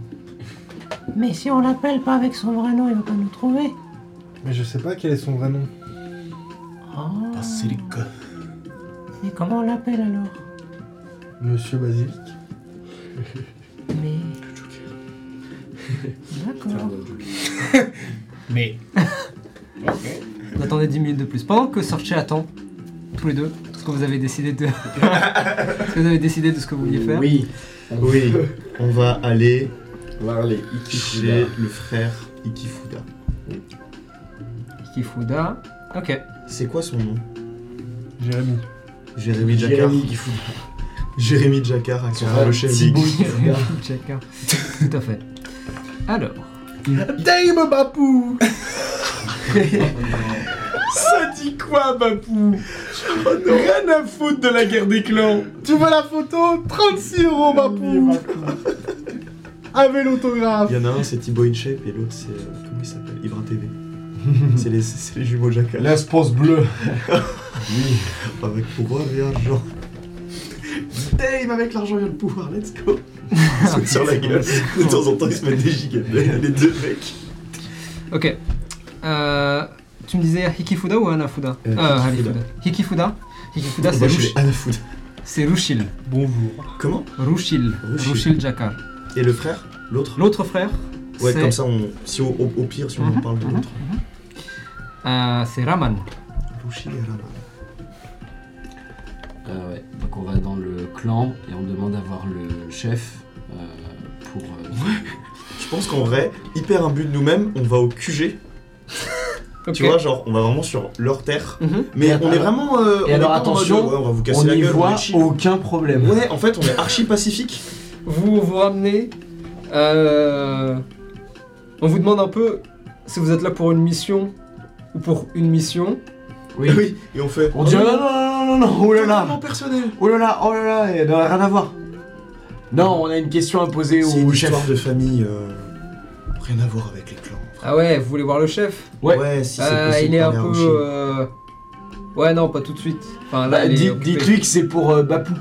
[SPEAKER 12] Mais si on l'appelle pas avec son vrai nom, il va pas nous trouver.
[SPEAKER 5] Mais je sais pas quel est son vrai nom.
[SPEAKER 1] Ah.
[SPEAKER 12] Oh.
[SPEAKER 4] C'est les gars.
[SPEAKER 12] Mais comment on l'appelle alors
[SPEAKER 5] Monsieur Basilic.
[SPEAKER 12] Mais. D'accord.
[SPEAKER 4] Mais.
[SPEAKER 1] Vous attendez 10 minutes de plus. Pendant que Sorche attend, tous les deux, ce que vous avez décidé de. ce que vous avez décidé de ce que vous vouliez faire.
[SPEAKER 2] Oui,
[SPEAKER 6] Oui, on va aller
[SPEAKER 2] on va aller.
[SPEAKER 6] chez le frère Ikifuda.
[SPEAKER 1] Kifuda. Ok.
[SPEAKER 6] C'est quoi son nom
[SPEAKER 5] Jérémy.
[SPEAKER 6] Jérémy Jacquard.
[SPEAKER 2] Jérémy Ikifuda.
[SPEAKER 6] Jérémy Jacquard, aka
[SPEAKER 2] frère,
[SPEAKER 6] le chef
[SPEAKER 2] Thibaut
[SPEAKER 6] d'Ikifuda.
[SPEAKER 1] Chacun. Tout à fait. Alors.
[SPEAKER 6] Dame Bapou Ça dit quoi, Bapou Rien à foutre de la guerre des clans
[SPEAKER 5] Tu veux la photo 36 euros, Bapou Avec l'autographe
[SPEAKER 6] Il y en a un, c'est Thibaut InShape, et l'autre, c'est. euh, comment il s'appelle Ibra TV. c'est les, c'est les jumeaux Jacquard.
[SPEAKER 11] La sponsor bleue.
[SPEAKER 6] Avec pouvoir et argent. Dame avec l'argent vient le pouvoir, let's go Ils se mettent sur la gueule. De temps en temps, ils se mettent des gigas. Les deux mecs.
[SPEAKER 1] Ok. Euh, tu me disais Hikifuda ou Hanafuda
[SPEAKER 6] Euh,
[SPEAKER 1] Hanafuda. Hikifuda. Hikifuda,
[SPEAKER 6] On
[SPEAKER 1] c'est
[SPEAKER 6] va chez
[SPEAKER 1] Rush-
[SPEAKER 6] les Hanafood.
[SPEAKER 1] c'est Rushil.
[SPEAKER 5] Bonjour.
[SPEAKER 6] Comment
[SPEAKER 1] Rushil.
[SPEAKER 6] Rushil.
[SPEAKER 1] Rushil Jakar.
[SPEAKER 6] Et le frère L'autre
[SPEAKER 1] L'autre frère,
[SPEAKER 6] Ouais,
[SPEAKER 1] c'est
[SPEAKER 6] comme ça, on, si au, au- au pire, si on en
[SPEAKER 1] Mhm,
[SPEAKER 6] parle de
[SPEAKER 1] mhm.
[SPEAKER 6] l'autre.
[SPEAKER 1] euh, c'est Raman.
[SPEAKER 6] Rushil et Rama.
[SPEAKER 14] Euh, ouais. Donc on va dans le clan et on demande à voir le chef euh, pour. euh,
[SPEAKER 6] Je pense qu'en vrai, hyper imbu de nous-mêmes, on va au QG.
[SPEAKER 1] Ok.
[SPEAKER 6] Tu vois, genre, on va vraiment sur leur terre.
[SPEAKER 1] Mhm.
[SPEAKER 6] Mais
[SPEAKER 2] Et
[SPEAKER 6] on
[SPEAKER 2] alors-
[SPEAKER 6] est vraiment. euh, on
[SPEAKER 2] et
[SPEAKER 6] est
[SPEAKER 2] alors,
[SPEAKER 6] pas en mode,
[SPEAKER 2] attention,
[SPEAKER 6] ouais, on va vous casser
[SPEAKER 2] On
[SPEAKER 6] la
[SPEAKER 2] n'y
[SPEAKER 6] gueule.
[SPEAKER 2] voit
[SPEAKER 6] est chill.
[SPEAKER 2] aucun problème.
[SPEAKER 6] Ouais, en fait, on est archi pacifique.
[SPEAKER 1] Vous vous ramenez. euh, on vous demande un peu si vous êtes là pour une mission ou pour une mission.
[SPEAKER 2] Oui.
[SPEAKER 6] Et on fait.
[SPEAKER 2] On dit non, non, non, non, non, oh là là,
[SPEAKER 6] Ah Totalement personnel.
[SPEAKER 2] oh là là, oh là là, et n'a rien à voir. Non, on a une question à poser
[SPEAKER 6] C'est une
[SPEAKER 2] au chef.
[SPEAKER 6] histoire de famille. euh, rien à voir avec les clans.
[SPEAKER 1] Ah ouais, vous voulez voir le chef
[SPEAKER 2] Ouais.
[SPEAKER 6] si c'est
[SPEAKER 1] Ah,
[SPEAKER 6] possible,
[SPEAKER 1] Il est un
[SPEAKER 6] parler à
[SPEAKER 1] peu.
[SPEAKER 6] Rushil.
[SPEAKER 1] euh, Ouais, non, pas tout de suite. Enfin, là,
[SPEAKER 2] Bah,
[SPEAKER 1] il est
[SPEAKER 2] dites-
[SPEAKER 1] occupé.
[SPEAKER 2] Dites-lui que c'est pour euh, Bapou.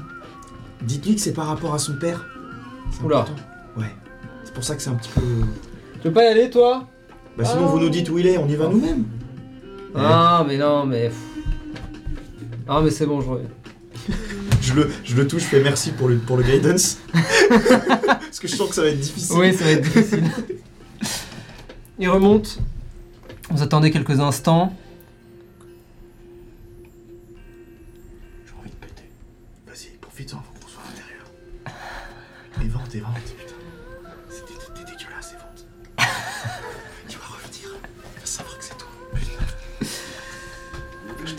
[SPEAKER 6] Dites-lui que c'est par rapport à son père. C'est
[SPEAKER 1] Oula.
[SPEAKER 6] important. Ouais. C'est pour ça que c'est un petit peu.
[SPEAKER 1] Tu veux pas y aller, toi
[SPEAKER 6] Bah, sinon, vous nous dites où il est, on y va nous-mêmes.
[SPEAKER 1] Ah, mais non, mais. Ah, mais c'est bon, je reviens.
[SPEAKER 6] Eh, Je le, je le touche, je fais merci pour le, pour le guidance. Parce que je sens que ça va être difficile.
[SPEAKER 1] Oui, ça va être difficile. Il remonte. Vous attendez quelques instants.
[SPEAKER 6] J'ai envie de péter. Vas-y, profite-en, faut qu'on soit à l'intérieur. Les ventes, les ventes, putain. C'était t'es dégueulasse, les ventes. tu vas revenir. Tu vas savoir que c'est toi.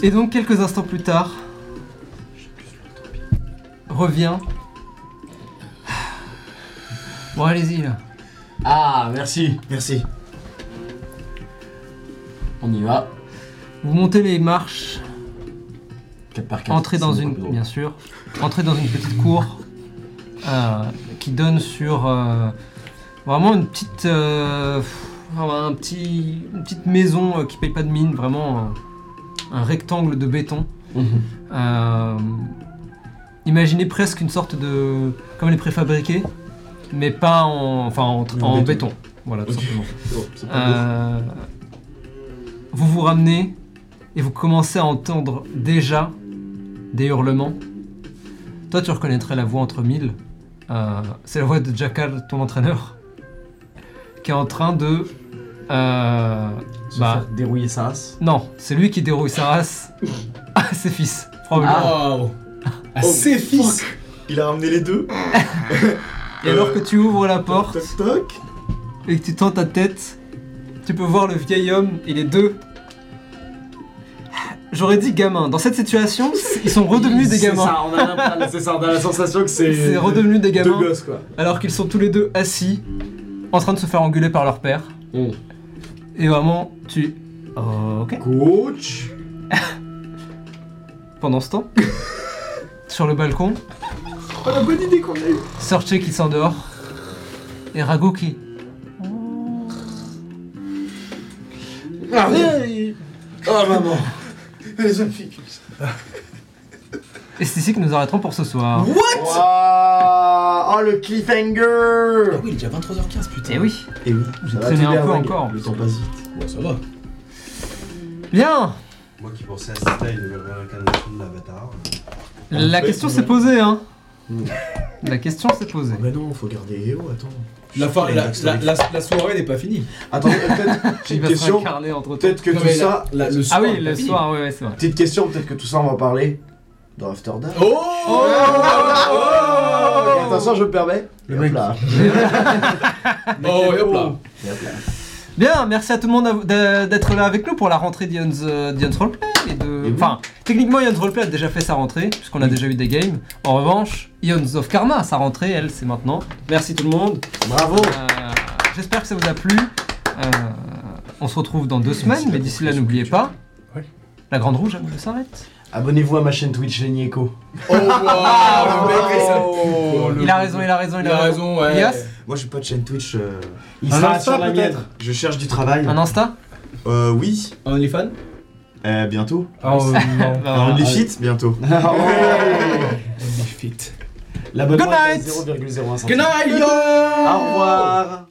[SPEAKER 1] Et donc, quelques instants plus tard, revient. Bon, allez-y là.
[SPEAKER 2] Ah, merci.
[SPEAKER 6] Merci.
[SPEAKER 14] On y va.
[SPEAKER 1] Vous montez les marches,
[SPEAKER 14] 4 par
[SPEAKER 6] hein.
[SPEAKER 14] 4.
[SPEAKER 1] entrez dans une, bien sûr, entrez dans une petite cour euh, qui donne sur euh, vraiment une petite, euh, vraiment un petit, une petite maison euh, qui paye pas de mine, vraiment euh, un, un rectangle de béton.
[SPEAKER 6] Mhm.
[SPEAKER 1] Euh, imaginez presque une sorte de, comme les préfabriqués, mais pas en, enfin en,
[SPEAKER 6] en
[SPEAKER 1] en béton.
[SPEAKER 6] béton.
[SPEAKER 1] Voilà, tout
[SPEAKER 6] Ok.
[SPEAKER 1] simplement.
[SPEAKER 6] Bon, c'est pas
[SPEAKER 1] Euh, vous vous ramenez et vous commencez à entendre déjà des hurlements. Toi, tu reconnaîtrais la voix entre mille. Euh, c'est la voix de Jackal, ton entraîneur, qui est en train de. euh, bah,
[SPEAKER 2] Dérouiller sa race.
[SPEAKER 1] non, c'est lui qui dérouille sa race à ses fils, probablement.
[SPEAKER 7] Waouh Ah,
[SPEAKER 6] Oh,
[SPEAKER 7] ses fils
[SPEAKER 6] beau. Il a ramené les deux.
[SPEAKER 1] et alors que tu ouvres la porte
[SPEAKER 6] Toc toc.
[SPEAKER 1] et que tu tends ta tête, tu peux voir le vieil homme et les deux. J'aurais dit gamin. Dans cette situation, c'est- ils sont redevenus des
[SPEAKER 2] C'est
[SPEAKER 1] gamins.
[SPEAKER 2] ça, on a la- c'est ça, on a
[SPEAKER 4] Ah
[SPEAKER 2] la sensation que c'est.
[SPEAKER 1] C'est redevenu des
[SPEAKER 2] Deux
[SPEAKER 1] gamins.
[SPEAKER 2] gosses, quoi.
[SPEAKER 1] Alors qu'ils sont tous les deux assis, en train de se faire engueuler par leur père.
[SPEAKER 2] Mmh.
[SPEAKER 14] Mm.
[SPEAKER 1] Et vraiment, tu. Ok.
[SPEAKER 2] Coach.
[SPEAKER 1] Pendant ce temps, sur le balcon,
[SPEAKER 2] Oh, la bonne idée qu'on a eue.
[SPEAKER 1] Sorche qui s'endort et Rago qui.
[SPEAKER 2] Oh,
[SPEAKER 11] Ah, maman.
[SPEAKER 1] Et c'est ici que nous arrêterons pour ce soir.
[SPEAKER 2] What Oh le cliffhanger
[SPEAKER 4] Ah oui, il est déjà 23h15, putain.
[SPEAKER 1] Eh oui.
[SPEAKER 6] Et oui,
[SPEAKER 1] J'ai
[SPEAKER 6] ça va
[SPEAKER 1] traîné
[SPEAKER 6] tout
[SPEAKER 1] un peu
[SPEAKER 6] berlingue.
[SPEAKER 1] encore.
[SPEAKER 6] Le temps passe vite.
[SPEAKER 4] Bon, ça va.
[SPEAKER 1] Bien
[SPEAKER 15] Moi qui pensais assister à une nouvelle réincarnation de l'avatar.
[SPEAKER 1] La question s'est posée, hein La question s'est posée.
[SPEAKER 6] Bah non, faut garder EO, attends.
[SPEAKER 7] La, fin-
[SPEAKER 6] Allez,
[SPEAKER 7] la,
[SPEAKER 6] next
[SPEAKER 7] la-
[SPEAKER 6] story.
[SPEAKER 7] la- la soirée n'est pas finie.
[SPEAKER 6] Attends, peut-être
[SPEAKER 1] Il
[SPEAKER 6] petite
[SPEAKER 1] va se
[SPEAKER 6] question.
[SPEAKER 1] réincarner entre temps.
[SPEAKER 6] Peut-être que
[SPEAKER 7] Non,
[SPEAKER 6] tout
[SPEAKER 7] mais
[SPEAKER 6] ça.
[SPEAKER 7] la- la- le
[SPEAKER 1] Ah
[SPEAKER 7] soir
[SPEAKER 1] oui,
[SPEAKER 7] n'est pas
[SPEAKER 1] le
[SPEAKER 7] fini.
[SPEAKER 1] soir, ouais, ouais, c'est vrai.
[SPEAKER 2] Petite question, peut-être que tout ça on va parler dans After Dark.
[SPEAKER 7] Oh,
[SPEAKER 2] Et attention, je me permets.
[SPEAKER 5] Le
[SPEAKER 2] Et hop
[SPEAKER 5] mec.
[SPEAKER 2] là.
[SPEAKER 7] Oh, et hop là.
[SPEAKER 2] Et hop là.
[SPEAKER 1] Bien, merci à tout le monde d'av- d'a- d'être là avec nous pour la rentrée d'Ion's euh, d'Ion's Roleplay. Et de... Enfin, techniquement, Ion's Roleplay a déjà fait sa rentrée, puisqu'on a déjà eu des games. En revanche, Ion's of Karma, sa rentrée, elle, c'est maintenant. Merci tout le monde.
[SPEAKER 2] Bravo
[SPEAKER 1] Euh, J'espère que ça vous a plu. Euh, on se retrouve dans deux semaines, mais d'ici là, n'oubliez pas.
[SPEAKER 5] Ouais.
[SPEAKER 1] La Grande Rouge, elle ne s'arrête.
[SPEAKER 2] Abonnez-vous à ma chaîne Twitch Lenny Echo.
[SPEAKER 7] Oh, waouh, le
[SPEAKER 5] Ah,
[SPEAKER 7] mec, ça-
[SPEAKER 6] Oh,
[SPEAKER 1] Il a raison, il a raison, il a raison.
[SPEAKER 7] ouais.
[SPEAKER 1] Elias
[SPEAKER 6] Moi j'ai pas de chaîne Twitch. euh,
[SPEAKER 2] Il
[SPEAKER 5] Un
[SPEAKER 2] sera
[SPEAKER 5] Insta,
[SPEAKER 2] sur la mienne. Ah
[SPEAKER 5] peut-être
[SPEAKER 6] Je cherche du travail.
[SPEAKER 1] Un Insta
[SPEAKER 6] Euh, oui.
[SPEAKER 7] OnlyFans
[SPEAKER 6] Euh, bientôt.
[SPEAKER 5] Oh non.
[SPEAKER 2] Ah,
[SPEAKER 1] Bah,
[SPEAKER 6] Un
[SPEAKER 1] voilà.
[SPEAKER 6] Fit, bientôt.
[SPEAKER 2] L'abonnement
[SPEAKER 1] Good
[SPEAKER 2] est à
[SPEAKER 1] night.
[SPEAKER 2] 0,01
[SPEAKER 7] Good
[SPEAKER 2] centime.
[SPEAKER 7] night, yo
[SPEAKER 2] Au revoir